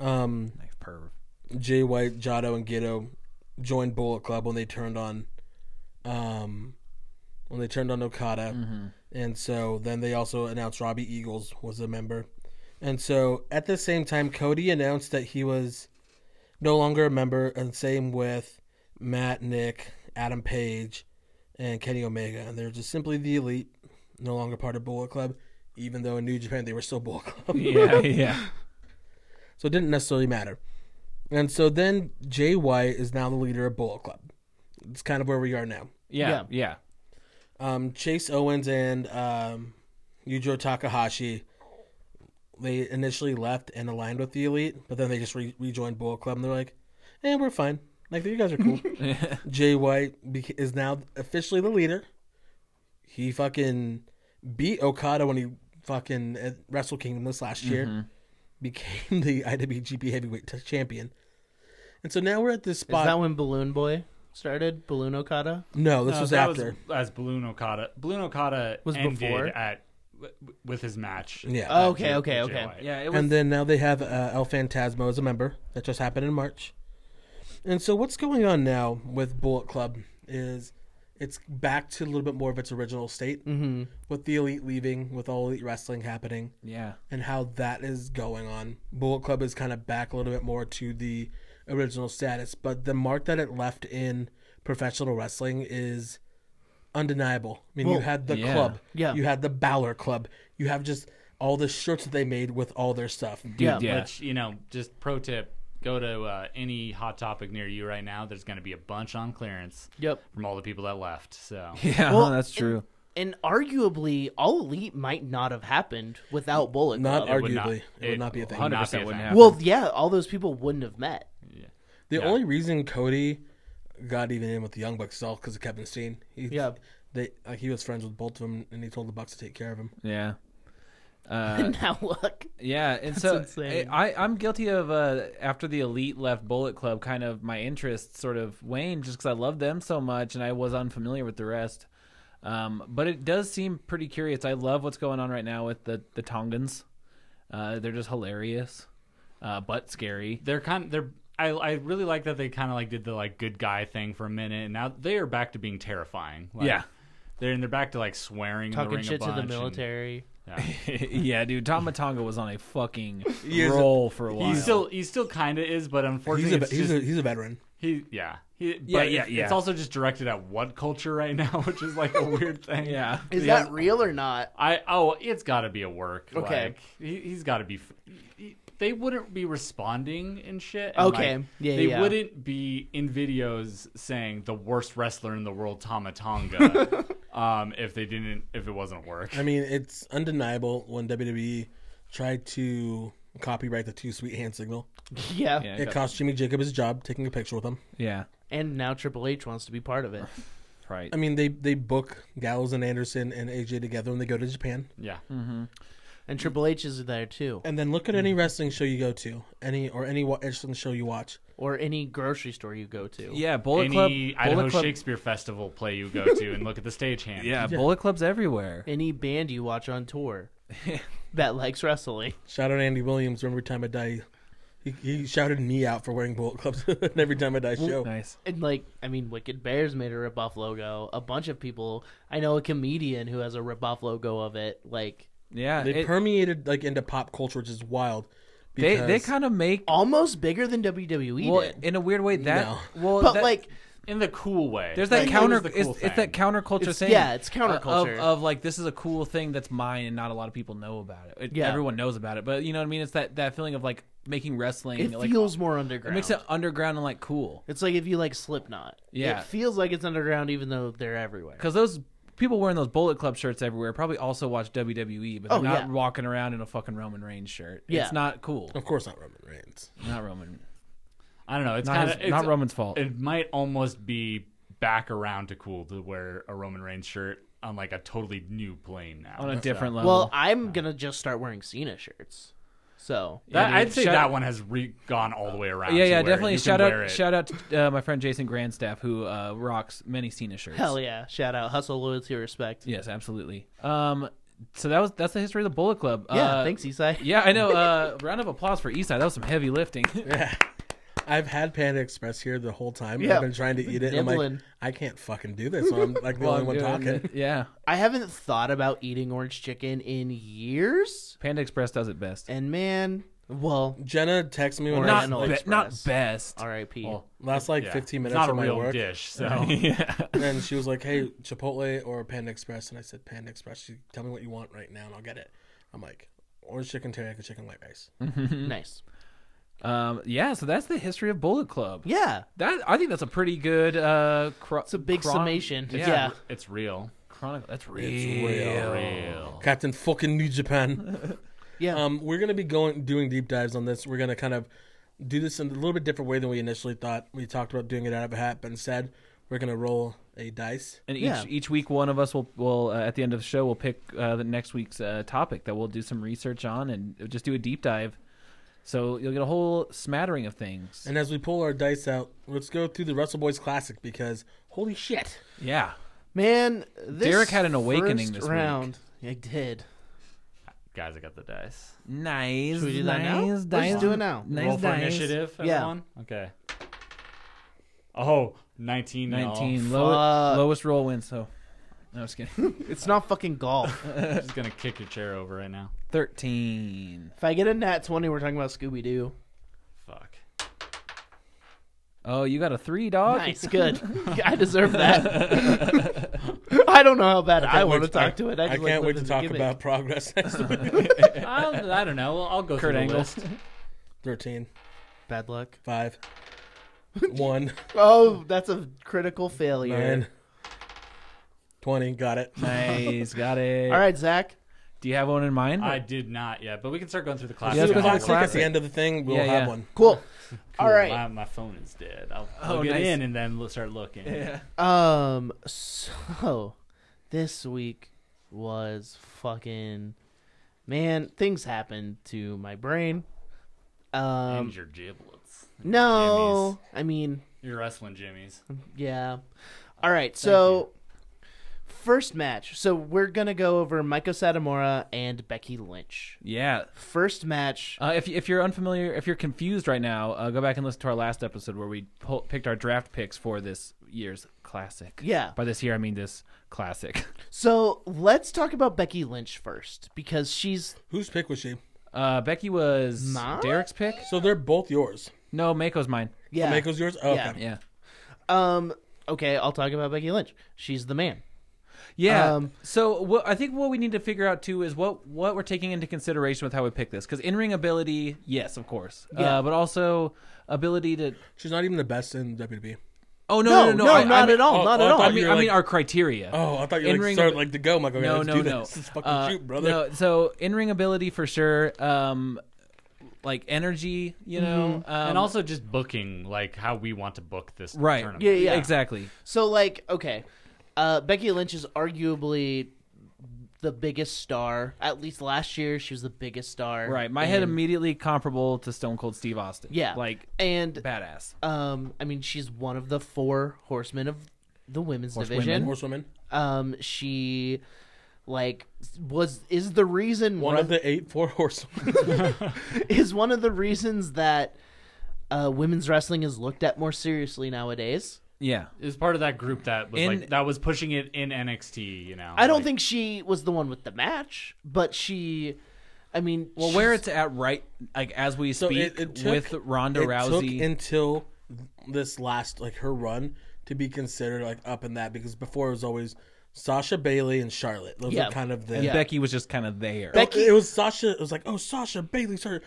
S3: um,
S4: Knife perv.
S3: Jay White, Jado, and Gato joined Bullet Club when they turned on, um, when they turned on Okada, and so then they also announced Robbie Eagles was a member, and so at the same time, Cody announced that he was no longer a member, and same with Matt, Nick, Adam Page, and Kenny Omega, and they're just simply the elite, no longer part of Bullet Club, even though in New Japan they were still Bullet Club.
S4: Yeah, (laughs) yeah.
S3: So it didn't necessarily matter. And so then Jay White is now the leader of Bullet Club. It's kind of where we are now.
S4: Yeah,
S2: Yeah.
S4: yeah.
S3: Um, Chase Owens and um, Yujiro Takahashi, they initially left and aligned with the Elite, but then they just re- rejoined Bullet Club and they're like, eh, we're fine. Like, you guys are cool. Jay White bec- is now officially the leader. He fucking beat Okada when he fucking at Wrestle Kingdom this last year, became the (laughs) IWGP Heavyweight t- Champion. And so now we're at this
S2: is
S3: spot.
S2: that when Balloon Boy started? Balloon Okada.
S3: no, this
S5: No,
S3: was
S5: Uh, that
S3: after.
S5: was as Balloon Okada. Balloon Okada
S2: Was
S5: ended
S2: before?
S5: at w- w- with his match.
S3: yeah.
S2: Oh, okay,
S5: with
S2: okay,
S5: Jay
S2: okay.
S5: White.
S4: Yeah, it was
S3: and then now they have uh, El Fantasma as a member. That just happened in March. And so what's going on now with Bullet Club is it's back to a little bit more of its original state mm-hmm. with the elite leaving, with all elite wrestling happening,
S4: Yeah.
S3: and how that is going on. Bullet Club is kind of back a little bit more to the original status, but the mark that it left in professional wrestling is undeniable. I mean, you
S2: Well,
S3: had the
S4: yeah.
S3: club,
S2: Yeah.
S3: you had the Balor Club, you have just all the shirts that they made with all their stuff.
S2: yeah,
S4: yeah.
S5: Which you know, just pro tip: go to uh, any hot topic near you right now. There's going to be a bunch on clearance.
S2: Yep.
S5: From all the people that left. So
S4: (laughs) Yeah,
S2: Well,
S4: Uh-huh, that's true.
S2: And arguably, all elite might not have happened without Bullet
S3: Not
S2: Club.
S3: arguably,
S5: would not-
S3: it, would
S5: it
S3: not be a thing.
S4: 100%
S5: Not be a
S4: wouldn't
S5: fan.
S4: happen.
S2: well, yeah, all those people wouldn't have met.
S3: The
S5: Yeah.
S3: only reason Cody got even in with the Young Bucks is all because of Kevin Steen. He,
S2: Yeah.
S3: they like he was friends with both of them, and he told the Bucks to take care of him.
S4: Yeah. Uh,
S2: (laughs) now look,
S4: yeah, and so
S2: insane.
S4: I, I- I'm guilty of uh, after the elite left Bullet Club, kind of my interest sort of waned just because I loved them so much and I was unfamiliar with the rest. Um, but it does seem pretty curious. I love what's going on right now with the the Tongans. Uh, they're just hilarious, uh,
S5: (laughs)
S4: but scary.
S5: they're kind. They're. I, I really like that they kind of like did the like good guy thing for a minute, and now they are back to being terrifying. Like,
S4: Yeah.
S5: They're and they're back to like swearing, in the
S2: talking
S5: ring
S2: shit
S5: a
S2: to
S5: bunch
S2: the
S5: and-
S2: military.
S4: yeah, dude, Tom Matonga was on a fucking
S3: is a-
S4: roll for a while.
S5: He still he still kind of is, but
S3: He's
S5: unfortunately,
S3: a,
S5: it's
S3: he's,
S5: just,
S3: a, he's a veteran.
S5: he yeah he
S4: Yeah,
S5: but
S4: yeah,
S5: it's,
S4: yeah.
S5: it's also just directed at what culture right now, (laughs) which is like a weird thing.
S4: yeah,
S2: Is that real or not?
S5: I oh, it's got to be a work.
S2: Okay.
S5: like, he, he's got to be. f- he- They wouldn't be responding and shit. and,
S2: Okay.
S5: like,
S2: Yeah,
S5: They
S2: yeah.
S5: wouldn't be in videos saying the worst wrestler in the world, Tama Tonga, um, if they didn't, if it wasn't a work.
S3: I mean, it's undeniable when WWE tried to copyright the two sweet hand signal.
S2: (laughs) Yeah.
S4: Yeah.
S3: It cost Jimmy Jacob his job taking a picture with him.
S4: yeah,
S2: And now Triple H wants to be part of it.
S4: right.
S3: I mean, they they book Gallows and Anderson and AJ together when they go to Japan.
S5: Yeah,
S4: Hmm.
S2: And Triple H is there too.
S3: And then look at any wrestling show you go to, any or any wa- wrestling show you watch.
S2: Or any grocery store you go to.
S4: Yeah, Bullet Club.
S5: any Idaho
S4: Bullet Club.
S5: Shakespeare Festival play you go to and look at the stagehand.
S4: (laughs) Yeah, Bullet Club's everywhere.
S2: Any band you watch on tour (laughs) that likes wrestling.
S3: Shout out Andy Williams. Remember time I die, he, he shouted me out for wearing bullet clubs (laughs) in every time I die show.
S4: Nice.
S2: And like, I mean, Wicked Bears made a ripoff logo. A bunch of people. I know a comedian who has a ripoff logo of it. Like,
S4: Yeah,
S3: They
S4: it-
S3: permeated like into pop culture, which is wild.
S4: they
S3: because-
S4: they kind of make
S2: almost bigger than WWE
S4: well
S2: did.
S4: in a weird way that
S3: No.
S4: well
S2: but
S4: that-
S2: like,
S5: in the cool way.
S4: there's that
S5: Like, it
S4: counter
S5: was the
S4: it's,
S5: cool
S4: it's that
S5: thing.
S4: counterculture
S2: It's-
S4: thing
S2: yeah, it's
S4: uh, of-
S2: counterculture.
S4: of, like this is a cool thing that's mine and not a lot of people know about it, It-
S2: Yeah.
S4: everyone knows about it but you know what I mean it's that that feeling of like making wrestling
S2: it
S4: like,
S2: feels more
S4: it
S2: underground.
S4: makes it underground and like cool
S2: It's like if you like Slipknot.
S4: Yeah.
S2: It feels like it's underground even though they're everywhere.
S4: because those people wearing those Bullet Club shirts everywhere probably also watch WWE but they're
S2: Oh,
S4: not
S2: yeah.
S4: walking around in a fucking Roman Reigns shirt
S2: Yeah.
S4: it's not cool
S3: of course, not Roman Reigns.
S4: not Roman
S5: I don't know. It's
S4: not
S5: kind
S4: his-
S5: of it's,
S4: not Roman's fault
S5: It might almost be back around to cool to wear a Roman Reigns shirt on like a totally new plane now.
S4: on a different level
S2: Well, I'm gonna just start wearing Cena shirts. So
S5: That,
S4: Yeah, dude,
S5: I'd say
S4: shout-
S5: that one has re- gone all the way around.
S4: Yeah,
S5: to
S4: yeah,
S5: where
S4: definitely.
S5: you can
S4: Shout
S5: wear
S4: out,
S5: it.
S4: shout out to uh, my friend Jason Grandstaff who uh, rocks many Cena shirts.
S2: hell yeah! Shout out hustle, loyalty, respect.
S4: yes, absolutely. Um, so that was that's the history of the Bullet Club.
S2: Yeah,
S4: uh,
S2: thanks, Isai.
S4: Yeah, I know. Uh, (laughs) round of applause for Eastside. That was some
S2: (laughs)
S4: heavy lifting.
S3: I've had Panda Express here the whole time.
S2: Yeah.
S3: I've been trying to eat it. and I'm like,
S2: Nibbling.
S3: I can't fucking do this. So I'm like the
S5: (laughs)
S3: only
S5: Oh,
S3: one
S4: Doing
S3: talking.
S4: it. (laughs) Yeah,
S2: I haven't thought about eating orange chicken in years,
S4: Panda Express does it best.
S2: and man, well,
S3: Jenna texted me when I
S4: Not
S3: was,
S2: Original
S4: be-
S3: like,
S2: Express.
S4: not best.
S2: R.I.P.
S3: last like
S5: Yeah.
S3: 15
S5: It's
S3: minutes
S5: not a
S3: of my
S5: real
S3: work,
S5: dish, so
S4: (laughs) yeah,
S3: and she was like, "Hey, Chipotle or Panda Express?" And I said, "Panda Express." She tell me what you want right now, and I'll get it. I'm like, orange chicken teriyaki chicken white rice.
S2: nice.
S4: um, yeah. So that's the history of Bullet Club.
S2: Yeah,
S4: That I think that's a pretty good. Uh, cro-
S2: it's a big
S4: chron-
S2: summation.
S4: Yeah,
S2: yeah.
S5: it's real.
S4: chronicle. That's real.
S3: real.
S5: Real.
S3: Captain fucking New Japan.
S2: yeah.
S3: Um, we're gonna be going doing deep dives on this. We're gonna kind of do this in a little bit different way than we initially thought. We talked about doing it out of a hat, but instead we're gonna roll a dice.
S4: And each
S2: Yeah.
S4: each week, one of us will will uh, at the end of the show will pick uh, the next week's uh, topic that we'll do some research on and just do a deep dive. So you'll get a whole smattering of things.
S3: And as we pull our dice out, let's go through the Russell Boys Classic because holy shit,
S4: yeah,
S2: man, this
S4: Derek had an awakening
S2: first
S4: this week.
S2: round. I did.
S5: (laughs) Guys, I got the dice.
S4: nice.
S2: Should we do that now? Let's just do it now.
S4: Nice
S5: Roll for
S4: dice.
S5: initiative,
S2: Yeah.
S5: everyone. Okay. Oh, 19. and all. (laughs)
S4: 19.
S2: fuck.
S4: Low, lowest roll wins, so. No, I'm
S2: (laughs)
S4: just kidding.
S2: It's not fucking golf.
S5: I'm just going to kick your chair over right now.
S4: 13.
S2: (laughs) if I get a nat twenty, we're talking about Scooby Doo.
S5: Fuck.
S4: Oh, you got a three, dog?
S2: Nice, good. I deserve that. I don't know how bad I,
S3: can't
S2: want to
S3: wait-
S2: talk to it. I,
S3: I
S2: just
S3: can't
S2: like
S3: wait
S2: the-
S3: to
S2: the
S3: talk
S2: gimmick.
S3: about progress next
S4: (laughs)
S3: week.
S4: Uh,
S5: I'll, I don't know. Well, I'll go
S4: Kurt
S5: through
S4: Angle.
S5: the list.
S3: 13,
S2: bad luck.
S3: 5,
S4: (laughs)
S3: 1,
S2: Oh, that's a critical failure.
S3: 9, 20. Got it.
S2: (laughs)
S4: Nice, got it.
S2: All right, Zach.
S4: Do you have one in
S5: (laughs)
S4: mind?
S5: I did not yet, but we can start going through the class.
S4: Yeah, let's
S3: Do
S4: go
S3: a
S4: through the
S3: classic at
S4: classic.
S3: the end of the thing. We'll
S4: Yeah,
S3: have
S4: yeah.
S3: one.
S2: Cool. All right.
S5: My, my phone is dead. I'll
S4: Oh,
S5: plug it
S4: nice.
S5: in and then we'll start looking.
S4: Yeah.
S2: Um. So, (laughs) this week was fucking. Man, things happened to my brain.
S5: And
S2: Um.
S5: your giblets.
S2: No, I mean,
S5: Your wrestling jimmies.
S2: yeah. All right. So, first match. So we're gonna go over Maiko Satomura and Becky Lynch.
S4: (laughs) Yeah.
S2: First match.
S4: Uh, if, you- if you're unfamiliar, if you're confused right now, uh, go back and listen to our last episode where we pull, picked our draft picks for this year's classic.
S2: Yeah.
S4: By this year, I mean this classic. (laughs)
S2: So let's talk about Becky Lynch first because she's
S3: Whose pick was she?
S4: Uh, Becky was
S2: Mine?
S4: Derek's pick.
S3: So they're both yours.
S4: No, Mako's mine.
S2: yeah.
S3: Mako's yours? Oh,
S2: Yeah.
S3: okay.
S4: Yeah.
S2: um. Okay, I'll talk about Becky Lynch. She's the man.
S4: Yeah.
S2: Um,
S4: so what I think what we need to figure out too is what what we're taking into consideration with how we pick this because in ring ability, yes, of course,
S2: Yeah.
S4: uh, but also ability to.
S3: She's not even the best in WWE.
S4: Oh no,
S2: No,
S4: no, no,
S2: no,
S4: I-
S2: not
S4: I mean- uh,
S2: at all.
S3: oh,
S2: not
S3: oh,
S2: at
S3: I
S2: all.
S3: thought
S4: I mean,
S3: You're
S4: I
S3: like-
S4: mean our criteria.
S3: Oh, I thought you
S4: In
S3: like,
S4: ring
S3: started
S4: abi-
S3: like to go. I'm like, okay,
S4: no,
S3: let's
S4: no,
S3: do
S4: no.
S3: this. Let's fucking
S4: Uh,
S3: shoot, brother.
S4: No, so in ring ability for sure. Um, like energy, you know, um,
S5: Mm-hmm. and also just booking, like how we want to book this
S4: right,
S5: tournament.
S2: Yeah, yeah.
S4: exactly.
S2: So like, okay, uh, Becky Lynch is arguably the biggest star. At least last year, she was the biggest star.
S4: Right, my head
S2: And-
S4: immediately comparable to Stone Cold Steve Austin.
S2: Yeah,
S4: like
S2: and
S4: badass.
S2: um, I mean, she's one of the four horsemen of the women's division.
S3: Horsewoman.
S2: Um, she like was is the reason
S3: One of the eight four horsewomen.
S2: (laughs) is one of the reasons that uh, women's wrestling is looked at more seriously nowadays.
S4: Yeah,
S5: It was part of that group that was
S4: In-
S5: like that was pushing it in NXT. You know,
S2: I don't
S5: Like,
S2: think she was the one with the match, but she, I mean,
S4: Well, where it's at right, like as we
S3: So
S4: speak,
S3: it- it took-
S4: with Ronda
S3: it
S4: Rousey.
S3: took until this last like her run to be considered like up in that because before it was always Sasha Bailey and Charlotte. Those
S2: Yeah.
S3: were kind of the
S2: Yeah.
S4: Becky was just kind of there.
S2: Becky-
S3: It was Sasha. It was like oh Sasha Bailey, sorry,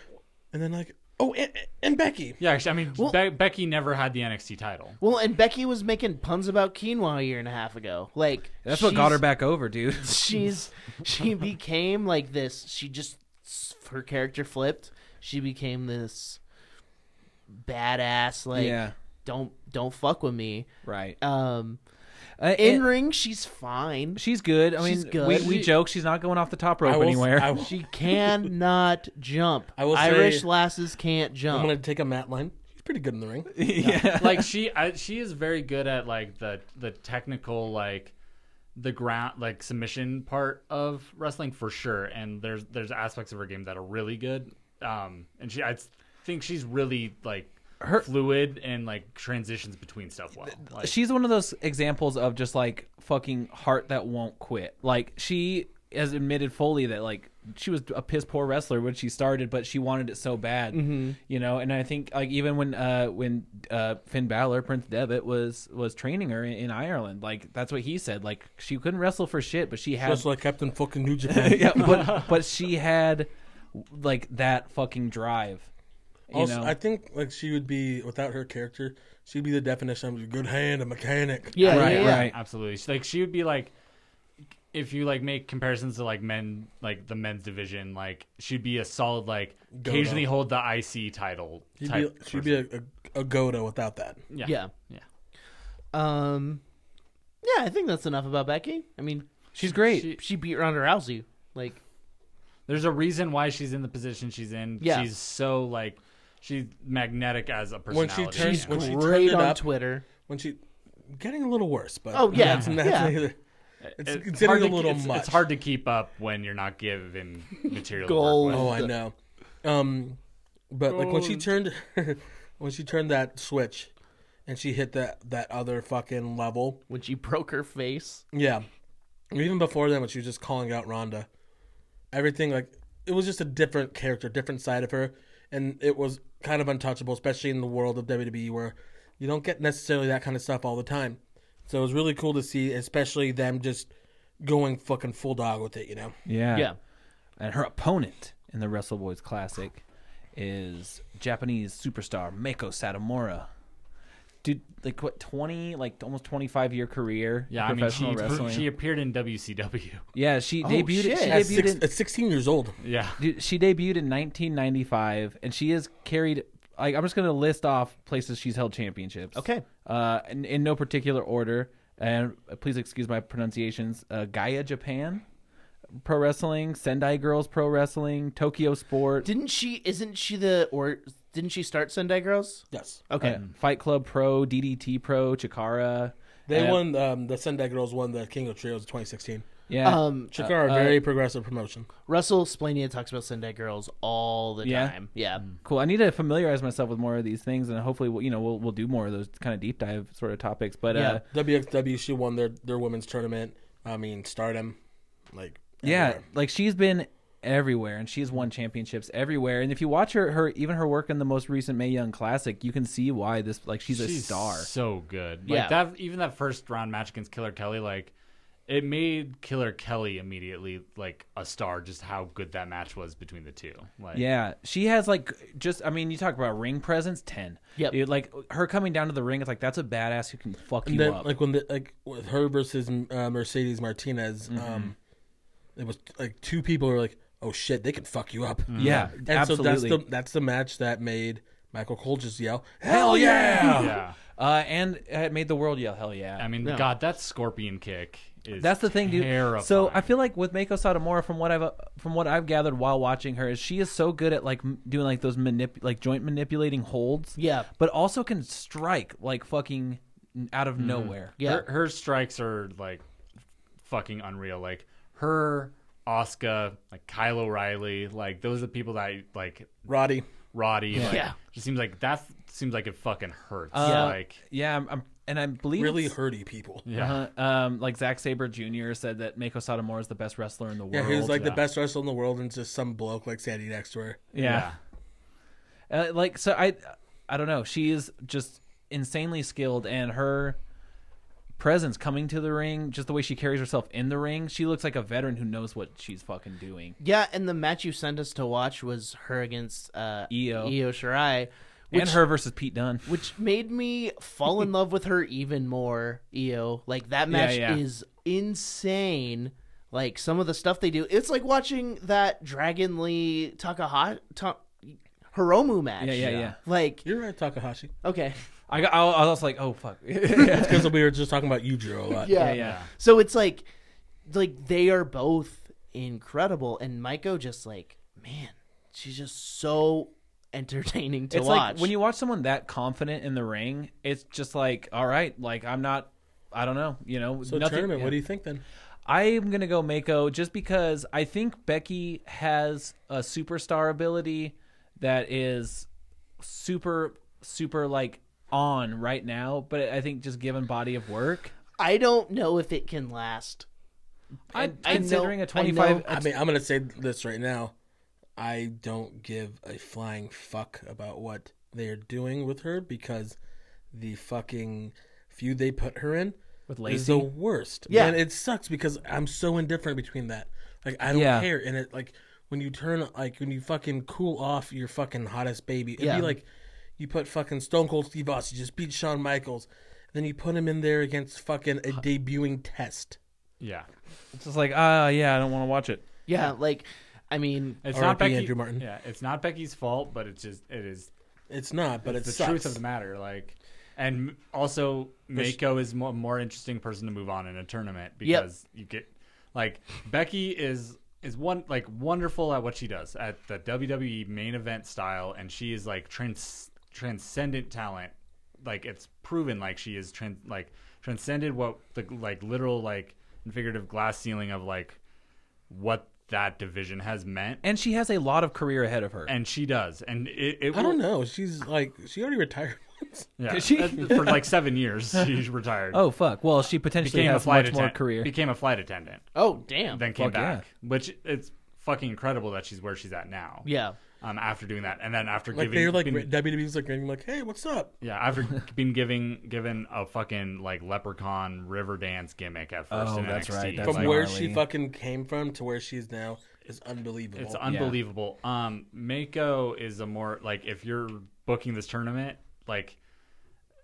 S3: and then like oh and, and Becky.
S5: Yeah, actually, I mean, Be- Becky never had the NXT title.
S2: well, and Becky was making puns about quinoa a year and a half ago. Like
S4: That's what got her
S2: she's-
S4: back over, dude.
S2: (laughs) She's she became like this. She just her character flipped. She became this badass. Like
S4: Yeah.
S2: don't don't fuck with me.
S4: (laughs) right.
S2: Um,
S4: Uh,
S2: in
S4: and
S2: ring, she's
S4: (laughs)
S2: fine.
S4: she's good. I mean,
S2: She's good.
S4: we, we
S2: She-
S4: joke she's not going off the top
S3: I
S4: rope
S3: will-
S4: anywhere. (laughs)
S3: I will-
S2: She cannot jump.
S3: I will say-
S2: Irish lasses can't
S3: I'm
S2: jump.
S3: gonna take a mat line. She's pretty good in the ring.
S4: yeah.
S5: like she I, she is very good at like the the technical like the ground like submission part of wrestling for sure and there's there's aspects of her game that are really good um and she i think she's really like
S4: Her-
S5: fluid and like transitions between stuff well like,
S4: she's one of those examples of just like fucking heart that won't quit. Like she has admitted fully that like she was a piss poor wrestler when she started, but she wanted it so bad,
S3: Mm-hmm.
S4: you know. And I think like even when uh when uh Finn Balor Prince Devitt was was training her in, in Ireland, like that's what he said. Like she couldn't wrestle for shit, but she had
S3: Just like Captain fucking New Japan.
S4: (laughs) yeah,
S3: (laughs)
S4: but but she had like that fucking drive. You
S3: Also,
S4: know?
S3: I think like she would be without her character, she'd be the definition of a good hand, a mechanic.
S2: yeah,
S4: right,
S2: yeah, yeah.
S4: right.
S5: absolutely She- like she would be like if you like make comparisons to like men like the men's division like she'd be a solid like
S3: Go-go.
S5: occasionally hold the IC title
S3: She'd be,
S5: type
S3: she'd be a, a, a Goda without that.
S5: yeah
S2: Yeah.
S5: yeah
S2: Um, yeah, I think that's enough about Becky. I mean,
S4: She's great.
S5: she-
S2: she beat Ronda Rousey. Like,
S5: There's a reason why she's in the position she's in.
S2: Yeah.
S5: She's so like she's magnetic as a
S3: When
S5: personality.
S3: she turns,
S5: you know?
S3: when she turned
S2: great
S3: it
S2: on
S3: up,
S2: Twitter.
S3: when she getting a little worse, but
S2: Oh, yeah.
S3: that's,
S2: Yeah.
S3: that's
S2: Yeah.
S3: neither- It's,
S5: It's
S3: it's
S5: hard
S3: getting
S5: to-
S3: a little
S5: it's,
S3: much.
S5: it's hard to keep up when you're not
S4: (laughs)
S5: given material. to
S2: Gold.
S5: work with.
S3: Oh, I know. (laughs) Um, but like when she turned, when she turned that switch, and she hit that that other fucking level.
S2: when she broke her face.
S3: Yeah. Or Even before then, when she was just calling out Rhonda, everything like it was just a different character, different side of her, and it was kind of untouchable, especially in the world of WWE where you don't get necessarily that kind of stuff all the time. So it was really cool to see, especially them just going fucking full dog with it, you know.
S4: Yeah.
S2: Yeah.
S4: And her opponent in the Wrestle Boys Classic is Japanese superstar Mako Satomura. Dude, like what twenty, like almost twenty-five year career
S5: Yeah, I
S4: in
S5: mean,
S4: professional
S5: she,
S4: wrestling.
S5: she oh, appeared in
S4: (laughs)
S5: WCW.
S4: yeah, she debuted.
S2: shit.
S4: She
S3: At,
S4: debuted.
S3: six,
S4: in,
S3: at 16 years old,
S5: Yeah.
S4: dude, she debuted in 1995, and she has carried. Like, I'm just gonna list off places she's held championships.
S2: Okay.
S4: Uh, in, in no particular order, and please excuse my pronunciations. Uh, Gaia Japan, Pro Wrestling, Sendai Girls Pro Wrestling, Tokyo Sport.
S2: Didn't she? Isn't she the or? Didn't she start Sendai Girls?
S3: yes.
S2: Okay.
S4: Uh, Fight Club Pro, DDT Pro, Chikara.
S3: They
S4: Uh,
S3: won um, the Sendai Girls won the King of Trios 2016.
S4: Yeah.
S2: um,
S3: Chikara, very progressive promotion.
S2: Russell Splania talks about Sendai Girls all the
S4: Yeah? Hmm.
S2: time. Yeah.
S4: cool. I need to familiarize myself with more of these things, and hopefully, we'll, you know, we'll we'll do more of those kind of deep dive sort of topics. But
S2: Yeah.
S4: uh,
S3: WXW, she won their their women's tournament. I mean, Stardom, like
S4: yeah,
S3: everywhere.
S4: like she's been everywhere, and she's won championships everywhere. And if you watch her, her even her work in the most recent May Young Classic, you can see why this like she's, a star.
S5: So good. Like
S2: Yeah.
S5: that even that first round match against Killer Kelly, like it made Killer Kelly immediately like a star, just how good that match was between the two. Like
S4: Yeah, she has like just. I mean, you talk about ring presence, ten.
S2: Yep.
S4: Dude, like her coming down to the ring, it's like that's a badass who can fuck you
S3: And then,
S4: up.
S3: like when the like with her versus uh, Mercedes Martinez, um,
S4: Mm-hmm.
S3: it was like two people were like, "Oh shit, they can fuck you up."
S4: yeah,
S3: and
S4: absolutely.
S3: so that's the that's the match that made Michael Cole just yell, "Hell yeah!"
S5: Yeah.
S4: Uh, and it made the world yell, hell yeah.
S5: I mean, God, that scorpion kick is
S4: That's the thing, dude.
S5: Terrifying.
S4: So I feel like with Mako Satomura, from what I've uh, from what I've gathered while watching her, is she is so good at like m- doing like those manip like joint manipulating holds.
S2: Yeah.
S4: but also can strike like fucking out of
S3: Mm-hmm.
S4: nowhere.
S2: Yeah.
S5: her, her strikes are like fucking unreal. Like her, Oscar, like Kyle O'Reilly, like those are the people that I, like
S3: Roddy,
S5: Roddy. Yeah. Like,
S2: Yeah.
S5: It seems like that seems like it fucking hurts.
S4: Uh,
S5: Like
S4: yeah, I'm, I'm, and I believe
S3: really
S4: it's-
S3: hurty people. Yeah,
S5: yeah.
S4: uh, um, like Zack Saber Jr. said that Mako Satomura is the best wrestler in the world.
S3: he was like the best wrestler in the world, and just some bloke like Sandy next to her.
S4: yeah. Uh, like so I I don't know. She is just insanely skilled and her presence coming to the ring, just the way she carries herself in the ring, she looks like a veteran who knows what she's fucking doing.
S2: Yeah, and the match you sent us to watch was her against uh,
S4: Io.
S2: Io Shirai, which,
S4: and her versus Pete Dunne.
S2: which made me fall in love with her even more. Io, like that match
S4: yeah.
S2: is insane. Like some of the stuff they do, it's like watching that Dragon Lee Takahashi Ta- Hiromu match.
S4: Yeah, yeah, yeah.
S2: Like
S3: You're right, Takahashi.
S2: okay,
S4: I got, I was like, "Oh
S2: (laughs)
S4: fuck."
S3: It's because we were just talking about Yujiro a lot.
S2: yeah,
S4: yeah.
S2: (laughs) So it's like, like they are both incredible, and Maiko just like, man, she's just so entertaining to
S4: it's
S2: watch.
S4: like when you watch someone that confident in the ring, it's just like, "All right, like I'm not I don't know, you know,
S3: So tournament, what do you think then?
S4: I'm gonna go Mako just because I think Becky has a superstar ability that is super super like on right now, but I think just given body of work,
S2: I don't know if it can last.
S4: I,
S2: I know-
S4: considering
S2: I
S4: a 25.
S3: I mean, I'm gonna say this right now. I don't give a flying fuck about what they are doing with her because the fucking feud they put her in
S4: With
S3: is
S4: Lacey?
S3: the worst.
S2: Yeah.
S3: and it sucks because I'm so indifferent between that. Like I don't
S4: Yeah.
S3: care, and it like when you turn like when you fucking cool off your fucking hottest baby, it'd
S2: Yeah.
S3: be like you put fucking Stone Cold Steve Austin just beat Shawn Michaels, then you put him in there against fucking a debuting test.
S5: Yeah.
S4: it's just like, ah, yeah, I don't want to watch it.
S2: Yeah, like, I mean,
S5: It's
S3: R.I.P.
S5: not Becky.
S3: Andrew Martin.
S5: Yeah, it's not Becky's fault, but it's just it is
S3: It's not, but
S5: it's
S3: it's
S5: the truth of the matter. Like, and m- also Mako is more more interesting person to move on in a tournament because you get like Becky is is one like wonderful at what she does at the WWE main event style, and she is like trans transcendent talent. Like it's proven, like she is trans like transcended what the like literal like and figurative glass ceiling of like what that division has meant.
S4: And she has a lot of career ahead of her.
S5: And she does, and it, it
S3: I
S5: will-
S3: don't know. She's like she already retired. (laughs) years.
S5: Yeah,
S4: She-
S5: that- for like seven years, she's retired.
S4: Oh fuck! Well, she potentially
S5: became a
S4: has
S5: flight
S4: much more
S5: attendant.
S4: career.
S5: Became a flight attendant,
S2: Oh damn.
S5: then came
S4: Fuck yeah.
S5: back, which it's fucking incredible that she's where she's at now.
S2: yeah.
S5: Um, after doing that, and then after
S3: Like
S5: giving,
S3: they were like
S5: been-
S3: WWE's like ringing like, hey, what's up?
S5: yeah,
S4: (laughs)
S5: after being giving given a fucking like leprechaun river dance gimmick at first.
S4: Oh,
S5: in
S4: that's
S5: NXT.
S4: right, that's
S3: From
S4: like
S3: where
S4: gnarly.
S3: she fucking came from to where she is now is unbelievable.
S5: It's unbelievable. Um, Mako is a more like if you're booking this tournament, like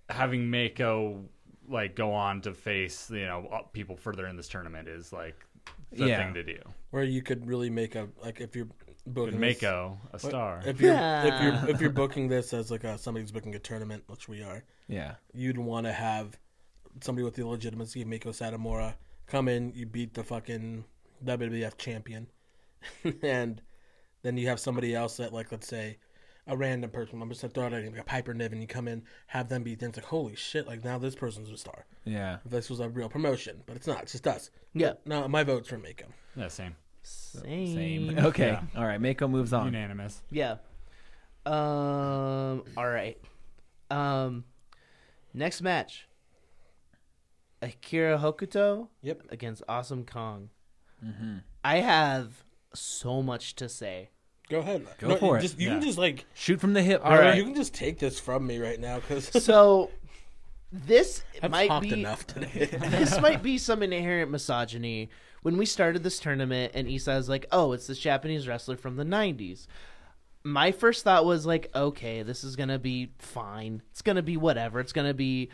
S5: having Mako like go on to face you know people further in this tournament is like the
S4: Yeah.
S5: thing to do.
S3: where you could really make a like if you're
S5: With
S3: booking this-
S5: Mako, a star.
S3: If you're if
S2: Yeah.
S3: you're if you're booking this as like uh somebody's booking a tournament, which we are,
S4: yeah.
S3: you'd want to have somebody with the legitimacy of Mako Satomura come in. You beat the fucking WWF champion, (laughs) and then you have somebody else that like let's say a random person. I'm just gonna throw out a, like a Piper Niven. You come in, have them beat them. It's like holy shit! Like now this person's a star.
S4: Yeah.
S3: If this was a real promotion, but it's not. It's just us.
S2: Yeah.
S3: No, my vote's for Mako.
S5: yeah, same.
S2: Same. (laughs)
S4: Same. Okay.
S5: Yeah.
S4: All right. Mako moves on.
S5: Unanimous.
S2: Yeah. Um. All right. Um. Next match. Akira Hokuto
S3: Yep.
S2: against Awesome Kong. I have so much to say.
S3: Go ahead.
S4: Go for it.
S3: just, You can
S5: Yeah.
S3: just like.
S4: Shoot from the hip.
S3: All
S4: bro.
S3: right. You can just take this from me right now
S2: (laughs)
S3: because
S2: So, this
S3: I've
S2: might
S3: talked
S2: be
S3: enough today.
S4: (laughs)
S2: this might be some inherent misogyny. When we started this tournament, and Isai's like, "Oh, it's this Japanese wrestler from the '90s." My first thought was like, "Okay, this is gonna be fine. It's gonna be whatever. It's gonna be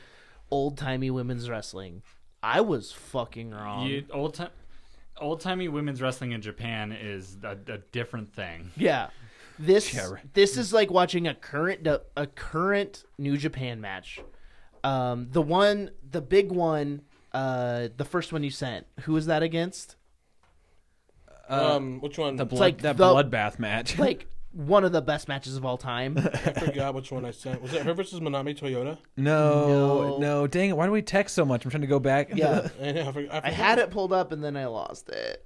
S2: old timey women's wrestling." I was fucking wrong.
S5: You, old time. Old timey women's wrestling in Japan is a, a different thing.
S2: Yeah. This
S4: Yeah, right.
S2: this is like watching a current a current New Japan match. Um, the one, the big one, uh, the first one you sent. Who was that against?
S3: um, which one?
S4: Uh, The blood,
S2: like
S4: that
S2: the-
S4: bloodbath match.
S2: Like one of the best matches of all
S3: (laughs)
S2: time.
S3: I forgot which one I sent. Was it her versus Manami Toyota?
S4: no,
S2: No.
S4: no, dang it! Why do we text so much? I'm trying to go back.
S2: yeah,
S3: I, know, I, forgot,
S2: I had it pulled up and then I lost it.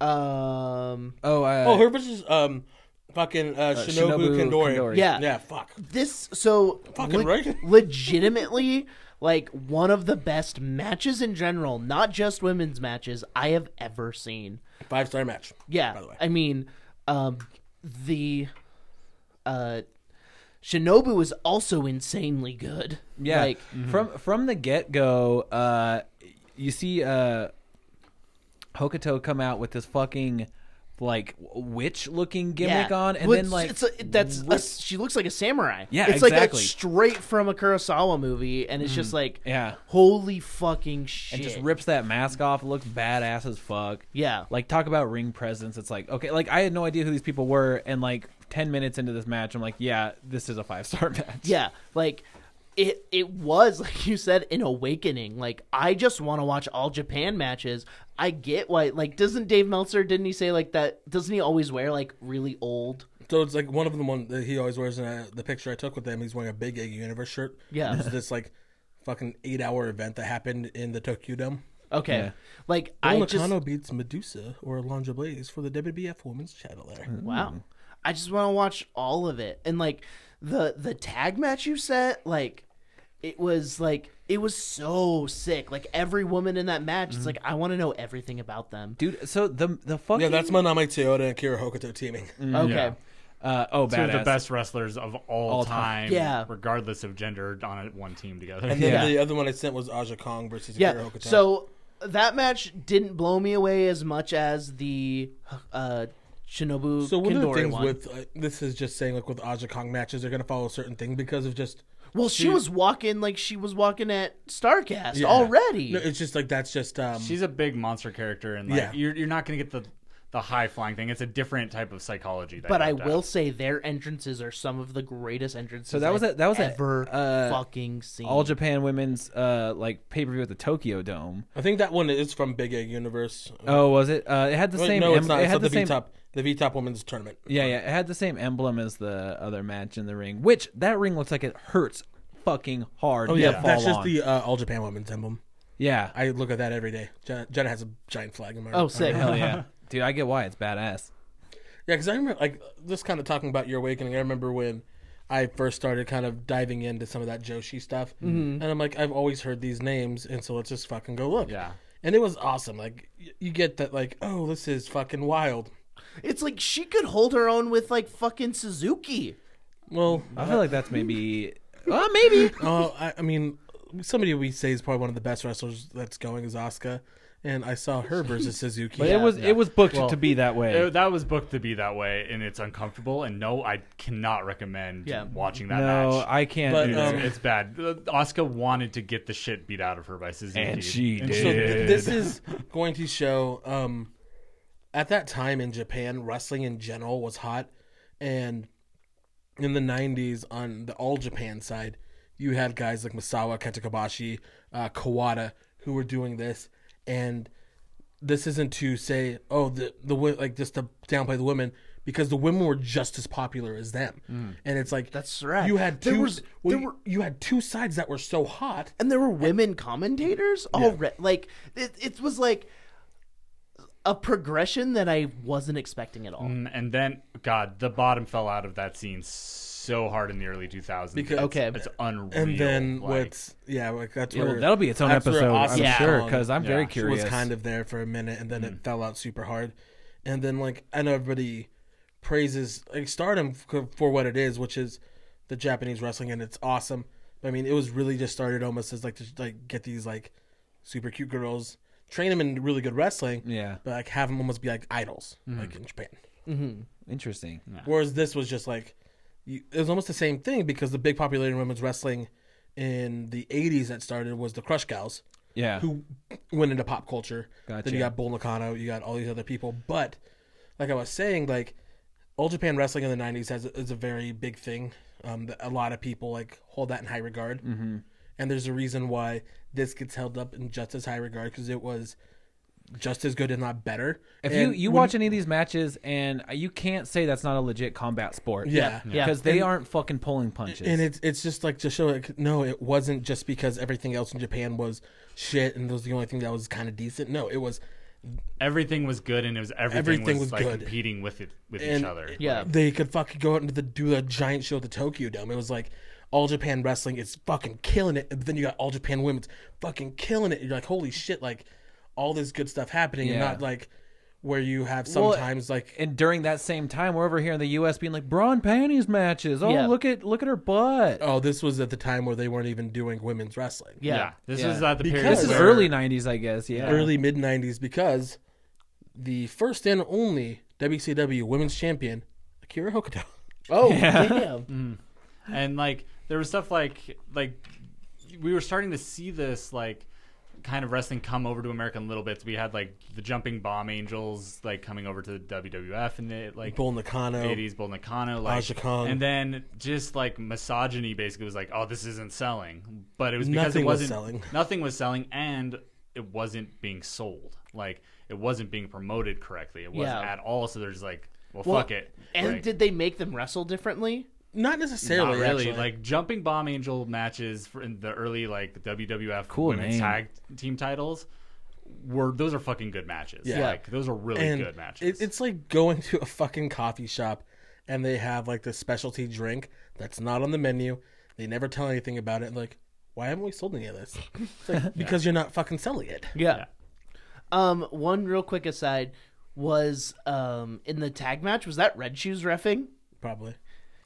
S2: Um,
S4: (laughs) oh, uh,
S3: Oh, her versus um, fucking uh, Shinobu,
S4: Shinobu
S3: Kandori.
S4: Kandori.
S2: Yeah.
S3: Yeah. Fuck.
S2: this so
S3: Fucking right. (laughs)
S2: legitimately like one of the best matches in general, not just women's matches I have ever seen.
S3: Five star match.
S2: Yeah.
S3: By the way.
S2: I mean, um, the uh, Shinobu is also insanely good.
S4: yeah. Mm-hmm.
S2: Like,
S4: From from the get go, uh, you see uh, Hokuto come out with this fucking like witch looking gimmick
S2: yeah.
S4: on, and
S2: Well,
S4: then
S2: it's-
S4: like
S2: it's a, that's a, she looks like a samurai.
S4: Yeah,
S2: it's like
S4: exactly. Mm.
S2: a straight from a Kurosawa movie, and it's just like,
S4: Yeah.
S2: holy fucking shit.
S4: and just rips that mask off. Looks badass as fuck.
S2: Yeah,
S4: Like talk about ring presence. It's like okay, like I had no idea who these people were, and like ten minutes into this match, I'm like, yeah, this is a five star (laughs) match.
S2: yeah. Like it, it was (laughs) like you said, an awakening. Like I just want to watch all Japan matches. I get why. Like, doesn't Dave Meltzer? Didn't he say like that? Doesn't he always wear like really old?
S3: So it's like one of the one that he always wears in uh the picture I took with him. He's wearing a big egg universe shirt.
S2: Yeah.
S3: It was this like fucking eight hour event that happened in the Tokyo Dome.
S2: Okay.
S4: Yeah.
S2: Like I
S3: Ola
S2: just
S3: Kano beats Medusa or Alondra Blaze for the WBF Women's title there.
S2: wow. I just want to watch all of it. And like the the tag match you set, like it was like it was so sick. Like every woman in that match, it's like I want to know everything about them.
S4: dude. So the the fucking
S3: Yeah, that's Manami Toyota and Kira Hokuto teaming.
S2: Okay.
S5: Yeah.
S4: uh, oh
S5: Two of the
S4: badass.
S5: best wrestlers of all,
S4: time.
S5: time,
S2: Yeah.
S5: regardless of gender, on a- one team together.
S3: And then
S4: Yeah.
S3: the other one I sent was Aja Kong versus
S2: Yeah.
S3: Akira Hokuto.
S2: So that match didn't blow me away as much as the uh Shinobu
S3: so one of the
S2: Kondori
S3: things
S2: one.
S3: with uh, this is just saying like with Aja Kong matches they're gonna follow a certain thing because of just
S2: well, she was walking like she was walking at Starcast already.
S3: No, it's just like that's just um
S5: She's a big monster character, and like
S3: Yeah.
S5: you're you're not gonna get the the high flying thing. It's a different type of psychology. That
S2: But
S5: you
S2: I
S5: have to
S2: will
S5: have.
S2: say their entrances are some of the greatest entrances.
S4: So that was
S2: I've
S4: a- that was a,
S2: ever
S4: uh,
S2: fucking seen.
S4: All Japan Women's uh like pay per view at the Tokyo Dome.
S3: I think that one is from Big Egg Universe.
S4: Oh, was it? Uh, it had the
S3: Wait,
S4: same.
S3: no,
S4: em-
S3: it's not.
S4: It
S3: It's
S4: had
S3: not the,
S4: the same.
S3: V Top the V Top Women's Tournament.
S4: Yeah, yeah. It had the same emblem as the other match in the ring, which that ring looks like it hurts fucking hard.
S3: Oh
S4: to
S3: yeah,
S4: fall
S3: that's just
S4: on.
S3: the uh, All Japan Women's emblem.
S4: yeah.
S3: (laughs) I look at that every day. Jenna, Jenna has a giant flag in my
S2: oh, sick.
S4: Hell yeah, dude. I get why it's badass.
S3: Yeah, because I remember like just kind of talking about your awakening. I remember when I first started kind of diving into some of that Joshi stuff,
S4: Mm-hmm.
S3: and I'm like, I've always heard these names, and so let's just fucking go look.
S5: Yeah.
S3: and it was awesome. Like y- you get that, like, oh, this is fucking wild.
S2: It's like she could hold her own with like fucking Suzuki.
S3: Well,
S4: I feel like (laughs) that's
S3: (laughs)
S4: maybe. Well, maybe.
S3: Oh, I, I mean, somebody we say is probably one of the best wrestlers that's going is Asuka, and I saw
S4: (laughs)
S3: her versus Suzuki.
S4: But it was it was booked to be that way.
S5: It- that was booked to be that way, and it's uncomfortable. And no, I cannot recommend
S2: Yeah.
S5: watching that
S4: no,
S5: match.
S4: I can't.
S3: But,
S4: do
S5: It's,
S4: that.
S3: um,
S5: it's bad. Oscar wanted to get the shit beat out of her by Suzuki,
S4: and she
S3: so
S4: did.
S3: th- this is going to show. Um, at that time in Japan, wrestling in general was hot, and in the '90s on the All Japan side, you had guys like Misawa Katakabashi, uh, Kawada, who were doing this, and this isn't to say oh the the wo- like just to downplay the women because the women were just as popular as them, and it's like
S2: Mm. That's right.
S3: You had two.
S2: There was-
S3: well,
S2: there
S3: you-
S2: were-
S3: you had two sides that were so hot.
S2: and there were women commentators already. Like it, it was like a progression that I wasn't expecting at all.
S5: Mm, and then God, the bottom fell out of that scene so hard in the early 2000s.
S3: Because-
S5: It's-
S2: Okay.
S5: it's unreal.
S3: and then
S5: like-
S3: what's yeah like that's
S4: Yeah,
S3: where
S4: well, that'll be its own
S3: that's where
S4: episode, I'm
S3: Austin
S2: Yeah.
S4: sure,
S3: Hall
S4: because I'm
S5: Yeah.
S4: very
S5: Was
S3: was
S4: curious. Hmm.
S3: kind of there for a minute and then it fell out super hard and then like i know everybody praises like stardom f- for what it is which is the japanese wrestling and it's awesome but i mean it was really just started almost as like to like get these like super cute girls train them in really good wrestling
S4: Yeah. Mm-hmm.
S3: but like have them almost be like idols like in japan
S4: Interesting.
S3: Whereas this was just like, you, it was almost the same thing because the big popularity in women's wrestling in the 80s that started was the Crush Gals,
S4: Yeah.
S3: who went into pop culture.
S4: Gotcha.
S3: Then you got Bull Nakano, you got all these other people. But, like I was saying, like, Old Japan wrestling in the 90s has, is a very big thing. Um, that a lot of people like hold that in high regard. Mm-hmm. And there's a reason why this gets held up in just as high regard because it was just as good and not better.
S4: If you,
S3: And
S4: you
S3: when-
S4: watch any of these matches and you can't say that's not a legit combat sport.
S3: Yeah.
S2: Yeah.
S4: Because they aren't fucking pulling punches.
S3: And it's it's just like to show like no, it wasn't just because everything else in Japan was shit and that was the only thing that was kind of decent. No, it was
S5: everything was good, and it was everything,
S3: Everything
S5: was,
S3: was
S5: like
S3: good.
S5: competing with it with
S3: and
S5: each other.
S2: Yeah.
S3: they could fucking go out into the do a giant show at the Tokyo Dome. It was like all Japan wrestling is fucking killing it, and then you got all Japan women's fucking killing it. And you're like holy shit, like all this good stuff happening, and
S4: Yeah.
S3: not like where you have
S4: Well,
S3: sometimes like
S4: and during that same time, we're over here in the U.S. being like bra and panties matches. Oh,
S2: Yeah.
S4: look at look at her butt.
S3: oh this was at the time where they weren't even doing women's wrestling.
S2: Yeah.
S5: This
S4: Yeah.
S5: is at the period.
S3: Because-
S4: this is
S5: where-
S4: early '90s, I guess. Yeah.
S3: early mid 90s because the first and only WCW Women's Champion,
S5: (laughs)
S3: Akira Hokuto.
S2: Oh,
S4: (laughs) Mm,
S2: damn.
S5: and like there was stuff like like we were starting to see this like kind of wrestling come over to America in little bits. We had like the jumping bomb angels like coming over to the WWF and it like
S3: Bull Nakano.
S5: 80s Bull Nakano, like,
S3: Aja Kong.
S5: and then just like misogyny basically was like, oh, this isn't selling, but it was because
S3: Nothing
S5: it
S3: was
S5: wasn't
S3: selling. (laughs)
S5: nothing was selling, and it wasn't being sold, like it wasn't being promoted correctly, it wasn't
S2: Yeah.
S5: at all. So there's like, well,
S2: Well,
S5: fuck it.
S2: And
S5: Like,
S2: did they make them wrestle differently?
S3: Not
S5: not
S3: necessarily,
S5: really
S3: actually.
S5: like jumping bomb angel matches for in the early like WWF
S4: Cool
S5: women's
S4: name.
S5: tag team titles were those are fucking good matches.
S3: Yeah.
S5: like those are really
S3: and
S5: good matches.
S3: it- it's like going to a fucking coffee shop and they have like this specialty drink that's not on the menu. They never tell anything about it. Like, why haven't we sold any of
S5: (laughs)
S3: this? It's like, because you're not fucking selling it.
S2: Yeah. Um, one real quick aside was um in the tag match was that Red Shoes refing?
S3: Probably.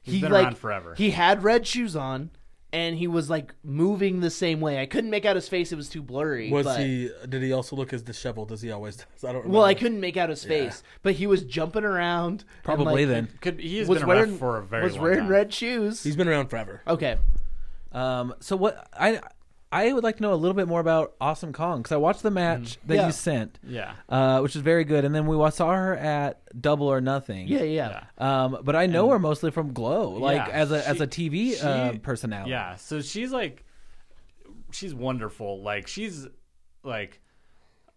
S2: He's
S5: been around forever.
S2: He had red shoes on, and he was like moving the same way. I couldn't make out his face; it was too blurry.
S3: Was
S2: but-
S3: he? Did he also look as disheveled as he always does? I don't. Remember.
S2: Well, I couldn't make out his face, but he was jumping around. and,
S4: Probably
S2: like,
S4: then.
S5: Could he has
S2: was
S5: been
S2: wearing
S5: around for a very
S2: was
S5: long
S2: wearing
S5: time.
S2: red shoes.
S3: He's been around forever.
S2: Okay,
S4: Um, so what I I would like to know a little bit more about Awesome Kong because I watched the match that
S2: Mm. Yeah.
S4: you sent,
S5: Yeah.
S4: uh, which is very good, and then we wa- saw her at Double or Nothing.
S2: yeah, yeah,
S4: Um, but I know her mostly from Glow, like
S5: Yeah,
S4: as a as
S5: she-
S4: a TV
S5: she-
S4: uh, personality.
S5: Yeah, so she's like, she's wonderful. Like she's like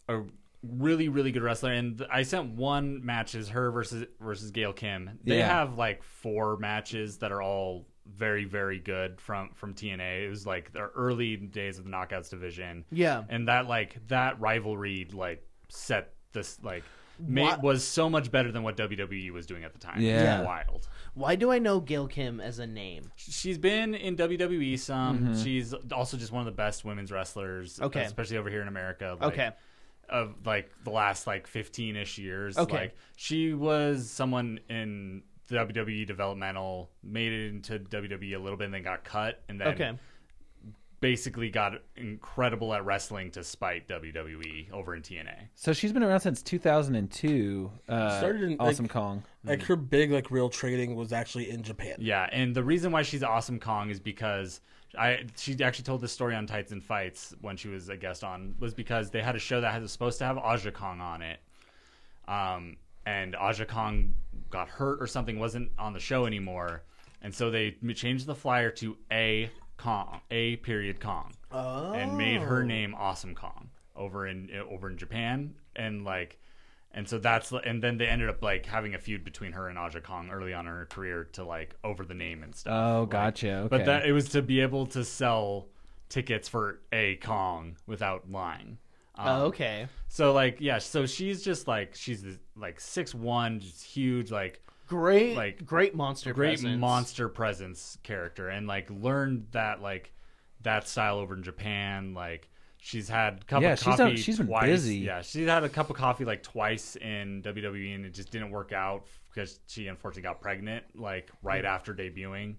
S5: a really really good wrestler. And th- I sent one match is her versus versus Gail Kim. They
S4: Yeah.
S5: have like four matches that are all very very good from from TNA. It was like the early days of the Knockouts division.
S2: Yeah.
S5: and that like that rivalry like set this like ma-
S2: Wha-
S5: was so much better than what WWE was doing at the time. It's
S4: Yeah.
S5: wild.
S2: Why do I know Gil Kim as a name?
S5: She's been in WWE some. She's also just one of the best women's wrestlers,
S2: Mm-hmm. Okay.
S5: especially over here in America. Like,
S2: Okay.
S5: of like the last like 15 ish years.
S2: Okay.
S5: Like she was someone in the WWE developmental, made it into WWE a little bit, and then got cut, and um, then
S2: Okay.
S5: basically got incredible at wrestling to spite WWE over in TNA.
S4: So she's been around since 2002. Uh,
S3: Started in, like-
S4: Awesome Kong.
S3: Like her big like real trading was actually in Japan.
S5: Mm-hmm. Yeah, and the reason why she's awesome Kong is because I she actually told this story on Tights and Fights when she was a guest on was because they had a show that had- was supposed to have Aja Kong on it, um, and Aja Kong got hurt or something, wasn't on the show anymore, and so they m- changed the flyer to A Kong, A period Kong, and made her
S4: Oh.
S5: name Awesome Kong over in over in Japan, and like. And so that's and then they ended up like having a feud between her and Aja Kong early on in her career to like over the name and stuff.
S4: Oh,
S5: Like,
S4: gotcha. Okay.
S5: But that it was to be able to sell tickets for a Kong without lying. Um,
S2: Oh, okay.
S5: So like yeah, so she's just like she's this, like six one, just huge like
S2: Great,
S5: like,
S2: great monster,
S5: great
S2: presence.
S5: monster presence character and like learned that like that style over in Japan like she's had a cup
S4: Yeah,
S5: of
S4: she's
S5: coffee
S4: done- she's been
S5: twice.
S4: busy.
S5: yeah she's had a cup of coffee like twice in WWE and it just didn't work out because she unfortunately got pregnant like
S4: Hmm.
S5: right after debuting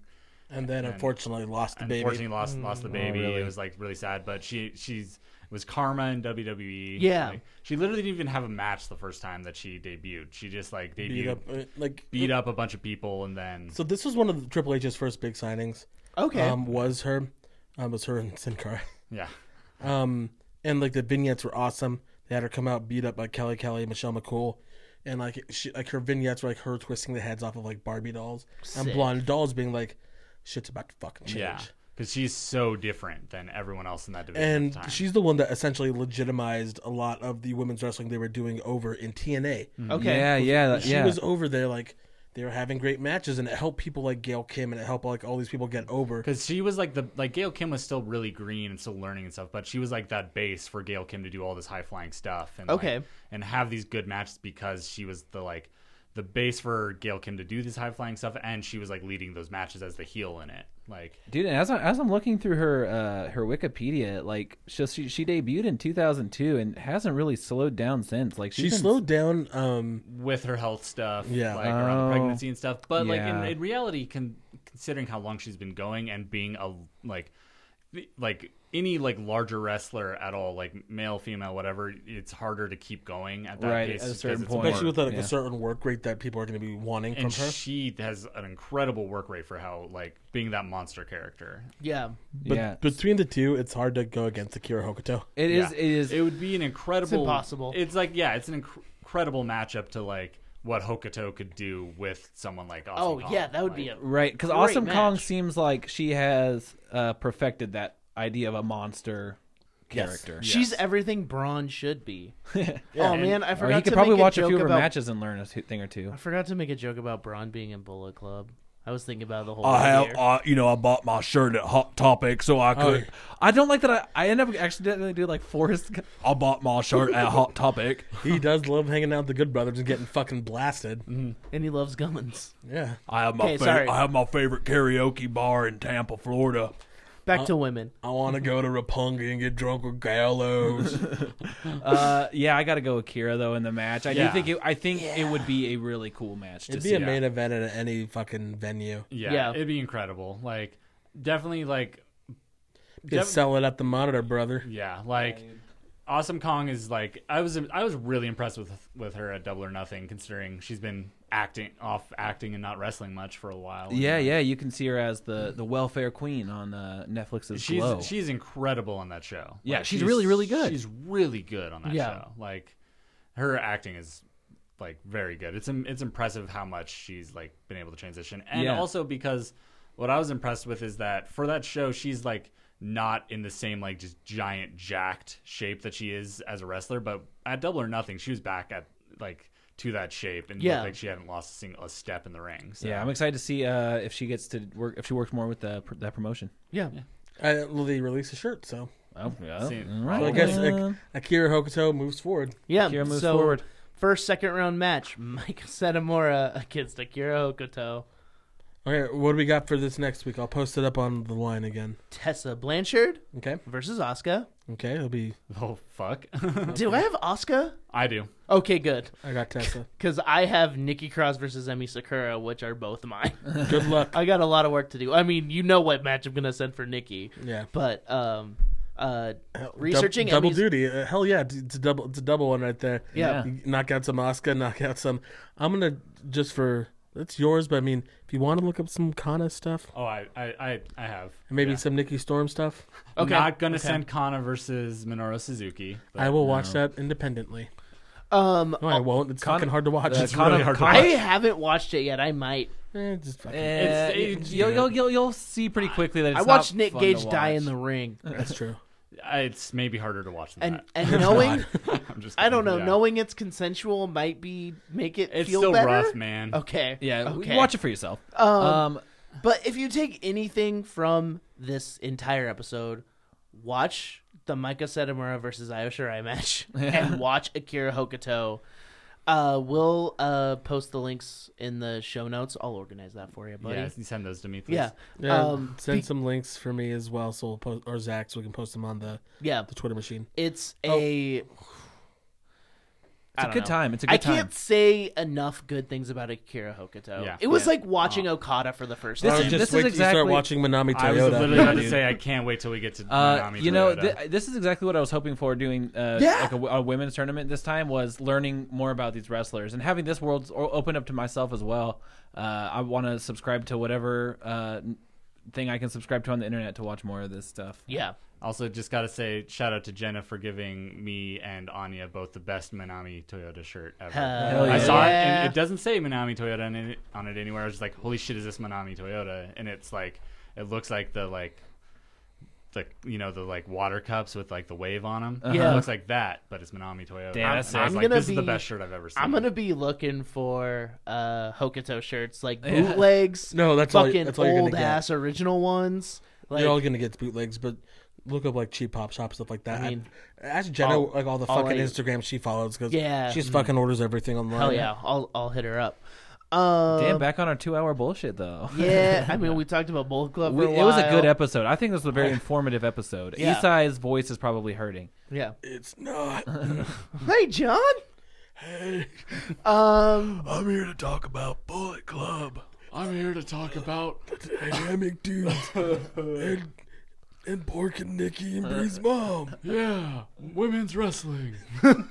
S3: And then unfortunately lost the
S5: unfortunately
S3: baby. Oh,
S5: lost lost the baby
S4: really?
S5: it was like really sad but she she's it was karma in WWE
S2: Yeah.
S5: Like, she literally didn't even have a match the first time that she debuted she just like debuted
S3: Beat up uh, like
S5: beat up a bunch of people and then
S3: So this was one of Triple H's first big signings.
S2: Okay.
S3: Um, was her, um, was her and Sin Cara. (laughs)
S5: yeah
S3: Um, and like the vignettes were awesome. They had her come out beat up by Kelly Kelly, Michelle McCool, and like she, like her vignettes were like her twisting the heads off of like Barbie dolls
S2: Sick.
S3: and blonde dolls being like, shit's about to fucking change.
S5: Yeah, because she's so different than everyone else in that division. at
S3: And
S5: the time.
S3: she's the one that essentially legitimized a lot of the women's wrestling they were doing over in TNA.
S5: Mm-hmm.
S2: okay.
S4: Yeah, yeah, that-
S3: She
S4: Uh, yeah.
S3: was over there like they were having great matches, and it helped people like Gail Kim, and it helped like all these people get over.
S5: because she was like the like Gail Kim was still really green and still learning and stuff, but she was like that base for Gail Kim to do all this high flying stuff and like,
S2: Okay.
S5: and have these good matches because she was the like the base for Gail Kim to do this high flying stuff, and she was like leading those matches as the heel in it. Like
S4: Dude, and as, I, as I'm looking through her uh, her Wikipedia, like she, she she debuted in 2002 and hasn't really slowed down since. Like she's
S3: She
S4: been-
S3: slowed down. Um,
S5: with her health stuff,
S3: Yeah.
S5: like around
S4: Oh.
S5: the pregnancy and stuff. But like in,
S4: Yeah.
S5: in reality, con- considering how long she's been going and being a like, the- like any like larger wrestler at all, like male, female, whatever, it's harder to keep going at that
S4: Right,
S5: pace
S4: at a
S5: because
S4: certain
S5: it's
S4: point.
S3: especially
S5: more-
S3: with like
S4: Yeah.
S3: a certain work rate that people are going to be wanting
S5: and
S3: from her.
S5: she has an incredible work rate for how like being that monster character.
S2: Yeah.
S3: But
S4: yeah,
S3: between the two, it's hard to go against Akira
S4: (laughs)
S3: Hokuto.
S4: it is.
S5: Yeah.
S4: It is.
S5: It would be an incredible.
S2: impossible.
S5: It's like yeah, it's an inc- incredible matchup to like what Hokuto could do with someone like. Austin
S2: Oh,
S5: Kong.
S2: yeah. That would
S5: Like,
S2: be a
S4: Right, because
S2: Great
S4: Awesome Kong
S2: match.
S4: seems like she has uh, perfected that idea of a monster
S3: Yes.
S4: character.
S2: She's everything Braun should be. oh man, I
S4: Or
S2: forgot
S4: he could
S2: to
S4: probably
S2: make a
S4: watch a
S2: joke
S4: few of her
S2: about.
S4: matches and learn a th- thing or two.
S2: I forgot to make a joke about Braun being in Bullet Club. I was thinking about the whole.
S1: I have,
S2: year.
S1: I, you know, I bought my shirt at Hot Topic, so I could.
S4: I don't like that. I, I end up accidentally do like Forrest. Gump.
S1: I bought my shirt at Hot Topic.
S3: He does love hanging out with the Good Brothers and getting fucking blasted.
S4: Mm-hmm.
S2: and he loves guns.
S3: Yeah.
S1: I have my
S2: Okay, sorry.
S1: favorite. I have my favorite karaoke bar in Tampa, Florida.
S2: Back to women.
S3: I want to go to Rapungi and get drunk with
S4: (laughs)
S3: Gallows.
S4: Uh, yeah, I got to go Akira though in the match. I
S5: Yeah.
S4: do think it. I think it would be a really cool match. To
S3: It'd
S4: see.
S3: be a main event at any fucking venue.
S5: Yeah,
S2: Yeah.
S5: it'd be incredible. Like, definitely, like,
S3: You could sell it at the monitor, brother.
S5: yeah, like, Awesome Kong is like, I was, I was really impressed with with her at Double or Nothing, considering she's been acting off acting and not wrestling much for a while. And,
S4: Yeah,
S5: like,
S4: yeah. You can see her as the the welfare queen on uh, Netflix's
S5: She's
S4: Glow.
S5: she's incredible on that show.
S4: Yeah, she's really, really good.
S5: She's really good on that
S2: Yeah.
S5: show. Like, her acting is like very good. It's im- it's impressive how much she's like been able to transition, and
S4: Yeah.
S5: also because what I was impressed with is that for that show, she's like not in the same like just giant jacked shape that she is as a wrestler. But at Double or Nothing, she was back at like to that shape and
S2: Yeah.
S5: looked like she hadn't lost a single a step in the ring. So.
S4: yeah, I'm excited to see uh, if she gets to work if she works more with the, pr- that promotion.
S2: Yeah.
S3: I, well, they released a shirt, so.
S4: Oh, yeah.
S5: See,
S4: All
S3: So I
S4: right.
S3: guess
S4: Um,
S3: Ak- Akira Hokuto moves forward.
S2: Yeah.
S4: Akira moves
S2: so
S4: forward.
S2: First second round match: (laughs) Mike Setamora against Akira Hokuto.
S3: Okay, what do we got for this next week? I'll post it up on the line again.
S2: Tessa Blanchard
S3: Okay.
S2: versus Asuka.
S3: Okay, it'll be.
S5: (laughs) Oh fuck,
S2: Do I have Asuka?
S5: I do.
S2: Okay, good.
S3: I got Tessa.
S2: Because I have Nikki Cross versus Emi Sakura, which are both mine.
S3: Good luck.
S2: I got a lot of work to do. I mean, you know what match I'm gonna send for Nikki,
S3: Yeah.
S2: but um, uh, researching
S3: Dub- double
S2: Emi's-
S3: duty. Uh, hell yeah, it's a double. It's a double one right there.
S2: Yeah.
S3: You knock out some Oscar, knock out some. I'm gonna just for that's yours, but I mean, if you want to look up some Kana stuff,
S5: Oh, I I I, I have.
S3: and maybe some Nikki Storm stuff,
S2: Okay.
S5: Not gonna send Kana versus Minoru Suzuki. but-
S3: I will watch that independently.
S2: um,
S3: No, I won't. It's fucking hard to watch.
S4: Uh,
S3: It's
S4: Kana-
S3: really hard. To
S4: Kana-
S2: I haven't watched it yet. I might.
S3: eh, just fucking,
S4: Eh,
S5: It's-
S4: you'll, you'll, you'll, you'll see pretty quickly that it's
S2: I watched
S4: not
S2: Nick
S4: fun
S2: Gage
S4: to
S2: die
S4: watch.
S2: in the
S4: (laughs)
S2: ring,
S3: that's true.
S5: It's maybe harder to watch than
S2: and and knowing
S5: that. (laughs) I'm just
S2: (laughs) I don't know,
S5: kidding, yeah.
S2: knowing it's consensual might be make it
S5: It's
S2: feel
S5: still
S2: better.
S5: rough, man.
S2: Okay.
S4: Yeah,
S2: Okay.
S4: watch it for yourself.
S2: Um,
S4: Um,
S2: but if you take anything from this entire episode, watch the Micah Setamura versus Io Shirai
S4: (laughs)
S2: match (laughs) and watch Akira Hokuto. Uh, we'll uh, post the links in the show notes. I'll organize that for you, buddy.
S5: Yeah, you send those to me, please.
S2: Yeah.
S3: Yeah,
S2: um,
S3: send
S2: be-
S3: some links for me as well, so we'll post, or Zach, so we can post them on the,
S2: yeah.
S3: the Twitter machine.
S2: It's a. I
S4: it's Oh. a
S2: don't
S4: good
S2: know.
S4: time. It's a good
S2: I
S4: time.
S2: can't say enough good things about Akira Hokuto.
S5: Yeah.
S2: It was
S4: Yeah.
S2: like watching Okada for the first
S4: This
S3: I
S2: time.
S3: was
S4: is-
S3: just
S4: this is
S3: wait till you start
S4: exactly-
S3: watching Manami Toyota.
S5: I was literally about to say I can't wait till we get to
S4: Uh,
S5: Nanami
S4: you know,
S5: Toyota.
S4: thi- this is exactly what I was hoping for doing uh,
S2: Yeah.
S4: like a, w- a women's tournament this time was learning more about these wrestlers and having this world o- open up to myself as well. Uh, I want to subscribe to whatever uh, n- thing I can subscribe to on the internet to watch more of this stuff.
S2: yeah.
S5: also, just gotta say shout out to Jenna for giving me and Anya both the best Minami Toyota shirt ever.
S2: Hell
S5: I saw it,
S2: yeah.
S5: and it doesn't say Minami Toyota on it, on it anywhere. I was just like, holy shit, is this Minami Toyota? And it's like, it looks like the like. The, you know the like water cups with like the wave on them.
S2: Yeah.
S5: it looks like that, but it's Minami Toyota.
S4: Damn, that's
S5: And I was like,
S2: sick. Uh-huh. I'm gonna
S5: this is the
S2: be-
S5: best shirt I've ever seen.
S2: I'm gonna be looking for uh Hokuto shirts, like
S4: (laughs)
S2: bootlegs.
S3: No, that's all you-
S2: fucking
S3: that's all you're gonna
S2: old
S3: get.
S2: ass original ones. Like
S3: You're all gonna get bootlegs, but look up like cheap pop shop stuff like that. I
S2: mean,
S3: ask Jenna
S2: all-
S3: like all the
S2: all
S3: fucking
S2: I-
S3: Instagram she follows because
S2: Yeah.
S3: she's fucking orders everything online.
S2: hell yeah, I'll I'll hit her up. Um,
S4: Damn, back on our two-hour bullshit though.
S2: (laughs) yeah, I mean we talked about Bullet Club.
S4: (laughs) We-
S2: for a
S4: it was a
S2: while.
S4: good episode. I think this was
S2: (laughs)
S4: a very informative episode.
S2: Yeah.
S4: Isai's voice is probably hurting.
S2: Yeah.
S3: It's
S5: (laughs)
S3: not.
S2: Hey,
S4: (laughs)
S2: John.
S1: Hey,
S2: Um,
S1: I'm here to talk about Bullet Club.
S5: I'm here to talk about
S1: Dynamic dudes.
S5: (laughs)
S1: and, and Pork and Nikki and Bree's mom.
S5: yeah, women's wrestling.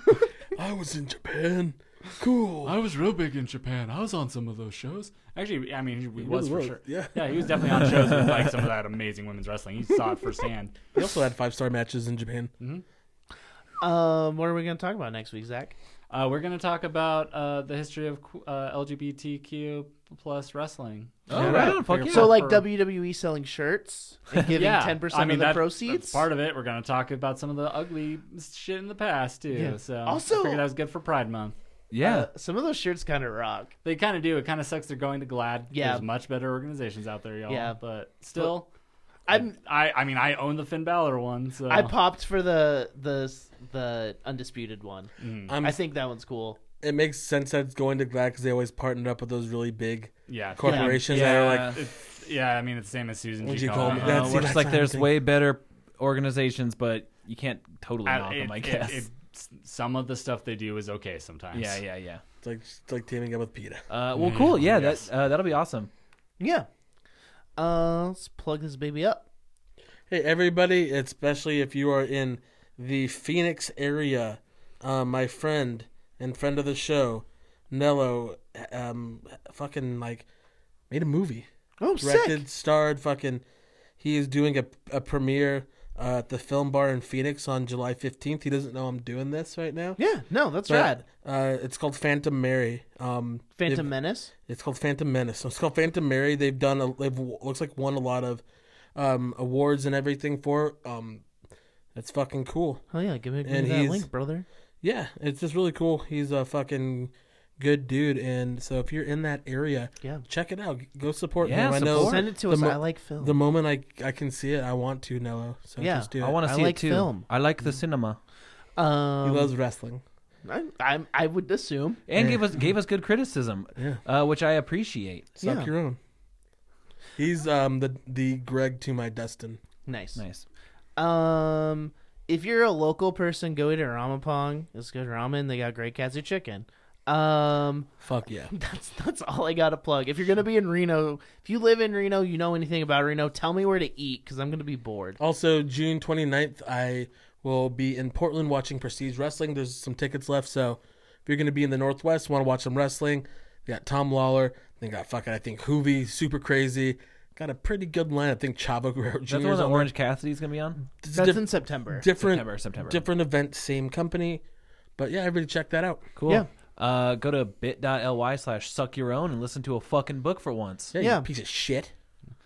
S3: (laughs)
S1: I was in Japan. Cool.
S5: I was real big in Japan. I was on some of those shows. Actually, I mean, he, he was for
S3: was,
S5: sure.
S3: yeah.
S5: he was definitely on shows with like some of that amazing women's wrestling. He saw it
S2: (laughs)
S5: firsthand.
S3: They also had five star matches in Japan.
S2: um, what are we gonna talk about next week, Zach?
S5: Uh, we're gonna talk about uh, the history of uh, LGBTQ plus wrestling.
S4: Oh,
S3: Yeah.
S4: right on, fuck yeah.
S2: So like
S5: For-
S2: WWE selling shirts
S5: (laughs)
S2: and giving
S5: Yeah,
S2: ten percent
S5: I mean,
S2: of the
S5: that-
S2: proceeds.
S5: That's part of it. We're gonna talk about some of the ugly shit in the past too.
S2: Yeah.
S5: So
S2: Also-
S5: I figured that was good for Pride Month.
S4: yeah.
S2: Uh, some of those shirts kind of rock.
S5: They kind of do. It kind of sucks. They're going to Glad.
S2: Yeah.
S5: There's much better organizations out there, y'all.
S2: Yeah.
S5: But still,
S2: I'm
S5: I I mean, I own the Finn Balor one. So
S2: I popped for the the the undisputed one.
S5: Mm.
S3: I'm,
S2: I think that one's cool.
S3: it makes sense that it's going to Glad because they always partnered up with those really big
S5: yeah.
S3: corporations that are like,
S5: It's, yeah, I mean it's the same as Susan
S3: Would
S5: G.
S3: you call
S5: Komen.
S3: me-
S5: Uh,
S3: that's-
S4: uh,
S3: see,
S4: which Uh, like
S3: what I'm
S4: there's
S3: thinking.
S4: way better organizations, but you can't totally knock
S5: it-
S4: them. I
S5: it-
S4: guess.
S5: it- s- some of the stuff they do is okay sometimes.
S4: yeah, yeah, yeah.
S3: it's like it's like teaming up with PETA.
S4: Uh, well, cool. Yeah, that uh, that'll be awesome.
S2: Yeah. Uh, let's plug this baby up.
S3: Hey everybody, especially if you are in the Phoenix area, uh, my friend and friend of the show, Nello, um, fucking like made a movie.
S2: Oh,
S3: directed,
S2: sick.
S3: starred, fucking. He is doing a, a premiere uh, at the Film Bar in Phoenix on July 15th. He doesn't know I'm doing this right now.
S2: Yeah, no, that's rad.
S3: But, uh, it's called Phantom Mary. Um,
S2: Phantom
S3: they've-
S2: Menace.
S3: It's called Phantom Menace. So it's called Phantom Mary. They've done. A, they've looks like won a lot of um, awards and everything for. it. Um, it's fucking cool.
S2: Oh yeah, give me, give me
S3: And
S2: that
S3: he's-
S2: link, brother.
S3: Yeah, it's just really cool. He's a fucking good dude, and so if you're in that area,
S2: Yeah.
S3: check it out. Go support
S4: Yeah,
S3: him. I know
S4: support.
S2: Send it to
S3: the
S2: us.
S3: mo-
S2: I like film.
S3: the moment I I can see it, I want to Nello. So
S2: Yeah,
S3: just do it.
S4: I want
S2: I
S4: to see
S2: like
S4: it too.
S2: film.
S4: I like the cinema.
S3: he
S2: um,
S3: loves wrestling.
S2: I, I'm, I would assume.
S4: and gave us gave us good criticism, uh, which I appreciate.
S3: Suck
S2: Yeah.
S3: your own. He's um the the Greg to my Dustin.
S2: Nice.
S4: Nice.
S2: Um, if you're a local person, go eat at Ramapong. It's good ramen. They got great katsu chicken. Um, (laughs)
S3: Fuck yeah.
S2: that's that's all I gotta plug. If you're gonna be in Reno, if you live in Reno, you know anything about Reno, tell me where to eat because I'm gonna be bored.
S3: Also, June 29th, I will be in Portland watching Prestige Wrestling. There's some tickets left, so if you're going to be in the Northwest, want to watch some wrestling, you got Tom Lawler, then got fucking, I think, Hoovy, Super Crazy. Got a pretty good line. I think Chavo Guerrero Jr.
S4: That's the
S3: is
S4: one that
S3: on
S4: Orange Cassidy's gonna be on.
S3: there. It's
S2: That's
S3: diff-
S2: in September.
S3: different,
S4: September, September.
S3: different event, same company. But yeah, everybody check that out.
S4: Cool.
S2: Yeah.
S4: Uh, go to bit.ly slash suck your own and listen to a fucking book for once.
S3: Yeah, you
S2: Yeah.
S3: piece of shit.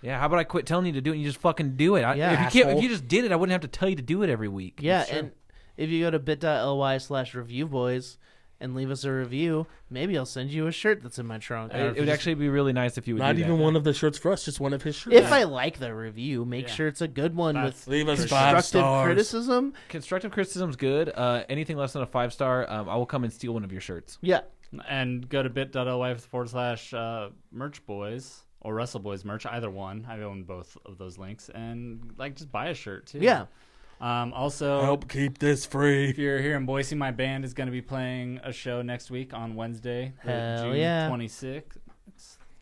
S4: Yeah, how about I quit telling you to do it and you just fucking do it? I,
S2: Yeah.
S4: if you can't,
S3: Asshole.
S4: if you just did it, I wouldn't have to tell you to do it every week.
S2: yeah, and if you go to bit.ly slash review boys and leave us a review, maybe I'll send you a shirt that's in my trunk. Or
S4: I- it
S2: if
S4: would
S2: you-
S4: actually be really nice if you would
S3: Not
S4: do that.
S3: even one of the shirts for us, just one of his shirts.
S2: if I like the review, make sure it's a good one
S5: That's-
S2: with
S3: Leave us five
S2: constructive
S3: stars.
S2: criticism.
S4: Constructive criticism's good. Uh, anything less than a five star, um, I will come and steal one of your shirts.
S2: Yeah.
S5: and go to bit.ly forward slash uh, merch boys or wrestle boys merch either one i own both of those links and like just buy a shirt too
S2: Yeah.
S5: um, also
S3: Help keep this
S5: if
S3: free.
S5: you're here in boise my band is going to be playing a show next week on wednesday the
S2: Hell
S5: june
S2: yeah.
S5: 26th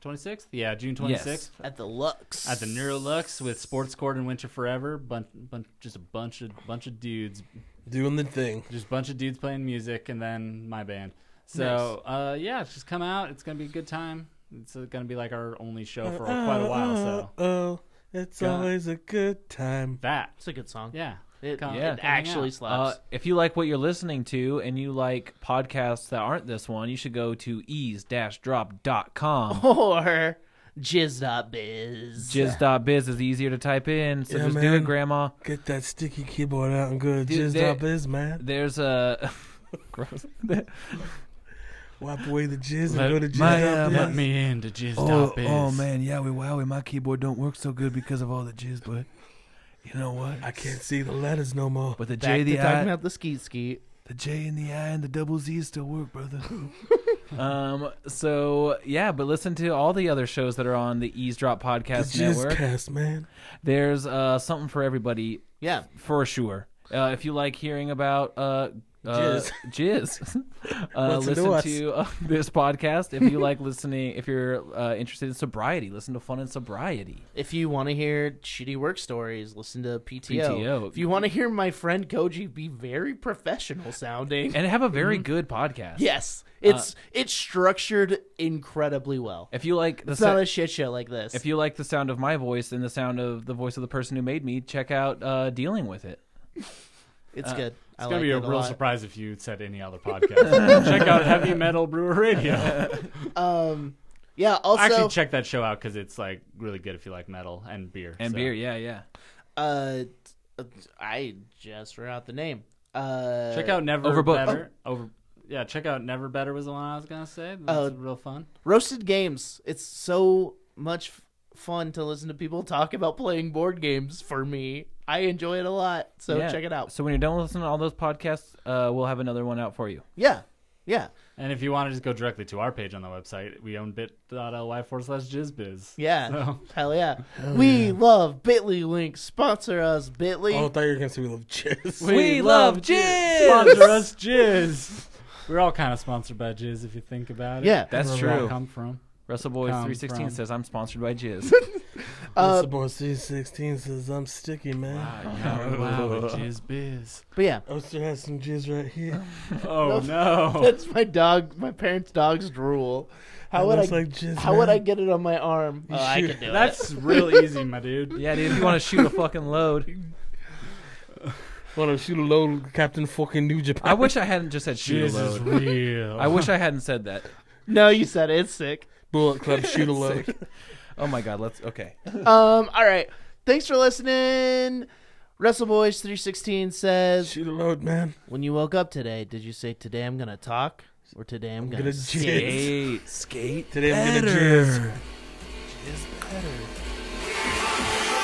S5: 26th yeah june 26th
S4: Yes.
S2: At the Lux.
S5: at the Neurolux with Sports Court and Winter Forever, bunch, bunch, just a bunch of bunch of dudes
S3: Doing the thing.
S5: just a bunch of dudes playing music and then my band so uh, yeah just come out it's gonna be a good time it's uh, gonna be like our only show for
S6: Uh,
S5: quite a while so
S3: Oh, oh, it's
S5: God.
S3: always a good time.
S5: that
S2: It's a good song.
S5: yeah
S2: It,
S5: Come-
S2: it
S5: come hang
S2: actually
S5: out.
S4: Uh,
S2: slaps.
S4: if you like what you're listening to and you like podcasts that aren't this one, you should go to
S6: (laughs)
S4: ease-drop.com.
S2: Uh, (laughs) or jizz.biz.
S4: Jizz.biz is easier to type in, so
S3: Yeah,
S4: just do
S3: man.
S4: it, Grandma.
S3: Get that sticky keyboard out and go to
S4: Dude, they-
S3: jizz.biz, man.
S4: There's a... (laughs) Gross.
S3: Wipe away the jizz and
S5: Let-
S3: go to jizz.biz.
S5: my, uh, let me in to jizz
S6: uh, Oh,
S5: Dot biz.
S6: oh man, Yowie Wowie, my keyboard don't work so good because of all the jizz, but you know what?
S3: I can't see the letters no more.
S6: But the
S2: Back
S6: J,
S2: to
S6: the
S2: talking
S6: I,
S2: about the skeet skeet.
S6: the J and the I and the double Z still work,
S2: (laughs)
S6: brother.
S4: um, so, yeah, but listen to all the other shows that are on the Eavesdrop
S3: The
S4: Podcast
S3: jizz
S4: Network.
S3: cast, man.
S4: There's uh, something for everybody,
S2: Yeah.
S4: for sure. Uh, if you like hearing about uh, uh,
S3: Jizz.
S4: (laughs) jizz, uh,
S3: Listen to
S4: listen
S3: us.
S4: to uh, this podcast. If you like (laughs) listening, if you're uh, interested in sobriety, listen to Fun and Sobriety.
S2: If you want to hear shitty work stories, listen to PTO.
S4: PTO.
S2: If you want to hear my friend Koji be very professional sounding,
S4: And have a very good podcast.
S2: (laughs) yes, it's it's structured incredibly well.
S4: If you like the
S2: It's not
S4: sou-
S2: a shit show like this.
S4: if you like the sound of my voice and the sound of the voice of the person who made me, check out uh, Dealing with It.
S2: it's good.
S5: it's
S2: I
S5: gonna
S2: like
S5: be a
S2: it
S5: real
S2: lot.
S5: surprise if you said any other
S6: (laughs)
S5: podcast check out heavy metal brewer radio
S2: Um, yeah. Also,
S5: actually check that show out because it's like really good if you like metal and beer
S4: And
S5: so.
S4: beer, yeah, yeah.
S2: uh, I just forgot the name. Uh,
S5: check out never
S4: Overbooked.
S5: better over yeah check out never better was the one i was gonna say that's
S2: Oh.
S5: real fun
S2: Roasted Games. It's so much f- fun to listen to people talk about playing board games for me. I enjoy it a lot. So
S4: Yeah.
S2: check it out.
S4: So when you're done listening to all those podcasts, uh, we'll have another one out for you.
S2: Yeah. Yeah.
S5: And if you want to just go directly to our page on the website, we own bit.ly forward slash jizzbiz.
S2: Yeah.
S5: So,
S2: Hell yeah. we love Bitly Link. Sponsor us, Bitly.
S3: Oh, I thought you were going to say we love jizz.
S4: We, love jizz.
S5: sponsor us, Jizz. We're all kind of sponsored by Jizz if you think about it.
S2: Yeah.
S4: That's
S5: Where we all
S4: true.
S5: come from.
S4: Russell Boys
S5: come
S4: three sixteen
S5: from.
S4: says I'm sponsored by Jizz.
S3: Uh, Boy C16 says I'm sticky, man.
S5: wow, Jizz
S2: But yeah.
S3: Oster has some jizz right here.
S5: Oh, no.
S2: (laughs) That's my dog, my parents' dog's drool. How
S3: It
S2: would I?
S3: looks like jizz,
S2: (laughs) how would
S3: man.
S2: I get it on my arm? Oh, I
S3: shoot.
S2: can do it.
S5: That's real easy, my dude.
S4: yeah, dude. If you want to shoot a fucking load,
S3: Well, if shoot a load, Captain fucking New Japan.
S4: I wish I hadn't just said shoot
S5: Jizz
S4: a
S5: is
S4: load.
S5: real.
S4: I wish I hadn't said that.
S2: No, you said it. It's sick.
S3: Bullet
S5: (laughs)
S3: Club shoot a load.
S4: Oh my god. Let's okay.
S2: Um. All right. Thanks for listening. Wrestle Boys 316 says,
S3: shoot a load, man.
S2: When you woke up today, did you say, Today I'm going to talk? Or today I'm going
S3: gonna
S2: to
S3: jizz."
S2: skate?
S4: Skate. Skate.
S3: Today I'm going to jizz.
S6: It's better.